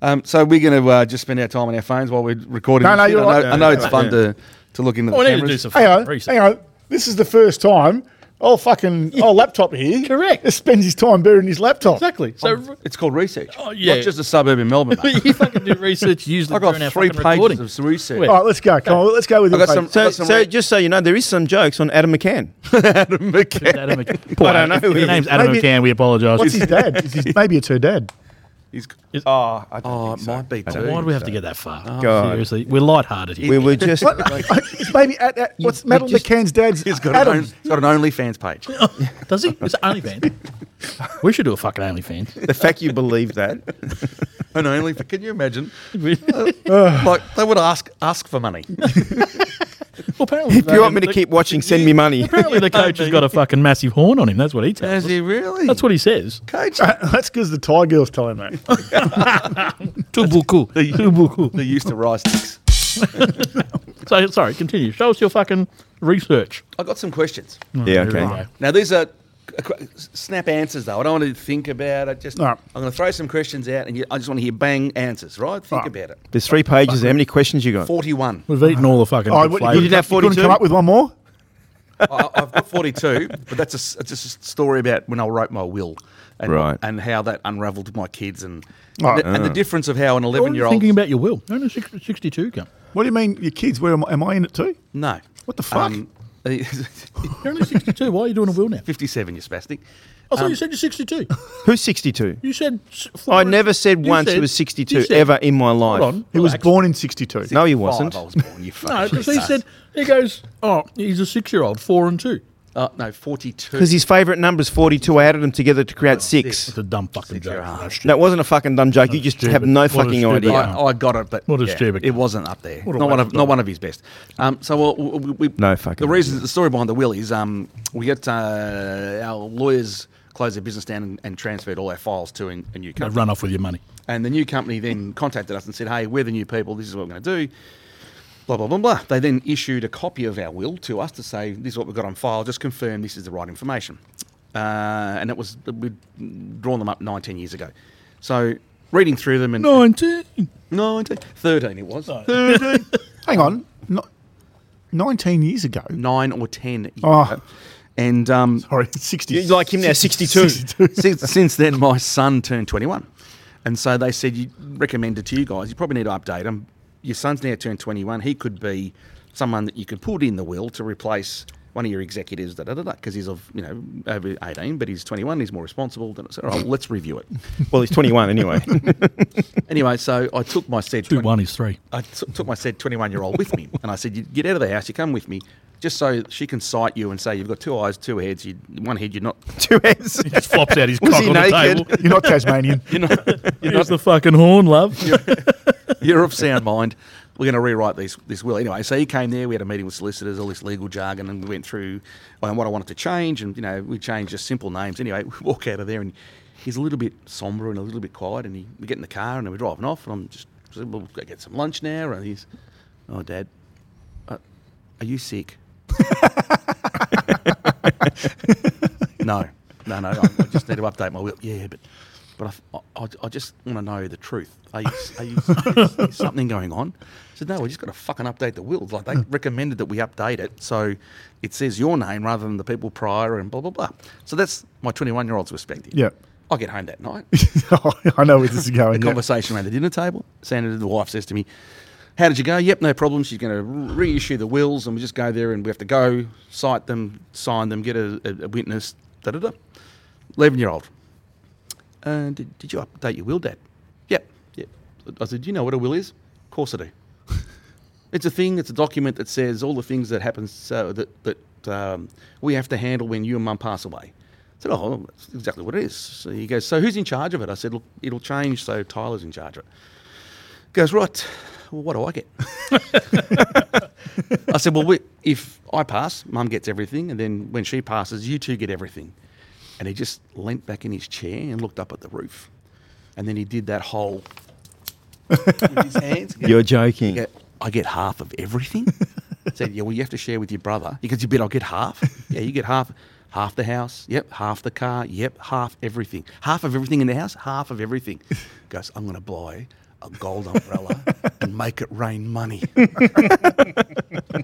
Speaker 3: Um, so we're going to uh, just spend our time on our phones while we're recording.
Speaker 4: No,
Speaker 3: this
Speaker 4: no,
Speaker 3: shit.
Speaker 4: you're
Speaker 3: I know,
Speaker 4: right.
Speaker 3: I know it's
Speaker 2: Yeah.
Speaker 3: fun to, to look into
Speaker 1: Oh,
Speaker 3: the
Speaker 1: we need to
Speaker 3: cameras.
Speaker 1: do some
Speaker 4: hang
Speaker 1: fucking
Speaker 4: on,
Speaker 1: research.
Speaker 4: hang on. This is the first time. Oh fucking! [laughs] Oh, laptop here.
Speaker 1: Correct.
Speaker 4: Just spends his time burying his laptop.
Speaker 1: Exactly.
Speaker 3: [laughs]
Speaker 1: So [laughs]
Speaker 3: It's called research.
Speaker 1: Oh, yeah.
Speaker 3: Not just a suburb in Melbourne.
Speaker 1: [laughs]
Speaker 3: mate.
Speaker 1: you fucking do research usually
Speaker 3: I got
Speaker 1: during our
Speaker 3: three
Speaker 1: fucking
Speaker 3: pages
Speaker 1: recording.
Speaker 3: of research.
Speaker 1: Wait.
Speaker 4: All right, let's go. Come on, let's go with
Speaker 3: I
Speaker 4: your
Speaker 3: got some-
Speaker 4: face.
Speaker 3: [laughs]
Speaker 2: So,
Speaker 3: Got some
Speaker 2: so
Speaker 3: right-
Speaker 2: just so you know, there is some jokes on Adam McCann.
Speaker 3: Adam McCann.
Speaker 1: Adam
Speaker 2: [laughs]
Speaker 1: McCann.
Speaker 2: I don't know who
Speaker 1: If Your
Speaker 2: he is.
Speaker 1: name's Adam
Speaker 4: Maybe-
Speaker 1: McCann. We apologise.
Speaker 4: What's his dad? Is his- maybe it's her
Speaker 3: [laughs]
Speaker 4: dad. [laughs]
Speaker 3: He's-
Speaker 2: Oh, I
Speaker 3: oh, it might be too.
Speaker 1: Why do we have to get that far?
Speaker 2: Oh, God.
Speaker 1: Seriously, we're lighthearted here.
Speaker 2: we were just
Speaker 4: It's maybe at, at, what's Madeline
Speaker 1: just-
Speaker 4: McCann's dad's?
Speaker 3: He's got, an,
Speaker 4: Adam.
Speaker 3: own- he's got an
Speaker 1: [laughs]
Speaker 3: OnlyFans page.
Speaker 1: Does he? Is it OnlyFans?
Speaker 2: [laughs]
Speaker 1: we should do a fucking OnlyFans.
Speaker 2: the fact you believe that.
Speaker 3: an OnlyFans. Can you imagine?
Speaker 1: [laughs] well,
Speaker 3: like they would ask ask for money.
Speaker 1: apparently,
Speaker 2: If you want me to keep watching, send me money.
Speaker 1: Apparently, the coach has got a fucking massive horn on him. That's what he tells.
Speaker 3: Is
Speaker 1: us.
Speaker 3: he really?
Speaker 1: That's what he says. [laughs]
Speaker 4: [laughs]
Speaker 3: coach.
Speaker 4: That's because the Thai girls tell him that.
Speaker 1: Tubuku. Tubuku.
Speaker 3: They're used to rice sticks.
Speaker 1: So sorry. Continue. Show us your fucking research.
Speaker 3: I got some questions.
Speaker 2: Yeah,
Speaker 1: There we
Speaker 2: okay.
Speaker 1: go.
Speaker 3: Now these are a qu- snap answers though. I don't want to think about it. Just
Speaker 4: All right.
Speaker 3: I'm going to throw some questions out, and you, I just want to hear bang answers. Right? Think
Speaker 4: All right.
Speaker 3: about it.
Speaker 2: There's three pages. How many questions you got?
Speaker 3: Forty-one.
Speaker 1: We've eaten all the fucking
Speaker 4: Oh,
Speaker 1: good
Speaker 4: what,
Speaker 1: flavours.
Speaker 4: you didn't have
Speaker 2: You couldn't come
Speaker 4: 42? come
Speaker 2: up
Speaker 4: up with one more?
Speaker 3: I, I've got 42, but that's a, s- it's just a story about when I wrote my will and,
Speaker 2: Right. Uh.
Speaker 3: and how that unraveled my kids and,
Speaker 4: Oh,
Speaker 3: and, the, and the difference of how an
Speaker 1: What were
Speaker 3: 11
Speaker 1: you
Speaker 3: year old.
Speaker 1: thinking about your will. Only six- 62, come.
Speaker 4: What do you mean, your kids? Where am, am I in it too?
Speaker 3: No.
Speaker 4: What the fuck?
Speaker 3: Um, [laughs]
Speaker 1: You're only 62. Why are you doing a will now?
Speaker 3: 57, you spastic.
Speaker 1: I thought you said you're 62.
Speaker 2: Who's 62?
Speaker 1: You said. s-
Speaker 2: Um, I
Speaker 1: four-
Speaker 2: never said
Speaker 1: you
Speaker 2: once it
Speaker 1: said-
Speaker 2: was
Speaker 1: you
Speaker 2: 62
Speaker 1: said-
Speaker 2: ever in my life.
Speaker 1: Hold on.
Speaker 4: He was
Speaker 1: relax.
Speaker 4: born in 62.
Speaker 2: No, he
Speaker 3: Five,
Speaker 2: wasn't.
Speaker 3: I was born, you
Speaker 1: [laughs]
Speaker 3: fucking
Speaker 1: No, because he
Speaker 3: retard.
Speaker 1: said, he goes, oh, he's a six year old, four and two.
Speaker 3: Uh, no, 42.
Speaker 2: Because his favourite number's 42. I added them together to create
Speaker 1: It's
Speaker 2: six.
Speaker 1: a dumb fucking joke.
Speaker 3: year old.
Speaker 1: That's
Speaker 2: That wasn't a fucking dumb joke. You just
Speaker 1: stupid.
Speaker 2: have no
Speaker 1: What a
Speaker 2: fucking
Speaker 1: stupid
Speaker 2: idea.
Speaker 1: Yeah.
Speaker 3: I, I got it, but
Speaker 1: What a
Speaker 3: yeah,
Speaker 1: stupid
Speaker 3: It
Speaker 1: guy.
Speaker 3: wasn't up there.
Speaker 1: a
Speaker 3: Not one
Speaker 1: waste
Speaker 3: of
Speaker 1: of
Speaker 3: not one of his best. Um, so we, we, we
Speaker 2: No fucking
Speaker 3: the reason the story behind the will is um, we got uh, our lawyers closed their business down and, and transferred all our files to a, a new
Speaker 1: They
Speaker 3: company.
Speaker 1: run off with your money.
Speaker 3: And the new company then contacted us and said, "Hey, we're the new people. This is what we're going to do." Blah blah blah blah. They then issued a copy of our will to us to say, "This is what we've got on file. Just confirm this is the right information." Uh, and it was we'd drawn them up 19 years ago. So reading through them and
Speaker 1: 19.
Speaker 3: 19, 13 it was.
Speaker 4: Hang on. No, 19 years ago?
Speaker 3: nine or ten. Years
Speaker 4: Oh.
Speaker 3: ago. And um,
Speaker 4: Sorry, [laughs] 60.
Speaker 2: You like him now, 62.
Speaker 3: since, since then, my son turned 21. And so they said, you recommended to you guys, you probably need to update him. Your son's now turned 21. He could be someone that you could put in the will to replace one of your executives, da da da, because he's of, you know, over 18, but he's 21, he's more responsible. Then it's, all right, well, let's review it.
Speaker 2: Well, he's 21 anyway.
Speaker 3: Anyway, so I took my said
Speaker 1: Two,
Speaker 3: 20
Speaker 1: one is three.
Speaker 3: I t- took my said 21 year old with me and I said, you Get out of the house, you come with me, just so she can sight you and say, You've got two eyes, two heads, you, one head, you're not, [laughs]
Speaker 2: Two heads.
Speaker 1: He just flops
Speaker 2: [laughs]
Speaker 1: out his
Speaker 2: Was
Speaker 1: cock
Speaker 2: he
Speaker 1: on
Speaker 2: naked? [laughs]
Speaker 1: the table.
Speaker 4: You're not Tasmanian.
Speaker 3: you're, not, you're,
Speaker 1: Here's
Speaker 3: not,
Speaker 1: the fucking horn, love.
Speaker 3: you're of sound mind. We're going to rewrite these, this will. Anyway, so he came there, we had a meeting with solicitors, all this legal jargon, and we went through um, what I wanted to change. And, you know, we changed just simple names. Anyway, [laughs] we walk out of there and he's a little bit somber and a little bit quiet. And he, we get in the car and we're driving off. And I'm just, I said, We'll go get some lunch now. And he's, Oh, Dad, uh, are you sick? No, no, no. I, I just need to update my will. Yeah, but but I, I, I just want to know the truth. Are you, are you is, is something going on? I said no. We just got to fucking update the will. Like they recommended that we update it so it says your name rather than the people prior and blah blah blah. So that's my 21 year old's perspective.
Speaker 4: Yeah.
Speaker 3: I get home that night.
Speaker 4: [laughs] I know where this is going.
Speaker 3: The
Speaker 4: yeah.
Speaker 3: conversation around the dinner table. Sandra, the wife, says to me, "How did you go? Yep, no problem. She's going to reissue the wills, and we just go there, and we have to go cite them, sign them, get a, a, a witness." Da da da. Eleven-year-old. Uh, did, did you update your will, Dad? Yep. Yep. I said, "Do you know what a will is? Of course I do. it's a thing. It's a document that says all the things that happens uh, that that um, we have to handle when you and Mum pass away." I said, "Oh, well, that's exactly what it is." So he goes, "So who's in charge of it?" I said, "Look, it'll change. So Tyler's in charge of it." Goes right. Well, what do I get? [laughs] I said, well, we, if I pass, Mum gets everything, and then when she passes, you two get everything. And he just leant back in his chair and looked up at the roof, and then he did that whole [laughs] with his hands. He goes,
Speaker 2: You're joking.
Speaker 3: "Yeah, I get half of everything. I said, yeah, well, you have to share with your brother. He goes, you bet I'll get half. Yeah, you get half, half the house. Yep, half the car. Yep, half everything. Half of everything in the house. Half of everything. Goes, I'm going to buy a gold umbrella and make it rain money.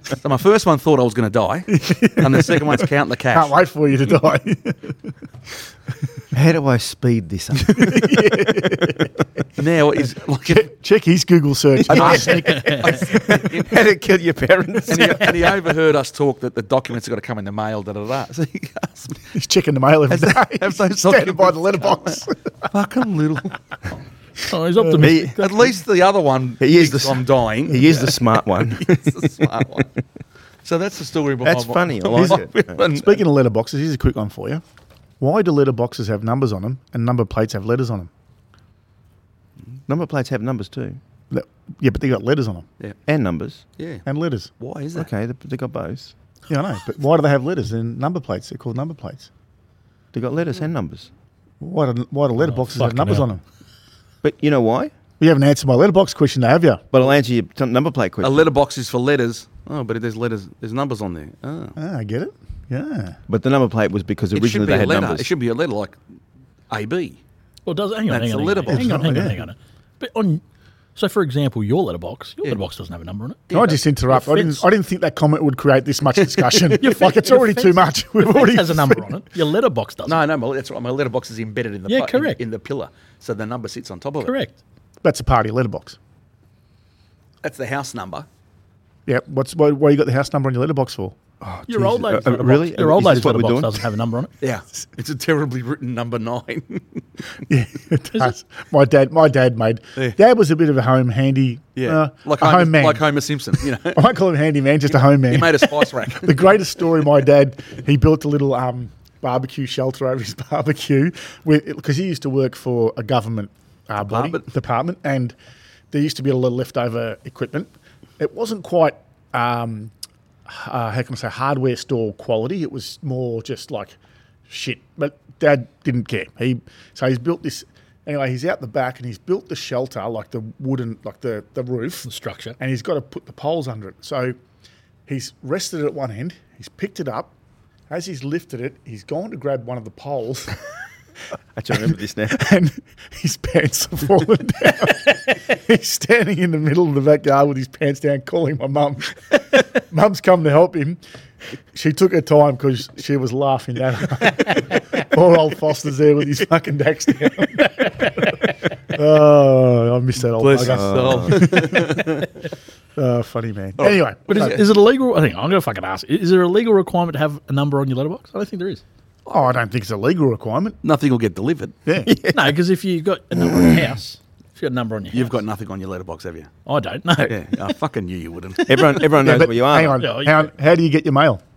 Speaker 3: So my first one thought I was going to die, and the second one's count the cash.
Speaker 4: Can't wait for you to die.
Speaker 3: [laughs]
Speaker 2: How do I speed this up?
Speaker 3: Now is like a,
Speaker 4: Check his Google search.
Speaker 3: [laughs]
Speaker 2: How to kill your [laughs] parents?
Speaker 3: and, he, and he overheard us talk that the documents have got to come in the mail. Da da da. So he asked me,
Speaker 4: He's checking the mail every
Speaker 3: Have
Speaker 4: day.
Speaker 3: they- have those
Speaker 4: Standing by the
Speaker 3: documents- [laughs]
Speaker 4: letterbox.
Speaker 3: "Fucking little."
Speaker 1: Oh, he's optimistic.
Speaker 3: At least the other one.
Speaker 2: [laughs] He is
Speaker 3: thinks
Speaker 2: the-
Speaker 3: I'm dying. [laughs]
Speaker 2: He is the smart one.
Speaker 3: It's a smart one. So that's the story behind.
Speaker 2: That's
Speaker 3: my-
Speaker 2: funny. I like it.
Speaker 3: And-
Speaker 4: Speaking of letterboxes, here's a quick one for you. Why do letterboxes have numbers on them and number plates have letters on them?
Speaker 2: Number plates have numbers too,
Speaker 4: Le- Yeah, but they got letters on them
Speaker 3: yeah.
Speaker 2: and numbers.
Speaker 3: yeah.
Speaker 4: and letters.
Speaker 3: Why is that?
Speaker 2: Okay, they, they got both.
Speaker 4: Yeah, I know. But why do they have letters and number plates? They're called number plates.
Speaker 2: They got letters
Speaker 3: Hmm.
Speaker 2: and numbers.
Speaker 4: Why do,
Speaker 3: Oh,
Speaker 4: why do letterboxes have
Speaker 1: fucking
Speaker 4: numbers
Speaker 1: hell.
Speaker 4: on them?
Speaker 2: But you know why?
Speaker 4: You haven't answered my letterbox question, have you?
Speaker 2: But I'll answer your t- number plate
Speaker 3: A
Speaker 2: question.
Speaker 3: letterbox is for letters. Oh, but there's letters. There's numbers on there. Oh.
Speaker 4: Ah, I get it. Yeah.
Speaker 2: But the number plate was because
Speaker 3: It should
Speaker 2: originally
Speaker 3: be
Speaker 2: they
Speaker 3: a
Speaker 2: had
Speaker 3: letter.
Speaker 2: numbers.
Speaker 3: It should be a letter like AB.
Speaker 1: Well, does hang on, hang on,
Speaker 3: That's a
Speaker 1: hang on,
Speaker 3: letterbox,
Speaker 1: hang on, hang on,
Speaker 4: right?
Speaker 1: hang on. But on, so for example, your letterbox, your letterbox doesn't have a number on it.
Speaker 4: Can I just interrupt? I didn't,
Speaker 1: fence-
Speaker 4: I didn't think that comment would create this much discussion. like,
Speaker 1: [laughs]
Speaker 4: it's
Speaker 1: your
Speaker 4: already
Speaker 1: fence-
Speaker 4: too much. [laughs] We've
Speaker 1: It
Speaker 4: already
Speaker 1: has a number on it. Your letterbox doesn't.
Speaker 3: No, no, my, that's right. My letterbox is embedded in the
Speaker 1: Yeah,
Speaker 3: pi- in-
Speaker 1: correct.
Speaker 3: In, the pillar, so the number sits on top of it.
Speaker 1: Correct.
Speaker 4: That's a party letterbox.
Speaker 3: That's the house number.
Speaker 4: Yeah. What's why, why you got the house number on your letterbox for?
Speaker 1: Your old lady's
Speaker 2: Jesus. Uh, uh,
Speaker 1: letterbox,
Speaker 2: really?
Speaker 1: Your old
Speaker 2: Is this
Speaker 1: lady's
Speaker 2: what we're
Speaker 1: letterbox
Speaker 2: doing?
Speaker 1: doesn't have a number on it.
Speaker 3: Yeah, it's a terribly written
Speaker 2: [laughs]
Speaker 3: number nine.
Speaker 4: Yeah, [laughs] it does. My dad, my dad made. Dad was a bit of a home handy. uh,
Speaker 3: like
Speaker 4: a
Speaker 3: Homer,
Speaker 4: home man.
Speaker 3: like Homer Simpson.
Speaker 2: [laughs]
Speaker 3: You know,
Speaker 4: [laughs] I won't call him handy man, just a home man.
Speaker 3: he made a spice rack. [laughs]
Speaker 4: the greatest story my dad he built a little um, barbecue shelter over his [laughs] barbecue because he used to work for a government uh, body,
Speaker 3: Department.
Speaker 4: department and there used to be a lot of leftover equipment it wasn't quite um, uh, how can i say hardware store quality it was more just like shit but dad didn't care he so he's built this anyway he's out the back and he's built the shelter like the wooden like the, the roof
Speaker 1: The structure.
Speaker 4: and he's got to put the poles under it. So he's rested it at one end, he's picked it up. As he's lifted it, he's gone to grab one of the poles
Speaker 2: [laughs]
Speaker 4: [laughs]
Speaker 2: Actually, I remember this now.
Speaker 4: and his pants have fallen [laughs] down. he's standing in the middle of the backyard with his pants down, calling my mum. [laughs] Mum's come to help him. She took her time because she was laughing at her. [laughs] Poor old Foster's there with his fucking dacks down. [laughs] oh, I miss that old
Speaker 3: [laughs] Bless
Speaker 2: Uh,
Speaker 4: bugger.
Speaker 2: [laughs]
Speaker 3: yourself.
Speaker 4: Oh, funny man. Anyway,
Speaker 1: But is,
Speaker 4: so-
Speaker 1: is it a legal? I think I'm going to fucking ask. Is there a legal requirement to have a number on your letterbox? I don't think there is.
Speaker 4: Oh, I don't think it's a legal requirement.
Speaker 3: Nothing will get delivered.
Speaker 4: Yeah.
Speaker 1: No, because if you've got a number on your house, if you've got a number on your house,
Speaker 3: You've got nothing on your letterbox, have you?
Speaker 1: I don't know.
Speaker 3: Yeah, I fucking knew you wouldn't.
Speaker 2: Everyone, everyone knows
Speaker 4: but
Speaker 2: where you are.
Speaker 4: hang on.
Speaker 1: Yeah,
Speaker 4: how,
Speaker 1: yeah.
Speaker 4: how do you get your mail?
Speaker 3: [laughs]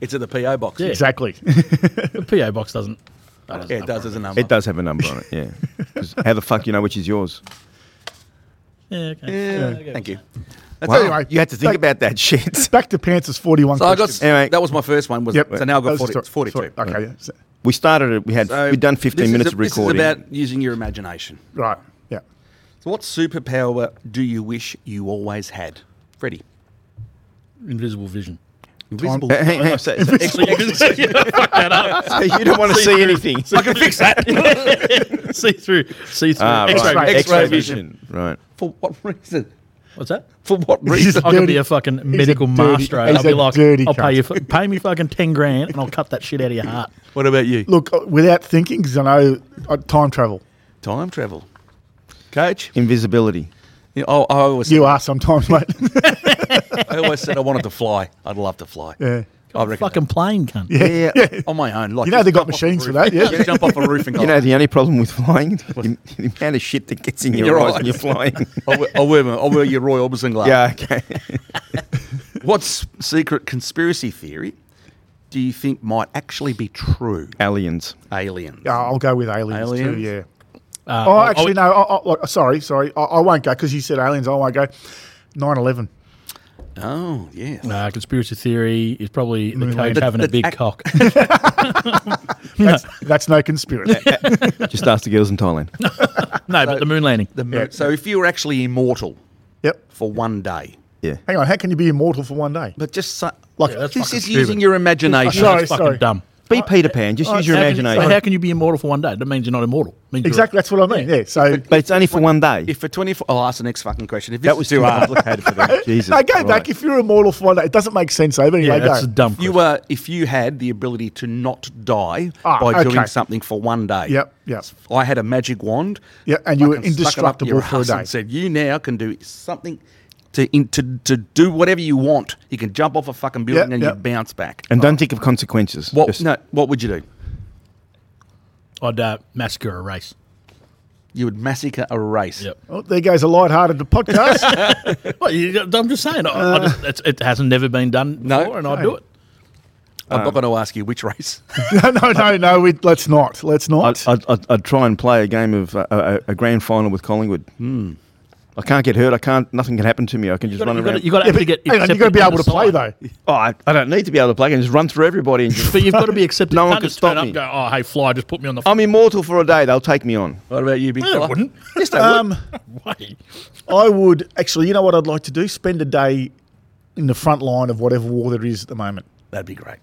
Speaker 3: It's at the PO box.
Speaker 1: Yeah.
Speaker 4: Exactly.
Speaker 1: The PO box doesn't. that has a
Speaker 3: Yeah, it
Speaker 1: number
Speaker 3: does
Speaker 1: on
Speaker 3: as a number.
Speaker 2: It does have a number on it. Yeah.
Speaker 3: [laughs]
Speaker 2: 'Cause how the fuck do you know which is yours?
Speaker 1: Yeah, okay.
Speaker 3: Yeah. Thank you. That's
Speaker 2: Wow,
Speaker 3: it.
Speaker 4: anyway,
Speaker 2: you had to think
Speaker 4: back-
Speaker 2: about that
Speaker 3: [laughs]
Speaker 2: shit.
Speaker 4: Back to Pants is 41
Speaker 3: So I got
Speaker 4: questions.
Speaker 2: Anyway.
Speaker 3: that was my first one. Was
Speaker 4: Yep.
Speaker 3: so now I've
Speaker 4: That was
Speaker 3: got 40,
Speaker 4: the
Speaker 3: it's
Speaker 4: story-
Speaker 3: 42.
Speaker 4: story. Okay. so-
Speaker 2: We started it. We had
Speaker 3: So
Speaker 2: we'd done
Speaker 3: this
Speaker 2: fifteen
Speaker 3: is
Speaker 2: minutes
Speaker 3: a-
Speaker 2: of recording.
Speaker 3: This is about using your imagination.
Speaker 4: Right. Yeah.
Speaker 3: So what superpower do you wish you always had, Freddie?
Speaker 1: Invisible vision.
Speaker 3: Invisible.
Speaker 2: Uh, [laughs] hang- hang
Speaker 3: [laughs]
Speaker 2: on, so- so- so [laughs] you don't want
Speaker 3: [laughs]
Speaker 2: to see anything.
Speaker 1: I can fix that. [laughs] see through. See through.
Speaker 2: Ah,
Speaker 1: X-ray.
Speaker 2: right.
Speaker 4: X-ray
Speaker 2: X-ray
Speaker 3: vision.
Speaker 2: vision. Right.
Speaker 3: For what reason?
Speaker 1: What's that?
Speaker 3: For what
Speaker 4: He's
Speaker 3: reason?
Speaker 1: I could be
Speaker 4: dirty-
Speaker 1: a fucking medical
Speaker 4: dirty-
Speaker 1: master. and
Speaker 4: he's
Speaker 1: I'll be
Speaker 4: a
Speaker 1: like,
Speaker 4: dirty
Speaker 1: I'll pay
Speaker 4: cunt.
Speaker 1: you, fu- pay me fucking ten grand, and I'll cut that shit out of your heart.
Speaker 3: What about you?
Speaker 4: Look, uh, without thinking, because I know uh, time travel.
Speaker 3: Time travel, coach.
Speaker 2: Invisibility.
Speaker 3: You know, oh, I always,
Speaker 4: You are sometimes, [laughs] mate.
Speaker 3: I always said I wanted to fly. I'd love to fly.
Speaker 4: yeah.
Speaker 3: I reckon
Speaker 1: Fucking plane, cunt.
Speaker 4: [laughs]
Speaker 2: Yeah.
Speaker 3: that. on my own. Like
Speaker 4: You know
Speaker 3: just
Speaker 4: they got
Speaker 3: jump off a
Speaker 4: machines for
Speaker 3: roof.
Speaker 4: that, yeah?
Speaker 3: Just jump off a roof and go.
Speaker 2: You know the only problem with flying, [laughs] the, the amount of shit that gets in your,
Speaker 3: Your
Speaker 2: eyes
Speaker 3: eyes.
Speaker 2: when you're flying.
Speaker 3: [laughs] I'll, wear, I'll, wear, my- I'll wear your Roy Orbison glass.
Speaker 2: yeah. Okay. [laughs]
Speaker 3: What's secret conspiracy theory do you think might actually be true?
Speaker 2: Aliens.
Speaker 3: Aliens.
Speaker 4: Yeah, I'll go with aliens, too.
Speaker 3: Aliens?
Speaker 4: Yeah.
Speaker 1: Uh,
Speaker 4: Oh,
Speaker 1: I- I-
Speaker 4: actually, no. I, I, look, sorry, sorry. I, I won't go because you said aliens. I won't go.
Speaker 1: [laughs]
Speaker 4: 9-11.
Speaker 3: Oh, yeah.
Speaker 1: Nah, Uh, conspiracy theory is probably the
Speaker 4: Moonlight.
Speaker 1: coach
Speaker 4: That-
Speaker 1: having a
Speaker 3: that's
Speaker 1: big
Speaker 3: ac-
Speaker 1: cock.
Speaker 4: That's, that's no
Speaker 3: [laughs]
Speaker 4: conspiracy.
Speaker 2: Just ask the girls in Thailand.
Speaker 1: No, but the moon landing.
Speaker 3: The moon. So if you were actually immortal
Speaker 4: yep.
Speaker 3: for one day,
Speaker 2: Yeah.
Speaker 4: Hang on. How can you be immortal for one day?
Speaker 3: but just so,
Speaker 4: Like,
Speaker 1: Yeah, that's
Speaker 3: this
Speaker 1: fucking
Speaker 3: is
Speaker 1: stupid.
Speaker 3: using your imagination.
Speaker 4: sorry.
Speaker 1: That's fucking dumb.
Speaker 2: Be Peter Pan. Just use your
Speaker 1: How can-
Speaker 2: imagination.
Speaker 1: but how can you be immortal for one day? That means you're not immortal. It means you're-
Speaker 4: Exactly. That's what I mean. Yeah. so
Speaker 2: but it's only for one day.
Speaker 3: If for 24, I'll ask the next fucking question. If this
Speaker 2: that was
Speaker 3: was
Speaker 2: too
Speaker 3: you are,
Speaker 2: complicated
Speaker 3: [laughs]
Speaker 2: for them. Jesus.
Speaker 4: No, go back.
Speaker 2: Christ.
Speaker 4: If you're immortal for one day, it doesn't make sense, though. But
Speaker 1: Yeah,
Speaker 4: anyway,
Speaker 1: that's
Speaker 4: go.
Speaker 1: a dumb.
Speaker 3: you
Speaker 1: question.
Speaker 3: were, if you had the ability to not die
Speaker 4: Ah,
Speaker 3: by
Speaker 4: okay.
Speaker 3: doing something for one day.
Speaker 4: Yep, yep.
Speaker 3: I had a magic wand.
Speaker 4: Yeah, and you were
Speaker 3: fucking stuck it up your
Speaker 4: indestructible for a
Speaker 3: ass
Speaker 4: day.
Speaker 3: and Said you now can do something to in, to to do whatever you want. You can jump off a fucking building
Speaker 4: Yep,
Speaker 3: and
Speaker 4: yep.
Speaker 3: you bounce back.
Speaker 2: And don't think of consequences.
Speaker 3: What?
Speaker 2: Just-
Speaker 3: no. What would you do?
Speaker 1: I'd uh, massacre a race.
Speaker 3: You would massacre a race.
Speaker 1: Yep.
Speaker 4: Oh, there goes a light-hearted podcast.
Speaker 1: [laughs]
Speaker 4: [laughs]
Speaker 3: [laughs]
Speaker 1: Well, you, I'm just saying. I, I just, it's, it hasn't never been done
Speaker 3: No.
Speaker 1: before, and I do it.
Speaker 3: I'm
Speaker 4: Um,
Speaker 3: not going to ask you which race. [laughs]
Speaker 4: no, no, no, no. We, let's not.
Speaker 2: I'd,
Speaker 4: Let's not.
Speaker 2: I'd, I'd, I'd try and play a game of uh, a, a grand final with Collingwood. Mm. I can't get hurt. I can't. Nothing can happen to me. I can just
Speaker 1: You got
Speaker 2: run around.
Speaker 1: to you got
Speaker 4: Yeah,
Speaker 1: to get.
Speaker 4: but hang on, you've got
Speaker 1: accepted
Speaker 4: to be
Speaker 1: on
Speaker 4: able
Speaker 1: the
Speaker 4: to play,
Speaker 1: side.
Speaker 4: though.
Speaker 2: oh, I, I don't need to be able to play. I can just run through everybody.
Speaker 1: [laughs]
Speaker 2: And just,
Speaker 1: But you've got to be accepted.
Speaker 2: No
Speaker 1: You
Speaker 2: one
Speaker 1: can't
Speaker 2: can
Speaker 1: just
Speaker 2: stop
Speaker 1: turn up
Speaker 2: me.
Speaker 1: and go, oh, hey, fly, just put me on the.
Speaker 2: I'm immortal for a day. They'll take me on.
Speaker 3: What about you, big
Speaker 1: No,
Speaker 3: fella?
Speaker 1: it wouldn't.
Speaker 3: Yes, they would.
Speaker 4: Um,
Speaker 1: [laughs] way.
Speaker 4: I would actually. You know what I'd like to do? Spend a day in the front line of whatever war there is at the moment.
Speaker 3: That'd be great.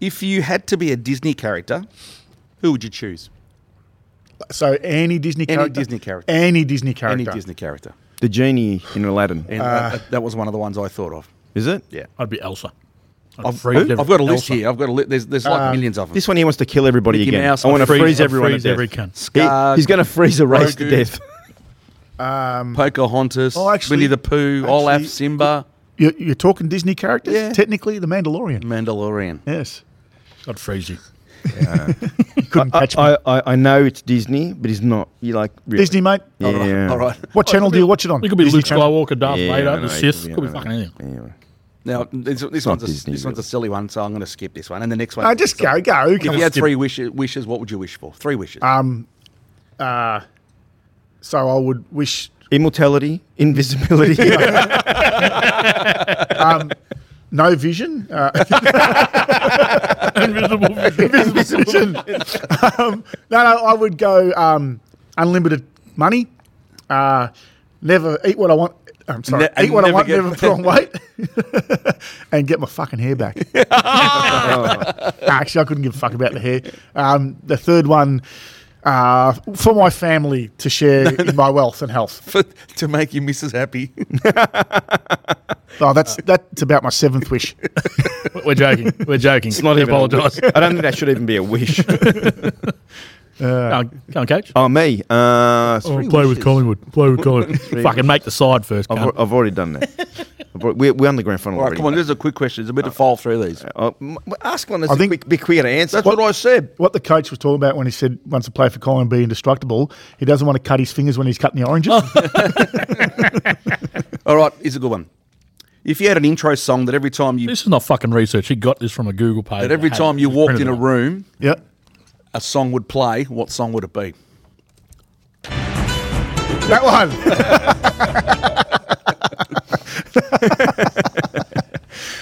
Speaker 3: If you had to be a Disney character, who would you choose?
Speaker 4: So any Disney
Speaker 3: Any
Speaker 4: character.
Speaker 3: Disney character.
Speaker 4: Any Disney character.
Speaker 3: Any Disney character.
Speaker 2: The genie in Aladdin.
Speaker 3: And that, that was one of the ones I thought of.
Speaker 2: Is it?
Speaker 3: Yeah.
Speaker 1: I'd be Elsa. I'd
Speaker 3: I've, Um,
Speaker 1: freeze every-
Speaker 3: I've got a list
Speaker 1: Elsa.
Speaker 3: here. I've got a li- there's there's like millions of them.
Speaker 2: This one here wants to kill everybody
Speaker 3: Mickey
Speaker 2: again.
Speaker 3: Mouse,
Speaker 2: I want to
Speaker 1: I'd
Speaker 2: freeze,
Speaker 1: I'd
Speaker 2: everyone
Speaker 1: freeze
Speaker 2: to death.
Speaker 1: every cunt.
Speaker 2: He-
Speaker 3: Scar,
Speaker 2: he's going to freeze a race
Speaker 3: Grogu.
Speaker 2: to
Speaker 3: [laughs]
Speaker 2: death.
Speaker 3: um, Pocahontas,
Speaker 4: Oh, actually-
Speaker 3: Winnie the Pooh, Olaf,
Speaker 4: actually-
Speaker 3: Simba,
Speaker 4: You're, you're talking Disney characters.
Speaker 3: Yeah. Mm.
Speaker 4: Technically, the Mandalorian.
Speaker 3: Mandalorian.
Speaker 4: Yes.
Speaker 1: I'd freeze you.
Speaker 4: You couldn't
Speaker 2: I,
Speaker 4: catch me.
Speaker 2: I, I- I know it's Disney, but it's not. You like really.
Speaker 4: Disney, mate.
Speaker 2: Yeah.
Speaker 3: All right.
Speaker 4: What channel do you watch it on?
Speaker 1: Oh, It could be
Speaker 4: Disney
Speaker 1: Luke
Speaker 4: Channel.
Speaker 1: Skywalker, Darth
Speaker 2: Yeah, I
Speaker 1: Vader,
Speaker 2: know,
Speaker 1: the
Speaker 2: it
Speaker 1: Sith. Could be
Speaker 2: I
Speaker 1: fucking
Speaker 2: know. [laughs]
Speaker 1: anything.
Speaker 2: Anyway.
Speaker 3: Now this, this
Speaker 2: not
Speaker 3: one's a,
Speaker 2: Disney,
Speaker 3: this one's a
Speaker 2: really.
Speaker 3: silly one, so I'm going to skip this one. And the next one.
Speaker 4: No, just go, go.
Speaker 3: If
Speaker 4: Come
Speaker 3: you
Speaker 4: on.
Speaker 3: had three wishes, wishes, what would you wish for? Three wishes.
Speaker 4: Um, uh, So I would wish.
Speaker 2: Immortality,
Speaker 3: [laughs]
Speaker 2: invisibility. [laughs]
Speaker 4: Um, no vision. Uh, [laughs]
Speaker 1: Invisible vision.
Speaker 4: vision. um, no, no, I would go um, unlimited money. Uh, never eat what I want. I'm sorry.
Speaker 3: Ne-
Speaker 4: eat what I
Speaker 3: never
Speaker 4: want,
Speaker 3: get-
Speaker 4: never
Speaker 3: [laughs]
Speaker 4: put on weight, [laughs] and get my fucking hair back.
Speaker 2: Oh,
Speaker 3: Ah. [laughs]
Speaker 4: Nah, actually, I couldn't give a fuck about the hair. Um, the third one, uh, for my family to
Speaker 3: [laughs]
Speaker 4: share in my wealth and health.
Speaker 3: to make you Mrs. Happy.
Speaker 4: Oh, that's
Speaker 3: Uh.
Speaker 4: that's about my seventh wish.
Speaker 1: We're joking. We're joking.
Speaker 2: It's not
Speaker 1: I
Speaker 2: even a
Speaker 1: apologise.
Speaker 2: wish. I don't think that should even be
Speaker 1: [laughs]
Speaker 2: a wish.
Speaker 1: Can't, can't coach.
Speaker 2: oh me. Uh, three
Speaker 1: play with
Speaker 2: wishes.
Speaker 1: Collingwood. Play with
Speaker 2: [laughs]
Speaker 1: Collingwood. Fucking make the side first.
Speaker 2: I've,
Speaker 1: cunt.
Speaker 2: al- I've already
Speaker 1: [laughs]
Speaker 2: done that. I've al- we're, we're on the grand final
Speaker 3: [laughs] All right,
Speaker 2: already.
Speaker 3: come on. This is a quick question. There's a bit of file through these.
Speaker 2: Uh, m- m- ask one that's
Speaker 4: I
Speaker 2: a
Speaker 4: think-
Speaker 2: quick, bit quicker to answer.
Speaker 3: That's what I said.
Speaker 4: What the coach was talking about when he said once a player for Collingwood be indestructible, he doesn't want to cut his fingers when he's cutting the [laughs] oranges.
Speaker 3: All right, here's a good one. If you had an intro song that every time you
Speaker 1: This is not fucking research. He got this from a Google page.
Speaker 3: that every
Speaker 1: Hey,
Speaker 3: time you
Speaker 1: it's
Speaker 3: walked
Speaker 1: printed
Speaker 3: in a
Speaker 1: out.
Speaker 3: room,
Speaker 4: yeah.
Speaker 3: a song would play, what song would it be?
Speaker 4: That one.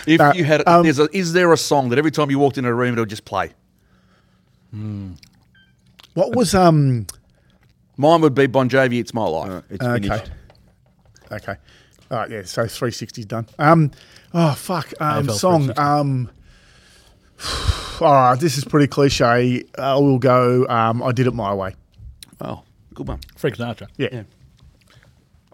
Speaker 3: If you had, there's a, is there a song that every time you walked in a room it would just play?
Speaker 4: [laughs] What was um?
Speaker 3: Mine would be Bon Jovi, "It's My Life."
Speaker 2: Uh, It's
Speaker 4: Okay.
Speaker 2: finished.
Speaker 4: Okay, all right, yeah. So 360's done. Um, oh fuck. Um,
Speaker 1: AFL
Speaker 4: song.
Speaker 1: 360.
Speaker 4: Um, [sighs] all right, this is pretty cliche. I will go. Um, I did it my way.
Speaker 3: Oh, good one.
Speaker 1: Frank Sinatra.
Speaker 4: Yeah.
Speaker 3: Yeah.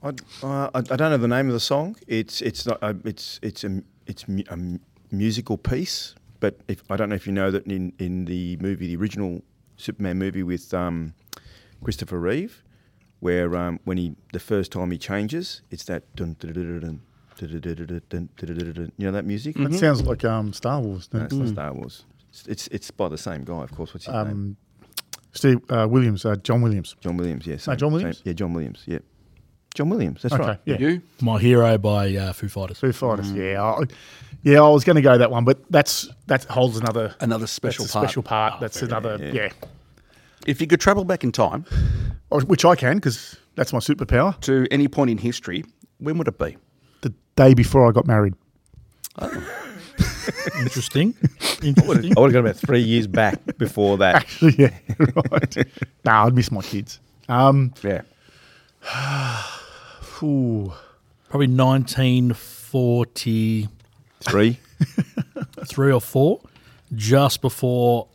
Speaker 2: I, uh, I I don't know the name of the song. It's it's not uh, it's it's a m- it's mu- a m- musical piece. But if I don't know if you know that in, in the movie, the original Superman movie with um, Christopher Reeve, where um, when he the first time he changes, it's that dun dun dun dun dun dun dun dun dun dun dun dun. You know that music.
Speaker 4: That sounds like um Star Wars.
Speaker 2: No,
Speaker 4: doesn't
Speaker 2: it's
Speaker 4: it?
Speaker 2: not Star Wars. It's, it's it's by the same guy, of course. What's his name?
Speaker 4: Um, Steve uh, Williams, uh, John Williams.
Speaker 2: John Williams. Yes.
Speaker 4: no, John Williams?
Speaker 2: yeah, John Williams. Yeah, John Williams. That's
Speaker 4: Okay,
Speaker 2: right.
Speaker 4: yeah.
Speaker 3: You?
Speaker 1: My Hero by uh, Foo
Speaker 2: [laughs]
Speaker 1: Fighters.
Speaker 4: Foo Fighters.
Speaker 3: Mm.
Speaker 4: Yeah, I, yeah. I was going to go that one, but that's that holds another
Speaker 3: Another
Speaker 4: that's
Speaker 3: special
Speaker 4: a
Speaker 3: part. Oh,
Speaker 4: special part. that's another yeah.
Speaker 3: If you could travel back in time
Speaker 4: Or- Which I can because that's my superpower.
Speaker 3: to any point in history, when would it be?
Speaker 4: The day before I got married. [laughs]
Speaker 1: Interesting. Interesting.
Speaker 2: I would have gone about three years back before
Speaker 4: [laughs]
Speaker 2: that.
Speaker 4: Actually, yeah,
Speaker 3: [laughs]
Speaker 4: right. nah, I'd miss my kids. Um,
Speaker 3: Yeah.
Speaker 4: ooh,
Speaker 1: Probably 1943
Speaker 2: Three.
Speaker 1: or 4, just before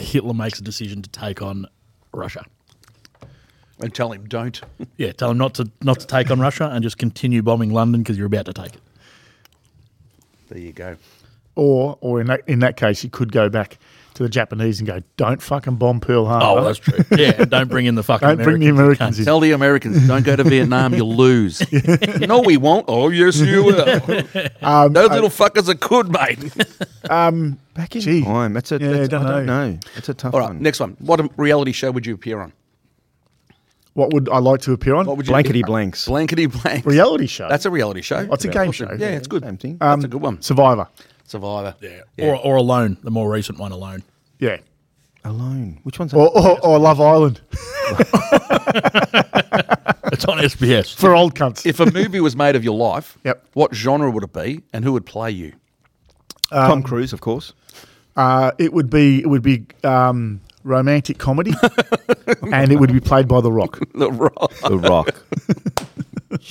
Speaker 1: Hitler makes a decision to take on Russia.
Speaker 3: And tell him don't. [laughs]
Speaker 1: Yeah, tell him not to not to take on Russia and just continue bombing London because you're about to take it.
Speaker 3: There you go.
Speaker 4: or or in that in that case, you could go back to the Japanese and go, "Don't fucking bomb Pearl Harbor."
Speaker 1: Oh, that's true. [laughs] Yeah, and don't bring in the fucking.
Speaker 4: Don't bring the Americans in.
Speaker 3: Tell the Americans don't go to Vietnam, you'll lose. no, we won't. Oh, yes, you will. [laughs] Those little fuckers are good, mate.
Speaker 2: Back in
Speaker 4: Gee.
Speaker 2: time. That's a.
Speaker 4: Yeah,
Speaker 2: that's,
Speaker 4: don't
Speaker 2: I don't
Speaker 4: know.
Speaker 2: know. That's a tough
Speaker 3: All right,
Speaker 2: one.
Speaker 3: next one. What reality show would you appear on?
Speaker 4: What would I like to appear on?
Speaker 3: What would you
Speaker 2: Blankety blanks.
Speaker 3: Blankety blank.
Speaker 4: Reality show.
Speaker 3: That's a reality show.
Speaker 4: It's a game
Speaker 3: Awesome.
Speaker 4: show. Um,
Speaker 3: Yeah, it's good.
Speaker 2: Same thing.
Speaker 3: That's a good one.
Speaker 4: Survivor.
Speaker 3: Survivor.
Speaker 1: Yeah. Or, or Alone, the more recent one, Alone.
Speaker 4: Yeah.
Speaker 2: Alone. Which one's
Speaker 4: Or, or, or Love Island [laughs]
Speaker 1: It's on SBS.
Speaker 4: for old cunts.
Speaker 3: If a movie was made of your life,
Speaker 4: Yep.
Speaker 3: what genre would it be and who would
Speaker 2: [laughs]
Speaker 3: play you?
Speaker 2: Tom Cruise, of course.
Speaker 4: Uh, it would be it would be um, romantic comedy, and it would be played by The Rock.
Speaker 3: The Rock.
Speaker 2: The Rock.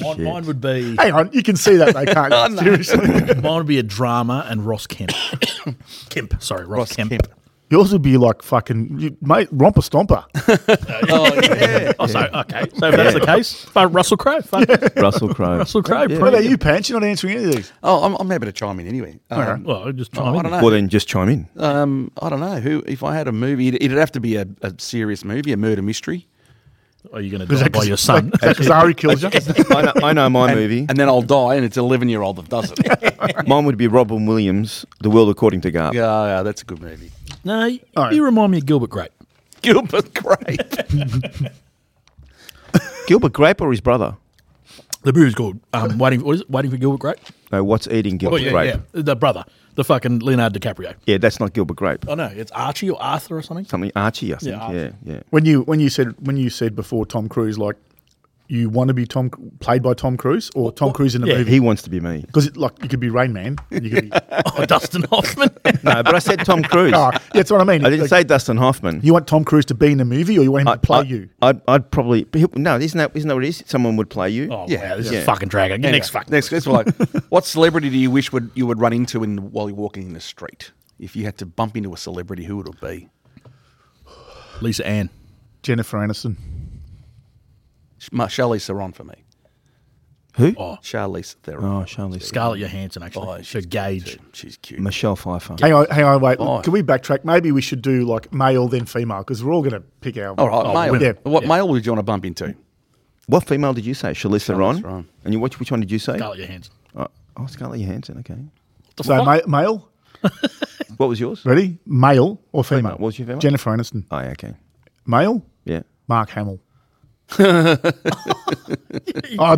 Speaker 1: Mine, mine would be
Speaker 4: Hang on, you can see that they can't. Seriously,
Speaker 1: mine would be a drama and Ross Kemp. [coughs] Kemp, sorry, Ross, Kemp.
Speaker 4: yours would be like fucking you, mate, romper stomper.
Speaker 3: Oh, yeah.
Speaker 1: Oh, so okay. So if that's the case, but Russell Crowe. fuck it.
Speaker 5: Russell Crowe.
Speaker 1: Russell Crowe.
Speaker 4: what
Speaker 1: Yeah.
Speaker 4: about you, Pants? You're not answering any of these.
Speaker 3: oh I'm, I'm happy to chime in anyway. Um,
Speaker 1: Well, just
Speaker 3: I
Speaker 1: chime in.
Speaker 3: don't know.
Speaker 2: Well, then just chime in.
Speaker 3: Um, I don't know who. If I had a movie, it'd, it'd have to be a, a serious movie, a murder mystery,
Speaker 1: Are you going to die by your son?
Speaker 2: [laughs]
Speaker 4: Because Ari kills you.
Speaker 2: I know, I know my movie.
Speaker 3: and then I'll die, and it's an eleven-year-old
Speaker 4: [laughs]
Speaker 3: that does it.
Speaker 2: Mine would be Robin Williams, The World According to Garp.
Speaker 3: yeah, yeah, that's a good movie.
Speaker 1: no, you,
Speaker 4: All right.
Speaker 1: you remind me of Gilbert Grape.
Speaker 3: Gilbert Grape. [laughs]
Speaker 2: Gilbert Grape or his brother?
Speaker 1: The movie's called um, Waiting. What is it? Waiting for Gilbert Grape.
Speaker 2: No, what's eating Gilbert
Speaker 1: Oh, yeah,
Speaker 2: Grape?
Speaker 1: yeah, the brother, the fucking Leonardo DiCaprio.
Speaker 2: Yeah, that's not Gilbert Grape.
Speaker 1: I know it's Archie or Arthur or something.
Speaker 2: Something Archie, I think.
Speaker 1: Yeah,
Speaker 2: Yeah,
Speaker 1: Archie.
Speaker 2: yeah.
Speaker 4: When you when you said when you said before Tom Cruise, like you want to be Tom played by Tom Cruise or Tom Cruise in the
Speaker 1: yeah.
Speaker 4: movie
Speaker 2: He wants to be me.
Speaker 4: because like you could be Rain Man. and You could be,
Speaker 2: [laughs]
Speaker 1: Oh, Dustin Hoffman.
Speaker 2: No, but I said Tom Cruise.
Speaker 4: [laughs] oh, yeah, that's what I mean.
Speaker 2: I didn't
Speaker 4: Like,
Speaker 2: say Dustin Hoffman.
Speaker 4: you want Tom Cruise to be in a movie or you want him
Speaker 2: I-
Speaker 4: to play
Speaker 2: I-
Speaker 4: you.
Speaker 2: I'd, I'd probably. but he- No, isn't that, isn't that what it is? Someone would play you.
Speaker 1: Oh,
Speaker 3: Yeah,
Speaker 1: wow, this
Speaker 2: yeah.
Speaker 1: is fucking dragon. Get next fuck.
Speaker 3: fuck. Next, it's like, what celebrity do you wish would you would run into in while you're walking in the street? If you had to bump into a celebrity, who would it be?
Speaker 1: Lisa Ann.
Speaker 4: Jennifer Aniston.
Speaker 3: Sh- Ma- Charlize Theron for me.
Speaker 2: Who?
Speaker 1: Oh,
Speaker 3: Charlize Theron.
Speaker 2: Oh, Charlize.
Speaker 1: Scarlett Johansson actually.
Speaker 3: Oh,
Speaker 1: so
Speaker 3: she's
Speaker 1: Gage.
Speaker 3: She's cute.
Speaker 2: Michelle Pfeiffer.
Speaker 4: Hang on, hang on, wait.
Speaker 3: Oh.
Speaker 4: Can we backtrack? Maybe we should do like male then female because we're all going to pick our.
Speaker 3: All right, male.
Speaker 4: women. Oh, Yeah.
Speaker 3: What male would you want to bump into?
Speaker 2: What female did you say? Charlize Theron.
Speaker 3: Theron.
Speaker 2: And you watch which one did you say?
Speaker 1: Scarlett Johansson.
Speaker 2: Oh, oh, Scarlett Johansson. Okay.
Speaker 4: So ma- male,
Speaker 2: What was yours?
Speaker 4: ready? Male or female?
Speaker 2: What was your female?
Speaker 4: Jennifer Aniston.
Speaker 2: Oh, yeah, okay.
Speaker 4: Male,
Speaker 2: Yeah.
Speaker 4: Mark Hamill. [laughs] I'd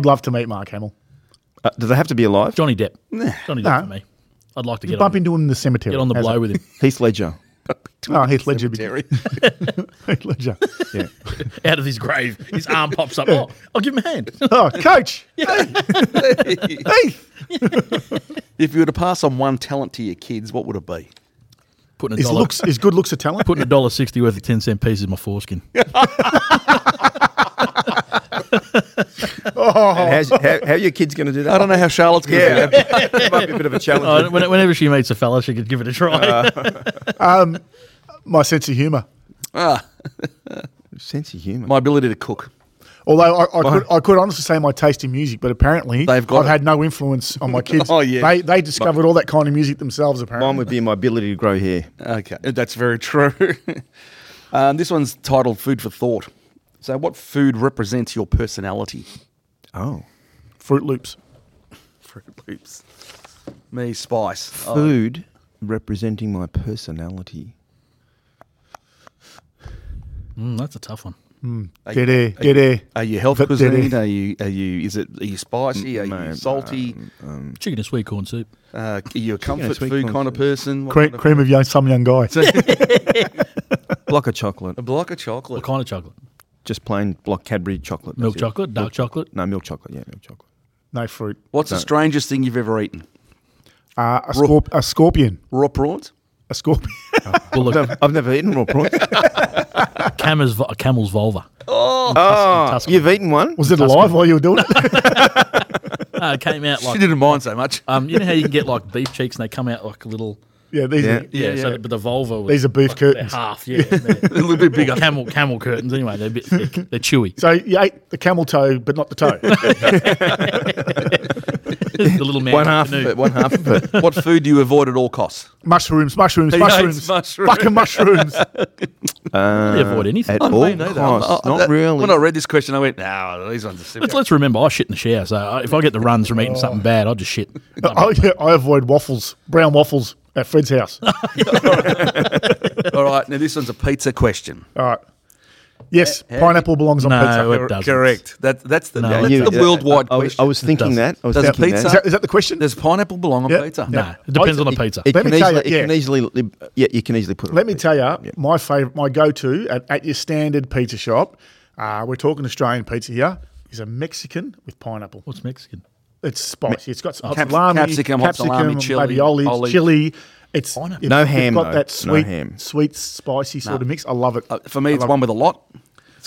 Speaker 4: love to meet Mark Hamill.
Speaker 2: Uh, does it have to be alive?
Speaker 1: Johnny Depp. Johnny Depp
Speaker 4: Nah.
Speaker 1: for me. I'd like to
Speaker 4: You
Speaker 1: get
Speaker 4: bump
Speaker 1: on,
Speaker 4: into him in the cemetery.
Speaker 1: get on the
Speaker 4: How's
Speaker 1: blow
Speaker 4: that?
Speaker 1: with him [laughs]
Speaker 2: Heath Ledger.
Speaker 4: Oh, Heath Ledger. be-
Speaker 3: Terry.
Speaker 4: [laughs] Heath Ledger.
Speaker 2: Yeah.
Speaker 1: out of his grave. His arm pops up. Oh, I'll give him a hand. [laughs]
Speaker 4: Oh, coach. Heath.
Speaker 3: [laughs] if you were to pass on one talent to your kids, what would it be?
Speaker 1: Putting a
Speaker 4: His
Speaker 1: dollar,
Speaker 4: looks, his good looks are talent.
Speaker 1: putting a dollar sixty worth of ten cent pieces in my foreskin.
Speaker 2: And how's, how, how are your kids going to do that?
Speaker 3: I don't know how Charlotte's going to do
Speaker 2: Yeah, [laughs]
Speaker 3: that.
Speaker 2: that might be a bit of a challenge.
Speaker 1: Oh, when- whenever she meets a fella, she could give it a try.
Speaker 4: My sense of humour.
Speaker 3: Ah,
Speaker 2: Sense of humour.
Speaker 3: my ability to cook.
Speaker 4: Although I, I, could, I could honestly say my taste in music, but apparently
Speaker 3: They've got
Speaker 4: I've
Speaker 3: it.
Speaker 4: had no influence
Speaker 3: [laughs]
Speaker 4: on my kids.
Speaker 3: Oh, yeah.
Speaker 4: they they discovered all that kind of music themselves. Apparently,
Speaker 2: Mine would be my ability to grow hair.
Speaker 3: Okay, that's very true. [laughs] um, this one's titled Food for Thought. So, what food represents your personality?
Speaker 2: Oh.
Speaker 4: Fruit Loops.
Speaker 3: Fruit Loops. Me, spice. Oh,
Speaker 2: Food representing my personality.
Speaker 1: [laughs] Mm, that's a tough one.
Speaker 4: Get air, get air.
Speaker 3: are you health
Speaker 4: But did
Speaker 3: cuisine?
Speaker 4: it-
Speaker 3: Are you? Are you? Is it? Are you spicy? Are you salty?
Speaker 1: Chicken and sweet corn soup.
Speaker 3: Uh, are you a comfort
Speaker 2: sweet
Speaker 3: food
Speaker 2: corn
Speaker 3: kind of
Speaker 2: soup.
Speaker 3: person? What
Speaker 4: Cream,
Speaker 3: kind of-
Speaker 4: cream of young, some young guy.
Speaker 2: Block of chocolate.
Speaker 3: A block of
Speaker 1: What
Speaker 3: chocolate.
Speaker 1: kind of chocolate?
Speaker 2: Just plain block Cadbury chocolate.
Speaker 1: Milk
Speaker 2: that's it.
Speaker 1: chocolate, dark chocolate.
Speaker 2: No, milk chocolate. Yeah, milk chocolate.
Speaker 4: No fruit.
Speaker 3: What's the strangest thing you've ever eaten?
Speaker 4: Uh, a, scorp- a scorpion.
Speaker 3: Raw prawns.
Speaker 4: A scorpion. [laughs]
Speaker 1: Bullock,
Speaker 2: I've never eaten raw prawns.
Speaker 1: camel's, vo- camel's vulva.
Speaker 2: oh,
Speaker 1: Tuscan.
Speaker 2: you've eaten one?
Speaker 4: Was it alive while you were doing
Speaker 3: [laughs]
Speaker 4: it? [laughs]
Speaker 1: No, it came out
Speaker 3: She
Speaker 1: like
Speaker 3: didn't mind so much.
Speaker 1: um, you know how you can get like beef cheeks and they come out like a little
Speaker 4: yeah, these
Speaker 2: Yeah.
Speaker 4: Are,
Speaker 1: yeah.
Speaker 3: yeah.
Speaker 1: so that- but the vulva was
Speaker 4: These are beef
Speaker 1: like, they're
Speaker 4: curtains.
Speaker 1: half, yeah, and they're-
Speaker 3: A little bit [laughs] bigger.
Speaker 1: camel camel curtains. Anyway, they're a bit thick. They're
Speaker 4: [laughs]
Speaker 1: chewy.
Speaker 4: So you ate the camel toe, but not the
Speaker 3: [laughs]
Speaker 4: toe.
Speaker 1: the little man.
Speaker 2: One
Speaker 1: in the
Speaker 2: half of
Speaker 1: canoe.
Speaker 2: it. One half of it.
Speaker 3: what food do you avoid at all costs?
Speaker 4: mushrooms, mushrooms,
Speaker 3: He
Speaker 4: mushrooms,
Speaker 3: hates mushrooms.
Speaker 4: fucking
Speaker 3: [laughs]
Speaker 4: mushrooms.
Speaker 1: They avoid anything.
Speaker 2: At all
Speaker 3: know that.
Speaker 2: costs.
Speaker 3: Oh,
Speaker 2: Not
Speaker 3: that-
Speaker 2: really.
Speaker 3: When I read this question, I went, "No, these ones are simple."
Speaker 1: Let's, let's remember, I shit in the shower. So I- if I get the runs from eating something bad, I just shit.
Speaker 4: I, yeah, I avoid waffles, brown waffles at Fred's house.
Speaker 3: All right, now this one's a pizza question.
Speaker 4: All right. Yes, pineapple belongs on
Speaker 1: No,
Speaker 4: pizza.
Speaker 1: Oh, it doesn't.
Speaker 3: Correct. That that's the,
Speaker 1: Yeah,
Speaker 3: that's
Speaker 2: You-
Speaker 3: the worldwide
Speaker 2: I, I, was,
Speaker 3: question.
Speaker 2: I was thinking that. I was
Speaker 3: Does
Speaker 2: thinking
Speaker 3: pizza-
Speaker 4: Is
Speaker 2: that.
Speaker 4: that, is that the question?
Speaker 3: Does pineapple belong on
Speaker 4: Yeah.
Speaker 3: pizza?
Speaker 4: No.
Speaker 1: Nah, it depends on the pizza.
Speaker 2: It,
Speaker 4: Let
Speaker 2: can
Speaker 4: me tell
Speaker 2: easily,
Speaker 4: you,
Speaker 2: it can
Speaker 4: yeah.
Speaker 2: easily, li- yeah, you can easily put it.
Speaker 4: Let me tell you, my favorite, my go-to at, at your standard pizza shop. Uh, we're talking Australian pizza here. Is a Mexican with pineapple.
Speaker 1: What's Mexican?
Speaker 4: It's spicy. It's got some
Speaker 3: Cap-
Speaker 4: salami,
Speaker 3: capsicum, hot salami, chili,
Speaker 4: maybe olives,
Speaker 3: olives.
Speaker 4: chili. It's it's-
Speaker 2: No
Speaker 4: it's
Speaker 2: ham,
Speaker 4: Got
Speaker 2: though.
Speaker 4: that
Speaker 2: No
Speaker 4: sweet,
Speaker 2: ham.
Speaker 4: sweet, spicy sort of mix. I love it.
Speaker 3: Uh, for me,
Speaker 4: I
Speaker 3: it's
Speaker 4: love
Speaker 3: one with a lot.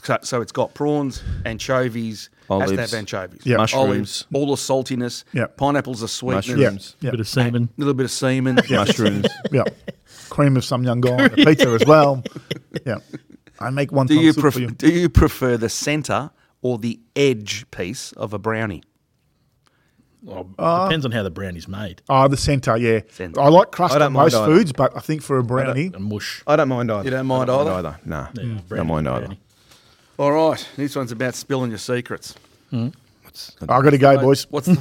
Speaker 3: So, so it's got prawns, anchovies, has to
Speaker 2: Olives.
Speaker 3: have anchovies.
Speaker 4: Yeah.
Speaker 2: Mushrooms.
Speaker 3: Olives, all the saltiness.
Speaker 4: Yeah.
Speaker 3: Pineapples are sweetness.
Speaker 4: Yeah,
Speaker 2: Mushrooms.
Speaker 4: yeah,
Speaker 1: bit of semen.
Speaker 3: A little bit of semen.
Speaker 2: mushrooms.
Speaker 4: yeah. Cream of some young guy, on a pizza as well. Yeah, I make one.
Speaker 3: Do
Speaker 4: time
Speaker 3: you,
Speaker 4: soup
Speaker 3: pref-
Speaker 4: for you.
Speaker 3: do you prefer the centre or the edge piece of a brownie?
Speaker 1: Depends on how the brownie's made.
Speaker 4: Oh, the centre, yeah.
Speaker 3: Centre.
Speaker 4: I like crust
Speaker 2: I don't
Speaker 4: on most
Speaker 2: mind either.
Speaker 4: foods, but I think for a brownie,
Speaker 1: A mush.
Speaker 2: [laughs] I don't mind either.
Speaker 3: You don't mind
Speaker 2: I
Speaker 3: either?
Speaker 2: Nah,
Speaker 1: Yeah,
Speaker 2: don't
Speaker 1: brownie,
Speaker 2: mind either.
Speaker 1: brownie.
Speaker 3: All right, this one's about spilling your secrets.
Speaker 4: I've got to go, boys.
Speaker 3: What's the,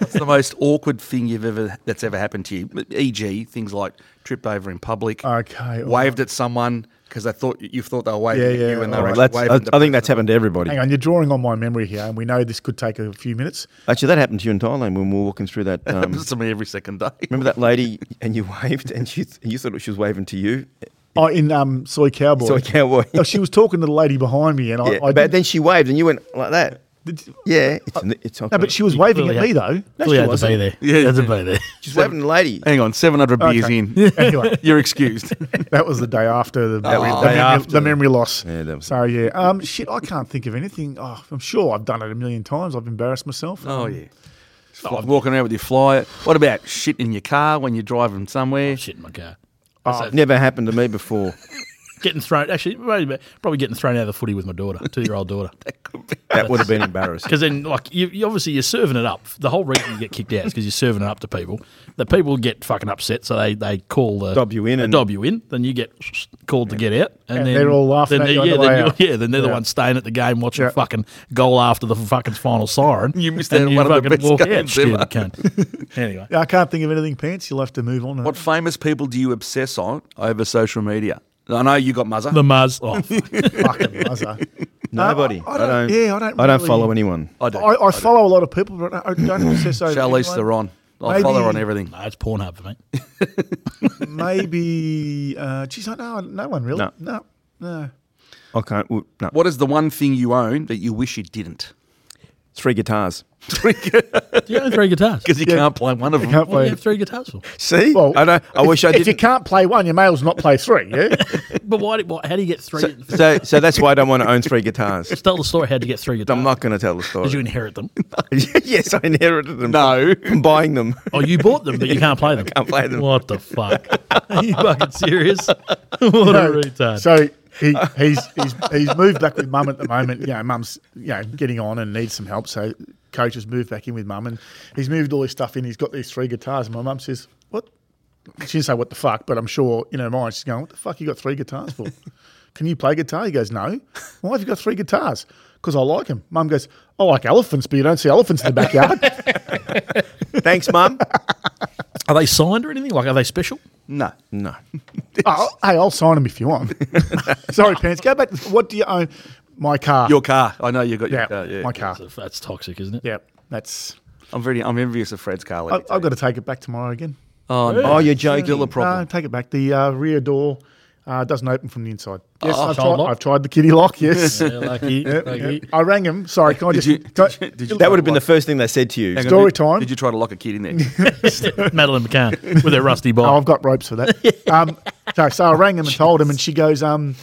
Speaker 3: what's the [laughs] most awkward thing you've ever that's ever happened to you? E.g., things like tripped over in public,
Speaker 4: Okay, all
Speaker 3: waved at someone because they thought you thought they were waving
Speaker 4: Yeah,
Speaker 3: at you,
Speaker 4: yeah,
Speaker 3: and they
Speaker 4: all
Speaker 3: were
Speaker 4: right.
Speaker 2: Well,
Speaker 3: actually
Speaker 2: that's,
Speaker 3: waving.
Speaker 2: I,
Speaker 3: at the
Speaker 2: I think that's
Speaker 3: person.
Speaker 2: happened to everybody.
Speaker 4: Hang on, you're drawing on my memory here, and we know this could take a few minutes.
Speaker 2: Actually, that happened to you in Thailand when we were walking through that. Um,
Speaker 3: happens to me every second day.
Speaker 2: remember that lady and you [laughs] waved and you, you thought she was waving to you?
Speaker 4: Oh, in um, soy cowboy.
Speaker 2: Soy cowboy.
Speaker 4: Oh, she was talking to the lady behind me, and I.
Speaker 2: Yeah,
Speaker 4: I
Speaker 2: but
Speaker 4: didn't-
Speaker 2: then she waved and you went like that.
Speaker 4: did-
Speaker 2: Yeah, it's, it's
Speaker 4: no, but she was
Speaker 1: You
Speaker 4: waving at
Speaker 1: clearly
Speaker 4: me though.
Speaker 1: Clearly had to
Speaker 2: wasn't.
Speaker 1: be there.
Speaker 3: Yeah,
Speaker 1: Yeah, had to
Speaker 3: yeah.
Speaker 1: be there. [laughs]
Speaker 2: she's waving to the lady.
Speaker 3: [laughs] Hang on, seven hundred beers
Speaker 4: Okay. [laughs]
Speaker 3: in,
Speaker 4: Anyway, [laughs]
Speaker 3: you're excused.
Speaker 4: that was the day after the,
Speaker 2: was
Speaker 4: the
Speaker 2: the day
Speaker 4: memory,
Speaker 2: after.
Speaker 4: the memory loss.
Speaker 2: Yeah, that was-
Speaker 4: so yeah, um, shit, I can't think of anything. Oh, I'm sure I've done it a million times. I've embarrassed myself.
Speaker 3: oh yeah. Fly- walking around with your flyer. What about shit in your car when you're driving somewhere?
Speaker 1: Shit in my car.
Speaker 2: Never happened to me before.
Speaker 1: Getting thrown. Actually, probably probably getting thrown out of the footy with my daughter, two-year-old daughter.
Speaker 2: That would have been embarrassing.
Speaker 1: Because then, like, you, you obviously you're serving it up. The whole reason you get kicked out is because you're serving it up to people. The people get fucking upset, so they, they call the
Speaker 2: Dob you in
Speaker 1: they
Speaker 2: and-
Speaker 1: dob you in. Then you get called to get out, and,
Speaker 4: And
Speaker 1: then
Speaker 4: they're all laughing
Speaker 1: then
Speaker 4: at you on
Speaker 1: yeah,
Speaker 4: the way
Speaker 1: then [laughs]
Speaker 4: out.
Speaker 1: yeah, then they're the
Speaker 4: Yeah.
Speaker 1: ones staying at the game watching
Speaker 4: Yeah.
Speaker 1: fucking goal after the fucking final siren.
Speaker 3: You missed
Speaker 1: and
Speaker 3: out on
Speaker 1: you
Speaker 3: one of the
Speaker 1: fucking
Speaker 3: best
Speaker 1: walk out,
Speaker 3: games
Speaker 1: stupid
Speaker 3: ever. [laughs]
Speaker 1: cunt. anyway,
Speaker 4: Yeah, I can't think of anything. Pants, you'll have to move on.
Speaker 3: What famous people do you obsess on over social media? I know you got Muzza.
Speaker 1: the Muzz. Oh, fuck.
Speaker 4: fucking buzzer.
Speaker 2: Nobody.
Speaker 4: Uh, I don't- yeah, I don't
Speaker 2: I don't
Speaker 4: really-
Speaker 2: follow anyone.
Speaker 3: I
Speaker 4: I,
Speaker 3: do.
Speaker 4: I follow a lot of people, but I don't obsess
Speaker 2: [laughs]
Speaker 4: over.
Speaker 3: Charlize
Speaker 4: anyone.
Speaker 3: Theron. I
Speaker 4: Maybe-
Speaker 3: follow her on everything.
Speaker 1: no, it's Pornhub for me.
Speaker 4: Maybe, uh, geez, I know no one really.
Speaker 2: No.
Speaker 4: no, no.
Speaker 2: I can't. w- No.
Speaker 3: What is the one thing you own that you wish you didn't?
Speaker 2: Three guitars.
Speaker 1: You only three
Speaker 3: [laughs]
Speaker 1: guitars.
Speaker 3: Because you
Speaker 4: Yeah.
Speaker 3: can't play one of them.
Speaker 4: Can't
Speaker 1: What do you
Speaker 4: play.
Speaker 1: have three guitars for?
Speaker 2: See,
Speaker 4: Well,
Speaker 2: I know. I
Speaker 4: if-
Speaker 2: wish I
Speaker 4: If you
Speaker 2: didn't.
Speaker 4: can't play one, your male's not play three. Yeah,
Speaker 2: [laughs]
Speaker 1: But why? Did, why how do you get three?
Speaker 2: So, so that's why I don't want to own three guitars.
Speaker 1: tell the story. How do you get
Speaker 3: [laughs]
Speaker 1: three guitars?
Speaker 2: I'm not going to tell the
Speaker 1: Did you
Speaker 2: story.
Speaker 1: inherit them?
Speaker 2: [laughs] yes, I inherited them.
Speaker 3: No.
Speaker 2: from buying them.
Speaker 1: Oh, you bought them, but you can't play them.
Speaker 2: can't play them.
Speaker 1: What the fuck? [laughs] Are you fucking serious? [laughs] what a retard.
Speaker 4: so he, he's he's he's moved back with mum at the moment. You know, mum's you know getting on and needs some help, so coach has moved back in with mum, and he's moved all his stuff in. He's got these three guitars, and my mum says, "What?" She didn't say what the fuck, but I'm sure in her mind she's going, "What the fuck? You got three guitars for?" Can you play guitar? He goes, No. Why have you got three guitars? Because I like them. Mum goes, I like elephants, but you don't see elephants in the
Speaker 1: [laughs]
Speaker 4: backyard.
Speaker 2: Thanks, mum.
Speaker 1: are they signed or anything? Like, are they special?
Speaker 3: No.
Speaker 2: No.
Speaker 4: Oh, hey, I'll sign them if you want. [laughs] Sorry, pants. Go back. to- What do you own? My car.
Speaker 3: Your car. I know you got
Speaker 4: yeah,
Speaker 3: your car. Yeah.
Speaker 4: my car.
Speaker 1: That's, that's toxic, isn't it?
Speaker 4: Yeah, that's.
Speaker 3: I'm very I'm envious of Fred's car. let
Speaker 4: I,
Speaker 3: me tell
Speaker 4: I've got to take it back tomorrow again.
Speaker 3: you. Oh, no.
Speaker 2: Oh, you're
Speaker 3: Still a
Speaker 2: joking.
Speaker 4: No,
Speaker 3: problem.
Speaker 4: take it back. The uh, rear door uh, doesn't open from the inside. Yes,
Speaker 1: Oh, child
Speaker 4: I've, tried,
Speaker 1: lock.
Speaker 4: I've tried the kitty lock. Yes.
Speaker 1: Yeah, lucky. lucky.
Speaker 4: I rang him. Sorry, can I just
Speaker 3: you-
Speaker 4: can I-
Speaker 3: [laughs] did you- did you-
Speaker 2: That would have been the first thing they said to you.
Speaker 3: Hang on,
Speaker 4: Story
Speaker 3: did-
Speaker 4: time.
Speaker 3: Did you try to lock a kid in there?
Speaker 4: [laughs]
Speaker 1: Madeline McCann with her rusty
Speaker 4: Oh,
Speaker 1: bike.
Speaker 4: I've got ropes for that. Um, so, so I rang him and told him, and she goes, um,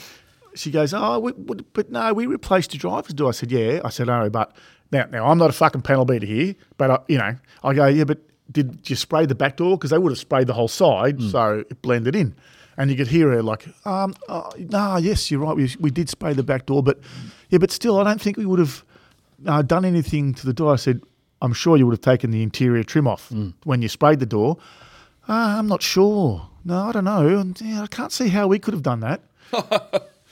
Speaker 4: she goes, oh, we, we, but no, we replaced the driver's door. I said, yeah. I said, oh, but now, now I'm not a fucking panel beater here, but I, you know, I go, yeah, but did you spray the back door? Because they would have sprayed the whole side, so it blended in. And you could hear her like, um, oh, no, yes, you're right. We, we did spray the back door, but yeah, but still, I don't think we would have uh, done anything to the door. I said, I'm sure you would have taken the interior trim off when you sprayed the door. Uh, I'm not sure. No, I don't know. And, yeah, I can't see how we could have done that.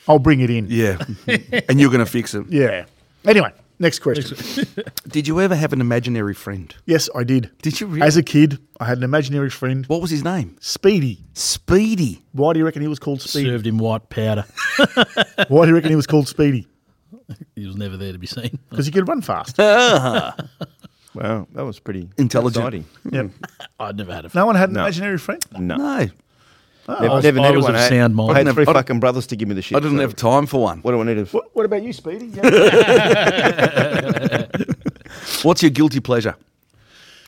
Speaker 4: I'll bring it in. Yeah.
Speaker 3: yeah. and you're going to fix him.
Speaker 4: Anyway, next question.
Speaker 3: Did you ever have an imaginary friend?
Speaker 4: yes, I did.
Speaker 3: Did you really?
Speaker 4: As a kid, I had an imaginary friend,
Speaker 3: What was his name?
Speaker 4: Speedy.
Speaker 3: Speedy.
Speaker 4: Why do you reckon he was called
Speaker 1: [laughs]
Speaker 4: Speedy?
Speaker 1: Served him white powder.
Speaker 4: Why do you reckon he was called Speedy?
Speaker 1: He was never there to be seen. [laughs]
Speaker 4: Because he could run fast.
Speaker 2: Wow, that was pretty exciting.
Speaker 3: Intelligent.
Speaker 4: yeah.
Speaker 1: I'd never had a
Speaker 4: No one had an
Speaker 2: No.
Speaker 4: imaginary friend.
Speaker 2: No.
Speaker 3: No.
Speaker 2: Never,
Speaker 1: I was-
Speaker 2: never
Speaker 1: I
Speaker 2: needed
Speaker 1: was
Speaker 2: one.
Speaker 1: of
Speaker 2: I had-
Speaker 1: sound mind.
Speaker 2: I had
Speaker 3: Never-
Speaker 2: three
Speaker 3: I don't-
Speaker 2: fucking brothers to give me the shit.
Speaker 3: I didn't
Speaker 2: so
Speaker 3: have time for one.
Speaker 2: What do I need? To,
Speaker 4: What, what about you, Speedy? Yeah.
Speaker 3: What's your guilty pleasure?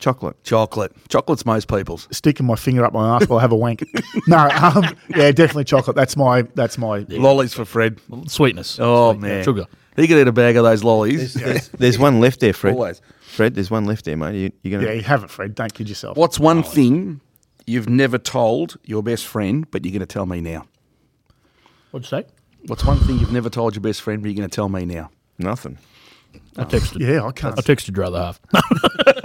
Speaker 2: chocolate.
Speaker 3: Chocolate. Chocolate's most people's.
Speaker 4: Sticking my finger up my ass while I have a wank.
Speaker 3: [laughs]
Speaker 4: No, um, yeah, definitely chocolate. That's my that's my
Speaker 3: Lollies for Fred.
Speaker 1: sweetness.
Speaker 3: Oh,
Speaker 1: Sweet-
Speaker 3: man.
Speaker 1: Sugar.
Speaker 3: He could eat a bag of those lollies.
Speaker 2: There's, there's one left there, Fred.
Speaker 3: Always.
Speaker 2: Fred, there's one left there, mate. You, you're
Speaker 4: Yeah,
Speaker 2: gonna.
Speaker 4: you have it, Fred. Don't kid yourself.
Speaker 3: What's one thing you've never told your best friend, but you're going to tell me now?
Speaker 1: What'd you say?
Speaker 3: What's one thing you've never told your best friend, but you're going to tell me now?
Speaker 2: Nothing.
Speaker 1: I texted.
Speaker 4: Yeah, I can't.
Speaker 1: I texted your other half. [laughs]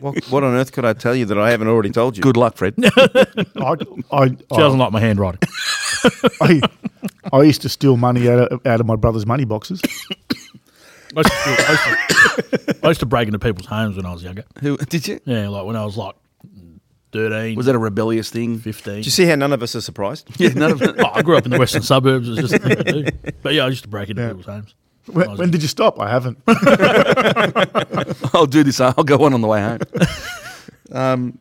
Speaker 2: What, what on earth could I tell you that I haven't already told you?
Speaker 3: Good luck, Fred.
Speaker 4: I, I,
Speaker 1: She doesn't
Speaker 4: I,
Speaker 1: like my handwriting. [laughs]
Speaker 4: I, used to steal money out of, out of my brother's money
Speaker 3: [laughs]
Speaker 4: boxes.
Speaker 1: I used, to, I used to- I used to break into people's homes when I was younger.
Speaker 3: Who did you?
Speaker 1: Yeah, like when I was like 13,
Speaker 3: Was that a rebellious thing?
Speaker 1: 15.
Speaker 2: Do you see how none of us are surprised?
Speaker 3: Yeah, none [laughs] of
Speaker 1: Oh, I grew up in the western suburbs. It's just a thing to do. But yeah, I used to break into people's homes. I
Speaker 4: When,
Speaker 1: was-
Speaker 4: when did you stop? I haven't.
Speaker 3: I'll do this. I'll go on on the way home. [laughs] um,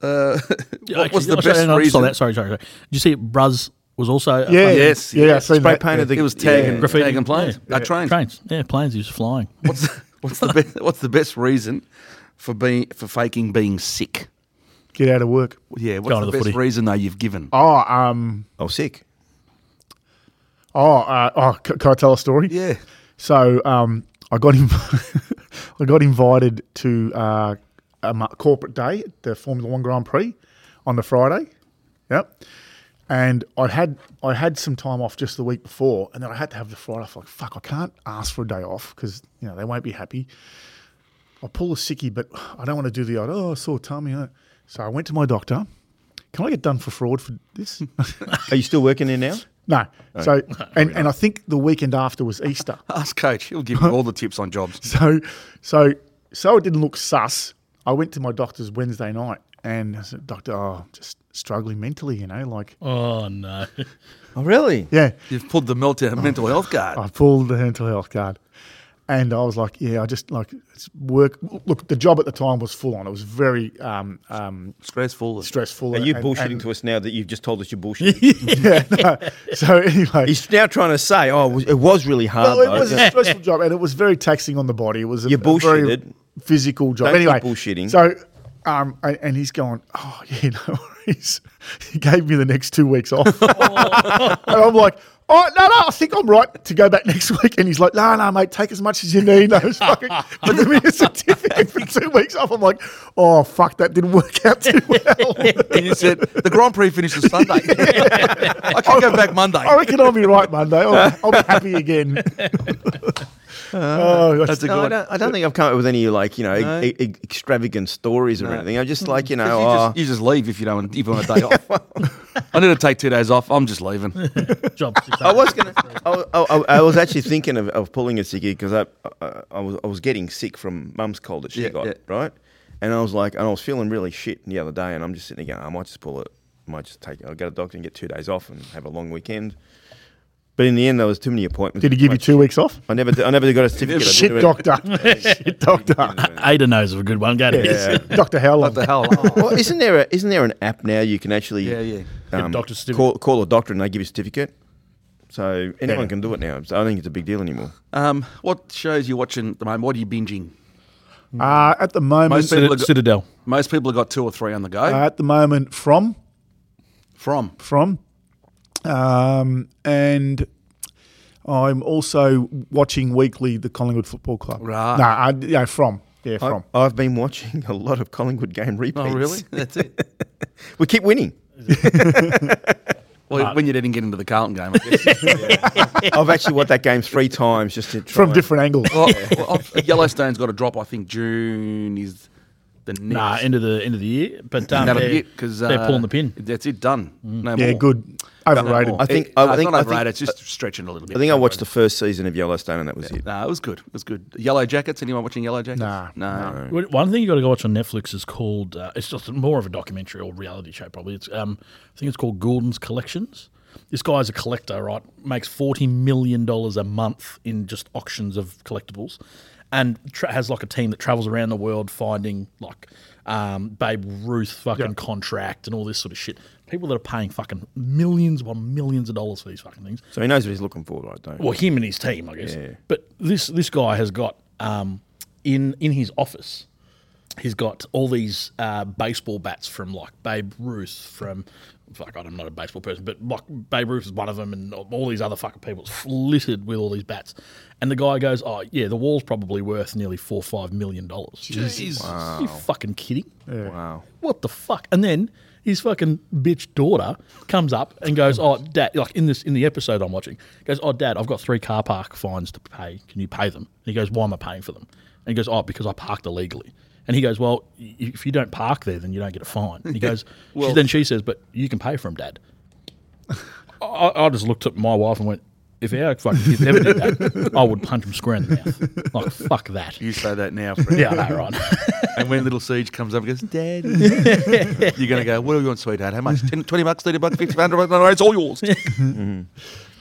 Speaker 3: uh, [laughs]
Speaker 1: Yeah,
Speaker 3: what
Speaker 1: actually,
Speaker 3: was the
Speaker 1: oh, sorry, no, I
Speaker 3: best
Speaker 1: just saw
Speaker 3: reason?
Speaker 1: that. Sorry, sorry, sorry. Did you see Bruz was also uh,
Speaker 4: Yeah,
Speaker 3: [laughs] Yes,
Speaker 4: yeah.
Speaker 3: yeah.
Speaker 4: I seen
Speaker 2: Spray
Speaker 4: that.
Speaker 2: painted the
Speaker 3: It was tagging,
Speaker 2: Yeah.
Speaker 1: Graffiti,
Speaker 3: tagging planes.
Speaker 1: yeah.
Speaker 3: Uh, trains.
Speaker 1: planes? Yeah, planes. He was flying.
Speaker 3: What's what's the best, what's the best reason for being for faking being sick?
Speaker 4: Get out of work.
Speaker 3: Yeah, what's
Speaker 1: Going
Speaker 3: the,
Speaker 1: to the
Speaker 3: best
Speaker 1: footy.
Speaker 3: reason though you've given?
Speaker 4: Oh, um,
Speaker 2: Oh, sick.
Speaker 4: oh, uh, oh. c- Can I tell a story?
Speaker 3: Yeah,
Speaker 4: So um, I got inv- [laughs] I got invited to uh, a ma- corporate day at the Formula One Grand Prix on the Friday. Yep. And I had I had some time off just the week before, and then I had to have the Friday off. Like fuck, I can't ask for a day off because you know they won't be happy. I pull a sickie, but I don't want to do the odd. Oh, I saw tummy. uh." So I went to my doctor. Can I get done for fraud for this? [laughs]
Speaker 2: Are you still working there now?
Speaker 4: no. So and, and I think the weekend after was Easter.
Speaker 3: [laughs] ask coach. He'll give you all the tips on jobs.
Speaker 4: [laughs] So, so, so it didn't look sus. I went to my doctor's Wednesday night and I said, Doctor, oh, just struggling mentally, you know, like,
Speaker 1: Oh no!
Speaker 2: Oh, really?
Speaker 4: yeah.
Speaker 3: [laughs] You've pulled the
Speaker 1: Oh.
Speaker 3: meltdown mental health guard.
Speaker 4: I pulled the mental health card. And I was like, yeah, I just like it's work. Look, the job at the time was full on. It was very um, um,
Speaker 3: Stressful.
Speaker 4: stressful.
Speaker 2: Are you
Speaker 4: and-
Speaker 2: bullshitting
Speaker 4: and-
Speaker 2: to us now that you've just told us you're [laughs] bullshitting?
Speaker 4: [laughs] Yeah. no. So anyway,
Speaker 2: He's now trying to say, oh, it was, it was really hard.
Speaker 4: Well,
Speaker 2: though.
Speaker 4: it
Speaker 2: [laughs]
Speaker 4: was a stressful job, and it was very taxing on the body. It was a,
Speaker 2: You
Speaker 4: a very
Speaker 2: bullshitted.
Speaker 4: physical job.
Speaker 2: Don't keep
Speaker 4: anyway,
Speaker 2: bullshitting.
Speaker 4: So, um, and, and he's going, oh yeah, [laughs] no worries. He gave me the next two weeks off, [laughs] and I'm like. Oh no, no! I think I'm right to go back next [laughs] week. And he's like, "No, no, mate, take as much as you need." [laughs] No, it's fucking give me a certificate for two weeks off. I'm like, "Oh fuck, that didn't work out too [laughs] well."
Speaker 3: [laughs] And you said the Grand Prix finishes Sunday.
Speaker 1: [laughs]
Speaker 3: [laughs] I can go back Monday.
Speaker 1: Oh,
Speaker 4: I reckon I'll be right Monday. I'll, I'll be happy again. [laughs]
Speaker 2: [laughs] Ah,
Speaker 4: oh, that's
Speaker 3: That's a good
Speaker 2: No, I
Speaker 3: one.
Speaker 2: don't, I don't think I've come up with any like you know e- e- extravagant stories or anything. I'm just like you know,
Speaker 3: [laughs] You
Speaker 2: oh,
Speaker 3: just, you just leave if you don't if you want a day [laughs] off. I need to take two days off. I'm just leaving.
Speaker 1: [laughs] Job. six
Speaker 2: I was gonna. I, I, I was actually thinking of, of pulling a sickie because I, I I was I was getting sick from mum's cold that she
Speaker 3: Yeah,
Speaker 2: got
Speaker 3: yeah.
Speaker 2: right, and I was like, and I was feeling really shit the other day, and I'm just sitting there going, I might just pull it, I might just take it. I'll get a doctor and get two days off and have a long weekend. But in the end, there was too many appointments.
Speaker 4: Did he give you two weeks off?
Speaker 2: I never, I never got a certificate. I didn't do
Speaker 4: Shit,
Speaker 2: it. [laughs]
Speaker 4: doctor. Shit, doctor.
Speaker 1: Ada knows of a good one. Go to his.
Speaker 2: Yeah.
Speaker 4: Doctor Howland.
Speaker 3: What the hell?
Speaker 1: [laughs]
Speaker 2: Well, isn't there a, isn't there an app now you can actually um,
Speaker 3: Yeah, yeah.
Speaker 1: Get a doctor's certificate.
Speaker 2: call, call a doctor and they give you a certificate? So anyone
Speaker 4: Yeah.
Speaker 2: can do it now. So I don't think it's a big deal anymore.
Speaker 3: Um, what shows you watching at the moment? What are you binging?
Speaker 4: Uh, at the moment,
Speaker 3: Most people
Speaker 1: Citad-
Speaker 3: have got,
Speaker 1: Citadel.
Speaker 3: most people have got two or three on the go.
Speaker 4: uh, at the moment, from
Speaker 3: From
Speaker 4: from, um, and I'm also watching weekly the Collingwood Football Club.
Speaker 3: Right.
Speaker 4: No, I, yeah, from yeah, from.
Speaker 2: I, have been watching a lot of Collingwood game replays.
Speaker 3: oh really? That's it.
Speaker 2: [laughs] We keep winning.
Speaker 3: Well, when you didn't get into the Carlton game, I guess.
Speaker 2: I've actually watched that game three times just to try
Speaker 4: from
Speaker 2: and-
Speaker 4: different angles.
Speaker 2: Oh.
Speaker 3: well, well, I've- Yellowstone's got a drop. I think June is the next.
Speaker 1: Nah, end of the end of the year. But um,
Speaker 3: That'll
Speaker 1: they're,
Speaker 3: be it, 'cause,
Speaker 1: they're
Speaker 3: uh,
Speaker 1: pulling the pin.
Speaker 3: That's it. Done. No more.
Speaker 4: yeah, good.
Speaker 3: No
Speaker 4: Overrated.
Speaker 3: more.
Speaker 2: I think-
Speaker 3: It-
Speaker 2: I
Speaker 3: no,
Speaker 2: think-
Speaker 3: it's not
Speaker 2: I think-
Speaker 3: overrated. it's just stretching a little bit.
Speaker 2: I think I watched the first season of Yellowstone and that was it.
Speaker 3: Nah, it was good. It was good. Yellow Jackets. Anyone watching Yellow Jackets?
Speaker 4: Nah,
Speaker 3: no.
Speaker 1: Well, One thing you got to go watch on Netflix is called. Uh, it's just more of a documentary or reality show, probably. It's um, I think it's called Gordon's Collections. This guy's a collector, right? Makes forty million dollars a month in just auctions of collectibles, and tra- has like a team that travels around the world finding like um, Babe Ruth fucking contract and all this sort of shit. People that are paying fucking millions upon millions of dollars for these fucking things.
Speaker 2: So he knows what he's looking for, right? Don't he?
Speaker 1: Well, him and his team, I guess. But this this guy has got um, in in his office. he's got all these uh, baseball bats from like Babe Ruth from fuck God, I'm not a baseball person, but like Babe Ruth is one of them, and all these other fucking people it's littered with all these bats. And the guy goes, "Oh yeah, the wall's probably worth nearly four or five million dollars." Jesus, you fucking kidding?
Speaker 2: Wow.
Speaker 1: What the fuck? And then his fucking bitch daughter comes up and goes, "Oh, dad!" Like in this in the episode I'm watching, goes, "Oh, dad, I've got three car park fines to pay. Can you pay them?" And he goes, "Why am I paying for them?" And he goes, "Oh, because I parked illegally." And he goes, "Well, y- if you don't park there, then you don't get a fine." And he goes, she, "Then she says, but you can pay for them, dad." I, I just looked at my wife and went, "If our fucking kids ever did that, I would punch them square in the mouth. Like fuck that."
Speaker 5: You say that now, Fred.
Speaker 1: Yeah, I know, right. [laughs]
Speaker 5: And when little Siege comes up and goes, Daddy,
Speaker 1: [laughs]
Speaker 5: you're going to go, What do you want, sweetheart? How much? 10, 20 bucks, 30 bucks, 50, 100 bucks? No, no, it's all yours.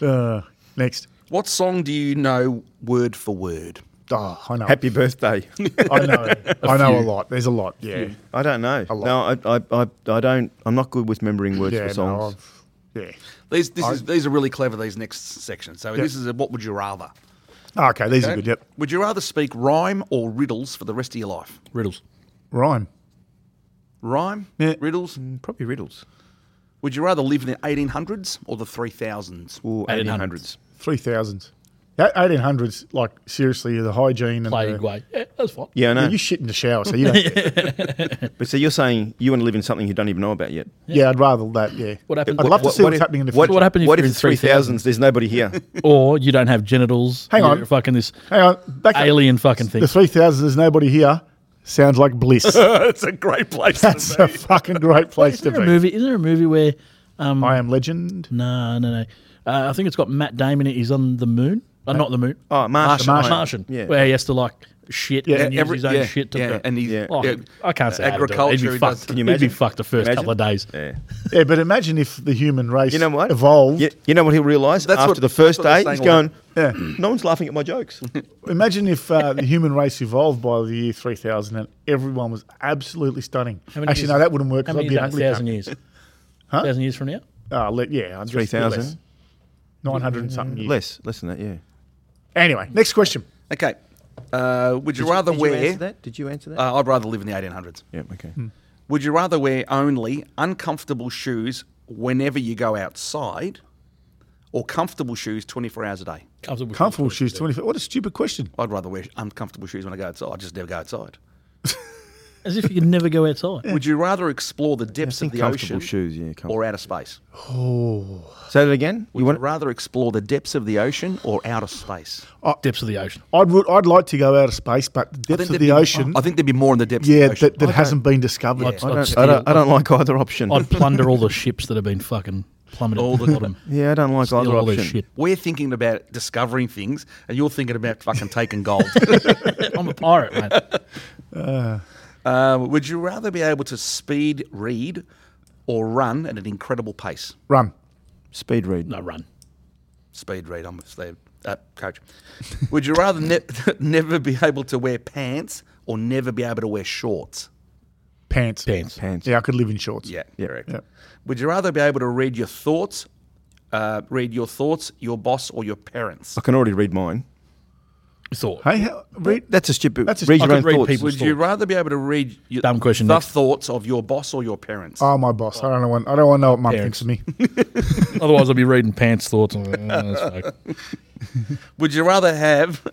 Speaker 4: Uh, next.
Speaker 3: What song do you know word for word?
Speaker 4: Oh, I know.
Speaker 2: Happy
Speaker 4: [laughs]
Speaker 2: birthday. [laughs]
Speaker 4: I know. I know a lot. There's a lot. Yeah.
Speaker 2: I don't know. No, I, I, I, I don't. I'm not good with remembering words
Speaker 4: Yeah.
Speaker 2: for
Speaker 4: no,
Speaker 2: songs.
Speaker 4: I've- yeah.
Speaker 3: These this is, these are really clever. These next sections. So this is a, what would you rather?
Speaker 4: Ah, Okay, these are
Speaker 3: Okay?
Speaker 4: good. Yep.
Speaker 3: Would you rather speak rhyme or riddles for the rest of your life?
Speaker 1: Riddles.
Speaker 4: Rhyme.
Speaker 3: Rhyme,
Speaker 4: Yeah. Mm.
Speaker 3: riddles.
Speaker 2: Probably riddles.
Speaker 3: Would you rather live in the 1800s or the 3000s?
Speaker 2: Or
Speaker 1: 1800s.
Speaker 2: 1800s.
Speaker 4: Three thousands. Eighteen hundreds. Like seriously, the hygiene and
Speaker 1: Plague
Speaker 4: the,
Speaker 1: way. Yeah, that's fine.
Speaker 2: Yeah, I know.
Speaker 4: you shit in the shower, so
Speaker 1: [laughs]
Speaker 4: you don't. yeah.
Speaker 2: But so you're saying you want to live in something you don't even know about yet.
Speaker 4: I'd rather that. Yeah.
Speaker 1: What happened-
Speaker 4: I'd love to
Speaker 1: what-
Speaker 4: see
Speaker 2: what
Speaker 4: what's
Speaker 2: if-
Speaker 4: happening in the
Speaker 2: what-
Speaker 4: future.
Speaker 1: What happened if
Speaker 2: What if
Speaker 1: you're in
Speaker 2: it's 3000s? There's nobody here.
Speaker 1: or you don't have genitals.
Speaker 4: Hang
Speaker 1: You're
Speaker 4: on.
Speaker 1: fucking this
Speaker 4: Hang on. Back up.
Speaker 1: alien fucking thing. Oh,
Speaker 4: The three thousands. There's nobody here. Sounds
Speaker 1: [laughs]
Speaker 4: like bliss.
Speaker 3: [laughs] That's a great
Speaker 4: [laughs]
Speaker 3: place.
Speaker 4: That's a fucking great place
Speaker 1: Is
Speaker 4: to
Speaker 1: there a
Speaker 4: be.
Speaker 1: movie? Is there a movie where? Um,
Speaker 4: I am legend.
Speaker 1: no, no, no. Uh, I think it's got Matt Damon. in it. He's on the moon. Uh, not the moon.
Speaker 2: Oh, Martian.
Speaker 1: Martian.
Speaker 2: Martian.
Speaker 1: Martian.
Speaker 2: Yeah.
Speaker 1: Where he has to like shit
Speaker 4: Yeah,
Speaker 1: and use his own
Speaker 3: yeah,
Speaker 1: shit to.
Speaker 3: yeah, and he's,
Speaker 2: Yeah.
Speaker 1: Oh,
Speaker 3: yeah.
Speaker 1: I can't say agriculture. He'd
Speaker 3: agriculture.
Speaker 1: be
Speaker 3: he
Speaker 1: fucked.
Speaker 3: does-
Speaker 2: you
Speaker 1: He'd
Speaker 2: imagine?
Speaker 1: be fucked the first
Speaker 2: Imagine?
Speaker 1: couple of days.
Speaker 2: Yeah.
Speaker 4: Yeah, but imagine if the human race
Speaker 2: You know what?
Speaker 4: evolved.
Speaker 2: You, you know what he'll realise
Speaker 3: That's
Speaker 2: after
Speaker 3: what-
Speaker 2: the first
Speaker 3: that's what
Speaker 2: day?
Speaker 3: they're
Speaker 2: He's
Speaker 3: saying
Speaker 2: going,
Speaker 4: Yeah.
Speaker 2: no one's laughing at my
Speaker 3: [laughs]
Speaker 2: jokes.
Speaker 4: Imagine if
Speaker 2: [laughs]
Speaker 4: uh, the human race evolved by the year 3000 and everyone was absolutely stunning.
Speaker 1: How many
Speaker 4: Actually,
Speaker 1: years-
Speaker 4: no, that wouldn't work
Speaker 1: How
Speaker 4: because I'd
Speaker 1: many
Speaker 4: be
Speaker 1: is
Speaker 4: an
Speaker 1: that?
Speaker 4: ugly
Speaker 1: Thousand
Speaker 4: cunt.
Speaker 1: years. Thousand years from now.
Speaker 4: Oh, le- yeah. I'd just be
Speaker 2: 3,000?
Speaker 4: less. 900 and
Speaker 1: Mm.
Speaker 4: something years.
Speaker 2: less, less than that, yeah.
Speaker 4: Anyway, next question.
Speaker 3: Okay. Uh, would you rather
Speaker 2: Did you
Speaker 3: wear?
Speaker 2: answer that? Did you answer that?
Speaker 3: Uh, I'd rather live in the 1800s.
Speaker 2: yeah, okay.
Speaker 1: Hmm.
Speaker 3: Would you rather wear only uncomfortable shoes whenever you go outside, or comfortable shoes 24 hours a day?
Speaker 1: Comfortable.
Speaker 4: Comfortable shoes, 24. What a stupid question.
Speaker 3: I'd rather wear uncomfortable shoes when I go outside. I just never go outside.
Speaker 1: As if you could never go outside.
Speaker 3: Would you rather explore the depths of
Speaker 2: think
Speaker 3: the
Speaker 2: comfortable
Speaker 3: ocean
Speaker 2: shoes, yeah, comfortable.
Speaker 3: or outer space?
Speaker 2: Say that again.
Speaker 3: Would you, rather explore the depths of the ocean or outer space?
Speaker 1: Depths of the ocean.
Speaker 4: I'd, would, I'd like to go out of space, but the depths of
Speaker 3: there'd
Speaker 4: the
Speaker 3: be-
Speaker 4: ocean,
Speaker 3: I think there'd be more in the depths
Speaker 4: yeah,
Speaker 3: of the ocean.
Speaker 4: that, that hasn't been discovered.
Speaker 1: I'd-
Speaker 4: I
Speaker 1: I'd
Speaker 4: don't-
Speaker 1: steal-
Speaker 2: I don't, I don't like either option.
Speaker 1: I'd plunder all the ships that have been fucking plummeted all the bottom.
Speaker 2: yeah, I don't like
Speaker 1: Steal
Speaker 2: either
Speaker 1: all their
Speaker 2: option.
Speaker 1: shit.
Speaker 3: We're thinking about discovering things, and you're thinking about fucking taking gold.
Speaker 1: I'm a pirate, mate.
Speaker 3: uh, would you rather be able to speed read or run at an incredible pace?
Speaker 4: Run.
Speaker 2: Speed read.
Speaker 1: No, run.
Speaker 3: Speed read, I'm a slave. Uh, coach. Would you rather ne- [laughs] never be able to wear pants or never be able to wear shorts?
Speaker 4: Pants.
Speaker 1: Pants.
Speaker 2: Pants.
Speaker 4: Yeah, I could live in shorts.
Speaker 3: Yeah,
Speaker 2: Yeah.
Speaker 3: correct.
Speaker 4: Yeah.
Speaker 3: Would you rather be able to read your thoughts, uh, read your thoughts, your boss, or
Speaker 2: [laughs]
Speaker 3: your parents?
Speaker 2: I can already read mine.
Speaker 1: Thought.
Speaker 4: Hey, how, read,
Speaker 2: That's a stupid.
Speaker 4: That's a-
Speaker 2: read
Speaker 1: I
Speaker 2: your
Speaker 1: could
Speaker 2: own
Speaker 1: read
Speaker 2: thoughts.
Speaker 1: people's
Speaker 3: Would you rather be able to read your,
Speaker 1: Dumb question,
Speaker 3: the
Speaker 1: next.
Speaker 3: thoughts of your boss or your parents?
Speaker 4: oh, my boss. I don't know what, I don't want to know what mum
Speaker 1: Parents.
Speaker 4: thinks of me.
Speaker 1: Otherwise, I'll be reading pants thoughts. and, "Oh, that's fake."
Speaker 3: Would you rather have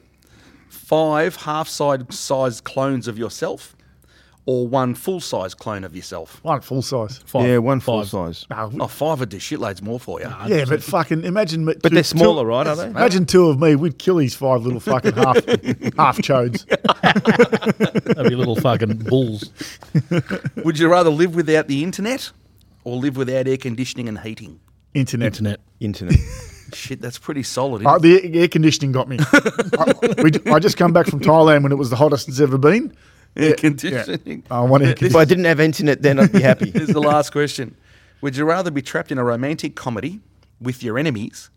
Speaker 3: five half-sized clones of yourself or one full-size clone of yourself?
Speaker 4: One full size.
Speaker 1: Five.
Speaker 2: yeah, one full
Speaker 1: Five. [laughs]
Speaker 2: size.
Speaker 4: No,
Speaker 3: Oh, five would do shitloads more for you.
Speaker 4: Yeah, but fucking imagine. But
Speaker 2: they're smaller, right, are they?
Speaker 4: Imagine two of me. We'd kill these five little fucking half half chodes.
Speaker 1: That'd be little fucking bulls.
Speaker 3: Would you rather live without the internet or live without air conditioning and heating?
Speaker 4: Internet.
Speaker 1: Internet.
Speaker 2: Internet.
Speaker 3: Shit, that's pretty solid. isn't
Speaker 4: Uh,
Speaker 3: it?
Speaker 4: the air conditioning got me. I, we, I just come back from Thailand when it was the hottest it's ever been.
Speaker 3: air conditioning.
Speaker 4: I want air
Speaker 3: [laughs]
Speaker 2: if I
Speaker 4: conditioning.
Speaker 2: didn't have internet, then I'd be
Speaker 1: [laughs]
Speaker 2: happy.
Speaker 3: Here's the last question. Would you rather be trapped in a romantic comedy with your enemies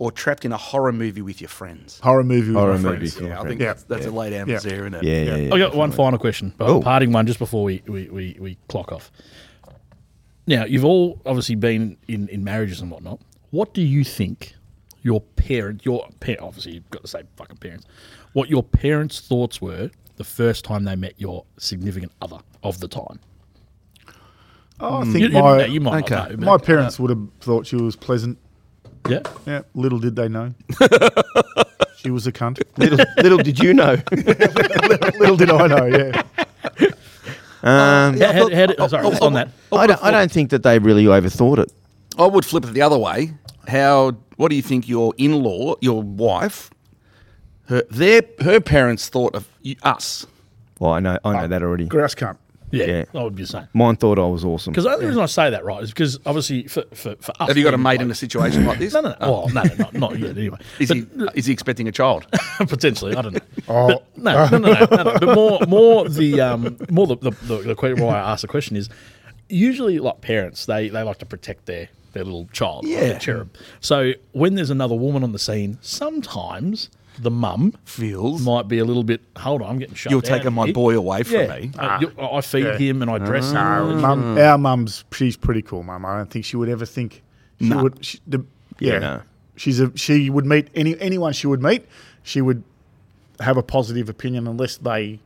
Speaker 3: or trapped in a horror movie with your friends?
Speaker 4: Horror movie. Horror
Speaker 2: Horror
Speaker 4: movie.
Speaker 2: movie.
Speaker 3: Yeah, I think
Speaker 4: Yeah.
Speaker 3: that's, that's a lay down
Speaker 4: Yeah.
Speaker 3: there, isn't it?
Speaker 2: Yeah, yeah, yeah.
Speaker 1: I got one
Speaker 2: definitely.
Speaker 1: final question, but
Speaker 2: Oh.
Speaker 1: parting one just before we, we, we, we clock off. Now, you've all obviously been in, in marriages and whatnot. What do you think your parent, your parent, obviously you've got to say fucking parents, what your parents' thoughts were the first time they met your significant other of the time?
Speaker 4: Oh, I
Speaker 1: You,
Speaker 4: think
Speaker 1: you- no,
Speaker 4: my,
Speaker 1: you, might
Speaker 5: okay.
Speaker 1: not know.
Speaker 4: my
Speaker 1: but, uh,
Speaker 4: parents would have thought she was pleasant.
Speaker 1: yeah.
Speaker 4: Yeah, little did
Speaker 1: [laughs]
Speaker 4: they know. she was a cunt.
Speaker 2: little, little did you know.
Speaker 1: [laughs]
Speaker 4: little did I know, yeah.
Speaker 2: Um,
Speaker 1: How- how- how did- oh, sorry, on that.
Speaker 2: I, don't, I don't think that they really overthought it.
Speaker 3: I would flip it the other way. How? What do you think your in-law, your wife, her their her parents thought of you, us?
Speaker 2: Well, I know, I
Speaker 1: Uh,
Speaker 2: know that already.
Speaker 4: Grouse cunt.
Speaker 1: Yeah,
Speaker 2: Yeah.
Speaker 1: I would be the same.
Speaker 2: Mine thought I was awesome.
Speaker 1: Because the only reason I say that, right, is because obviously for, for, for us.
Speaker 3: Have you got a
Speaker 1: being
Speaker 3: mate in a
Speaker 1: like-
Speaker 3: situation like this?
Speaker 1: No, no, no. Oh, no, no, not, not yet, anyway.
Speaker 3: Is
Speaker 1: But-
Speaker 3: he is he expecting a child?
Speaker 1: [laughs] potentially, I don't know.
Speaker 4: Oh.
Speaker 1: But no, no, no, no, no, no. But more, more the um, more the the, the, the question why I asked the question is usually like parents they they like to protect their their little child, yeah, their cherub. So when there's another woman on the scene, sometimes the mum
Speaker 5: [laughs] Feels.
Speaker 1: might be a little bit. Hold on, I'm getting shut.
Speaker 5: You're
Speaker 1: down
Speaker 5: taking my
Speaker 1: here."
Speaker 5: boy away from
Speaker 1: Yeah,
Speaker 5: me.
Speaker 1: Uh, you- I I feed him and I dress him.
Speaker 4: Mum, our mum's, she's pretty cool, mum. I don't think she would ever think she would. She, the, yeah,
Speaker 2: no.
Speaker 4: she's a she would meet any anyone she would meet. She would have a positive opinion unless they.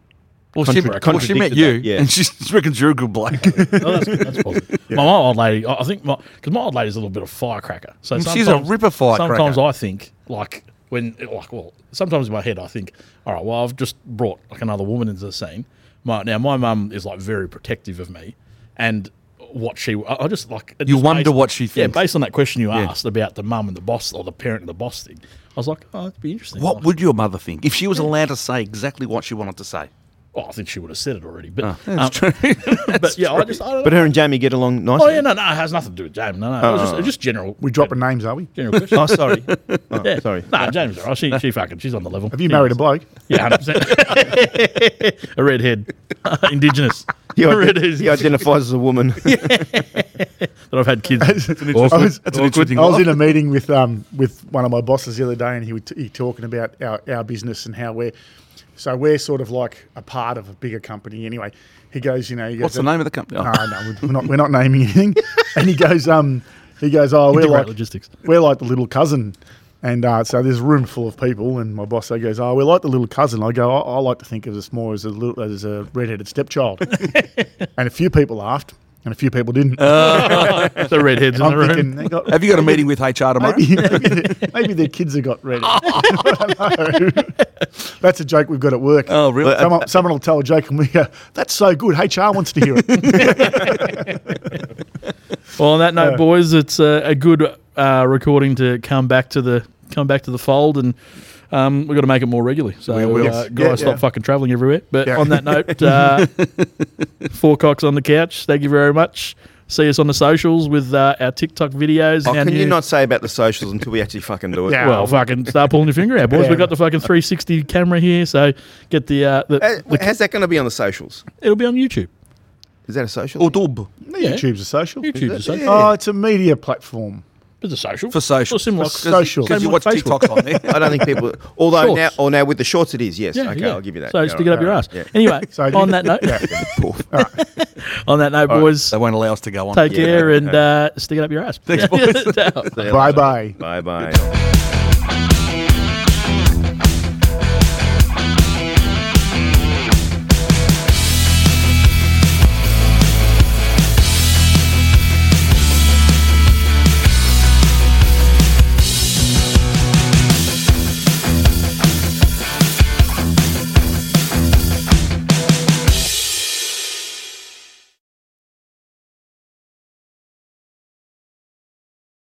Speaker 5: Well, she,
Speaker 1: Contra-
Speaker 5: well, she met
Speaker 1: contradicted
Speaker 5: you,
Speaker 2: that, yeah.
Speaker 5: and [laughs] she reckons you're a good bloke.
Speaker 3: [laughs]
Speaker 1: Oh, that's,
Speaker 5: [laughs]
Speaker 1: that's positive. My old lady, I I think, my because my old lady's a little bit of firecracker. So
Speaker 5: Mm, she's a
Speaker 1: sometimes-
Speaker 5: ripper firecracker.
Speaker 1: Sometimes I think like when like well, sometimes in my head I think, all right, well I've just brought like another woman into the scene. My, now my mum is like very protective of me, and what she I, I just like it
Speaker 5: You
Speaker 1: just
Speaker 5: wonder what she thinks.
Speaker 1: Yeah, based on that question you asked about the mum and the boss or the parent and the boss thing, I was like, oh, that'd be interesting.
Speaker 5: what
Speaker 1: Like,
Speaker 5: would your mother think if she was allowed to say exactly what she wanted to say?
Speaker 1: oh, I think she would have said it already, but
Speaker 5: Ah, That's
Speaker 3: [laughs]
Speaker 1: um,
Speaker 5: true.
Speaker 1: [laughs] But yeah, I just I don't
Speaker 2: But
Speaker 1: know.
Speaker 2: her and Jamie get along nicely.
Speaker 1: Oh yeah, no, no, it has nothing to do with James. No, no, it was
Speaker 5: Uh-uh.
Speaker 1: just, it was just general.
Speaker 4: We dropping names, are we?
Speaker 1: General question.
Speaker 2: Oh, sorry. Oh,
Speaker 1: Yeah.
Speaker 2: Sorry.
Speaker 1: [laughs] Nah, James, all right. she, she fucking, she's on the level.
Speaker 4: Have you married a bloke?
Speaker 1: Yeah, 100%. [laughs] a redhead, [laughs] indigenous.
Speaker 2: He,
Speaker 1: a
Speaker 2: ide-
Speaker 1: redhead
Speaker 2: he identifies as a woman.
Speaker 1: [laughs]
Speaker 2: [laughs]
Speaker 1: that I've had kids.
Speaker 4: [laughs] I was,
Speaker 5: That's an interesting
Speaker 4: I was
Speaker 5: one.
Speaker 4: in a meeting with um with one of my bosses the other day, and he was t- he talking about our, our business and how we're so we're sort of like a part of a bigger company anyway. He goes, you know, he goes,
Speaker 5: What's the name of the company?
Speaker 4: No, no, we're not we're not
Speaker 5: [laughs]
Speaker 4: naming anything. and he goes, um, he goes, oh, we're
Speaker 1: Integrate
Speaker 4: like
Speaker 1: logistics.
Speaker 4: we're like the little cousin. And uh, so there's a room full of people, and my boss they goes, "Oh, we're like the little cousin." I go, "I, I like to think of us more as a little as a redheaded
Speaker 5: [laughs]
Speaker 4: stepchild." and a few people laughed, and a few people didn't.
Speaker 5: Uh,
Speaker 1: the redheads in the
Speaker 4: I'm
Speaker 1: room.
Speaker 4: thinking they got
Speaker 5: Have you got a meeting with HR tomorrow?
Speaker 4: maybe, [laughs] maybe, their, maybe their kids have got ready. [laughs] I don't know. That's a joke we've got at work.
Speaker 5: Oh, really?
Speaker 4: Someone, someone will tell a joke and we go, that's so good. HR wants to hear it.
Speaker 1: Well, on that note, boys, it's a, a good uh, recording to come back to the come back to the fold, and um, we've got to make it more regularly. So,
Speaker 4: will.
Speaker 1: uh,
Speaker 4: Yes.
Speaker 1: guys,
Speaker 4: Yeah,
Speaker 1: stop
Speaker 4: yeah.
Speaker 1: fucking traveling everywhere. But
Speaker 4: Yeah.
Speaker 1: on that note,
Speaker 4: [laughs]
Speaker 1: uh, four cocks on the couch. Thank you very much. See us on the socials with uh, our TikTok videos.
Speaker 2: Oh,
Speaker 1: and our
Speaker 2: can you
Speaker 1: new-
Speaker 2: not say about the socials until we actually fucking do it?
Speaker 4: Yeah.
Speaker 1: Well, fucking start pulling your finger out, boys. We've got the fucking 360 camera here, so get the. Uh, the,
Speaker 2: Uh,
Speaker 1: the
Speaker 2: how's that going to be on the socials?
Speaker 1: it'll be on YouTube.
Speaker 2: Is that a
Speaker 5: [laughs]
Speaker 2: social?
Speaker 5: Or dub
Speaker 1: Yeah.
Speaker 4: YouTube's a social.
Speaker 1: YouTube is social.
Speaker 4: Oh, it's a media platform.
Speaker 1: It's a social.
Speaker 5: for social.
Speaker 1: Or similar.
Speaker 4: For social.
Speaker 5: Because you
Speaker 1: Same
Speaker 5: watch
Speaker 1: like Facebook.
Speaker 5: TikToks on [laughs] there.
Speaker 2: I don't think people. [laughs] Although
Speaker 1: Shorts.
Speaker 2: now, or now with the shorts, it is. Yes. okay, I'll give you that.
Speaker 1: So
Speaker 2: Yeah,
Speaker 1: stick it
Speaker 2: right.
Speaker 1: up your ass.
Speaker 2: Yeah. [laughs]
Speaker 1: Anyway,
Speaker 4: So
Speaker 1: on that note,
Speaker 2: Poof.
Speaker 1: on that note, boys,
Speaker 5: They won't allow us to go on.
Speaker 1: take
Speaker 2: Yeah.
Speaker 1: care and uh, stick it up your ass.
Speaker 5: Thanks, boys.
Speaker 1: Ciao.
Speaker 2: See you
Speaker 4: Bye
Speaker 2: later.
Speaker 4: bye.
Speaker 2: Bye bye.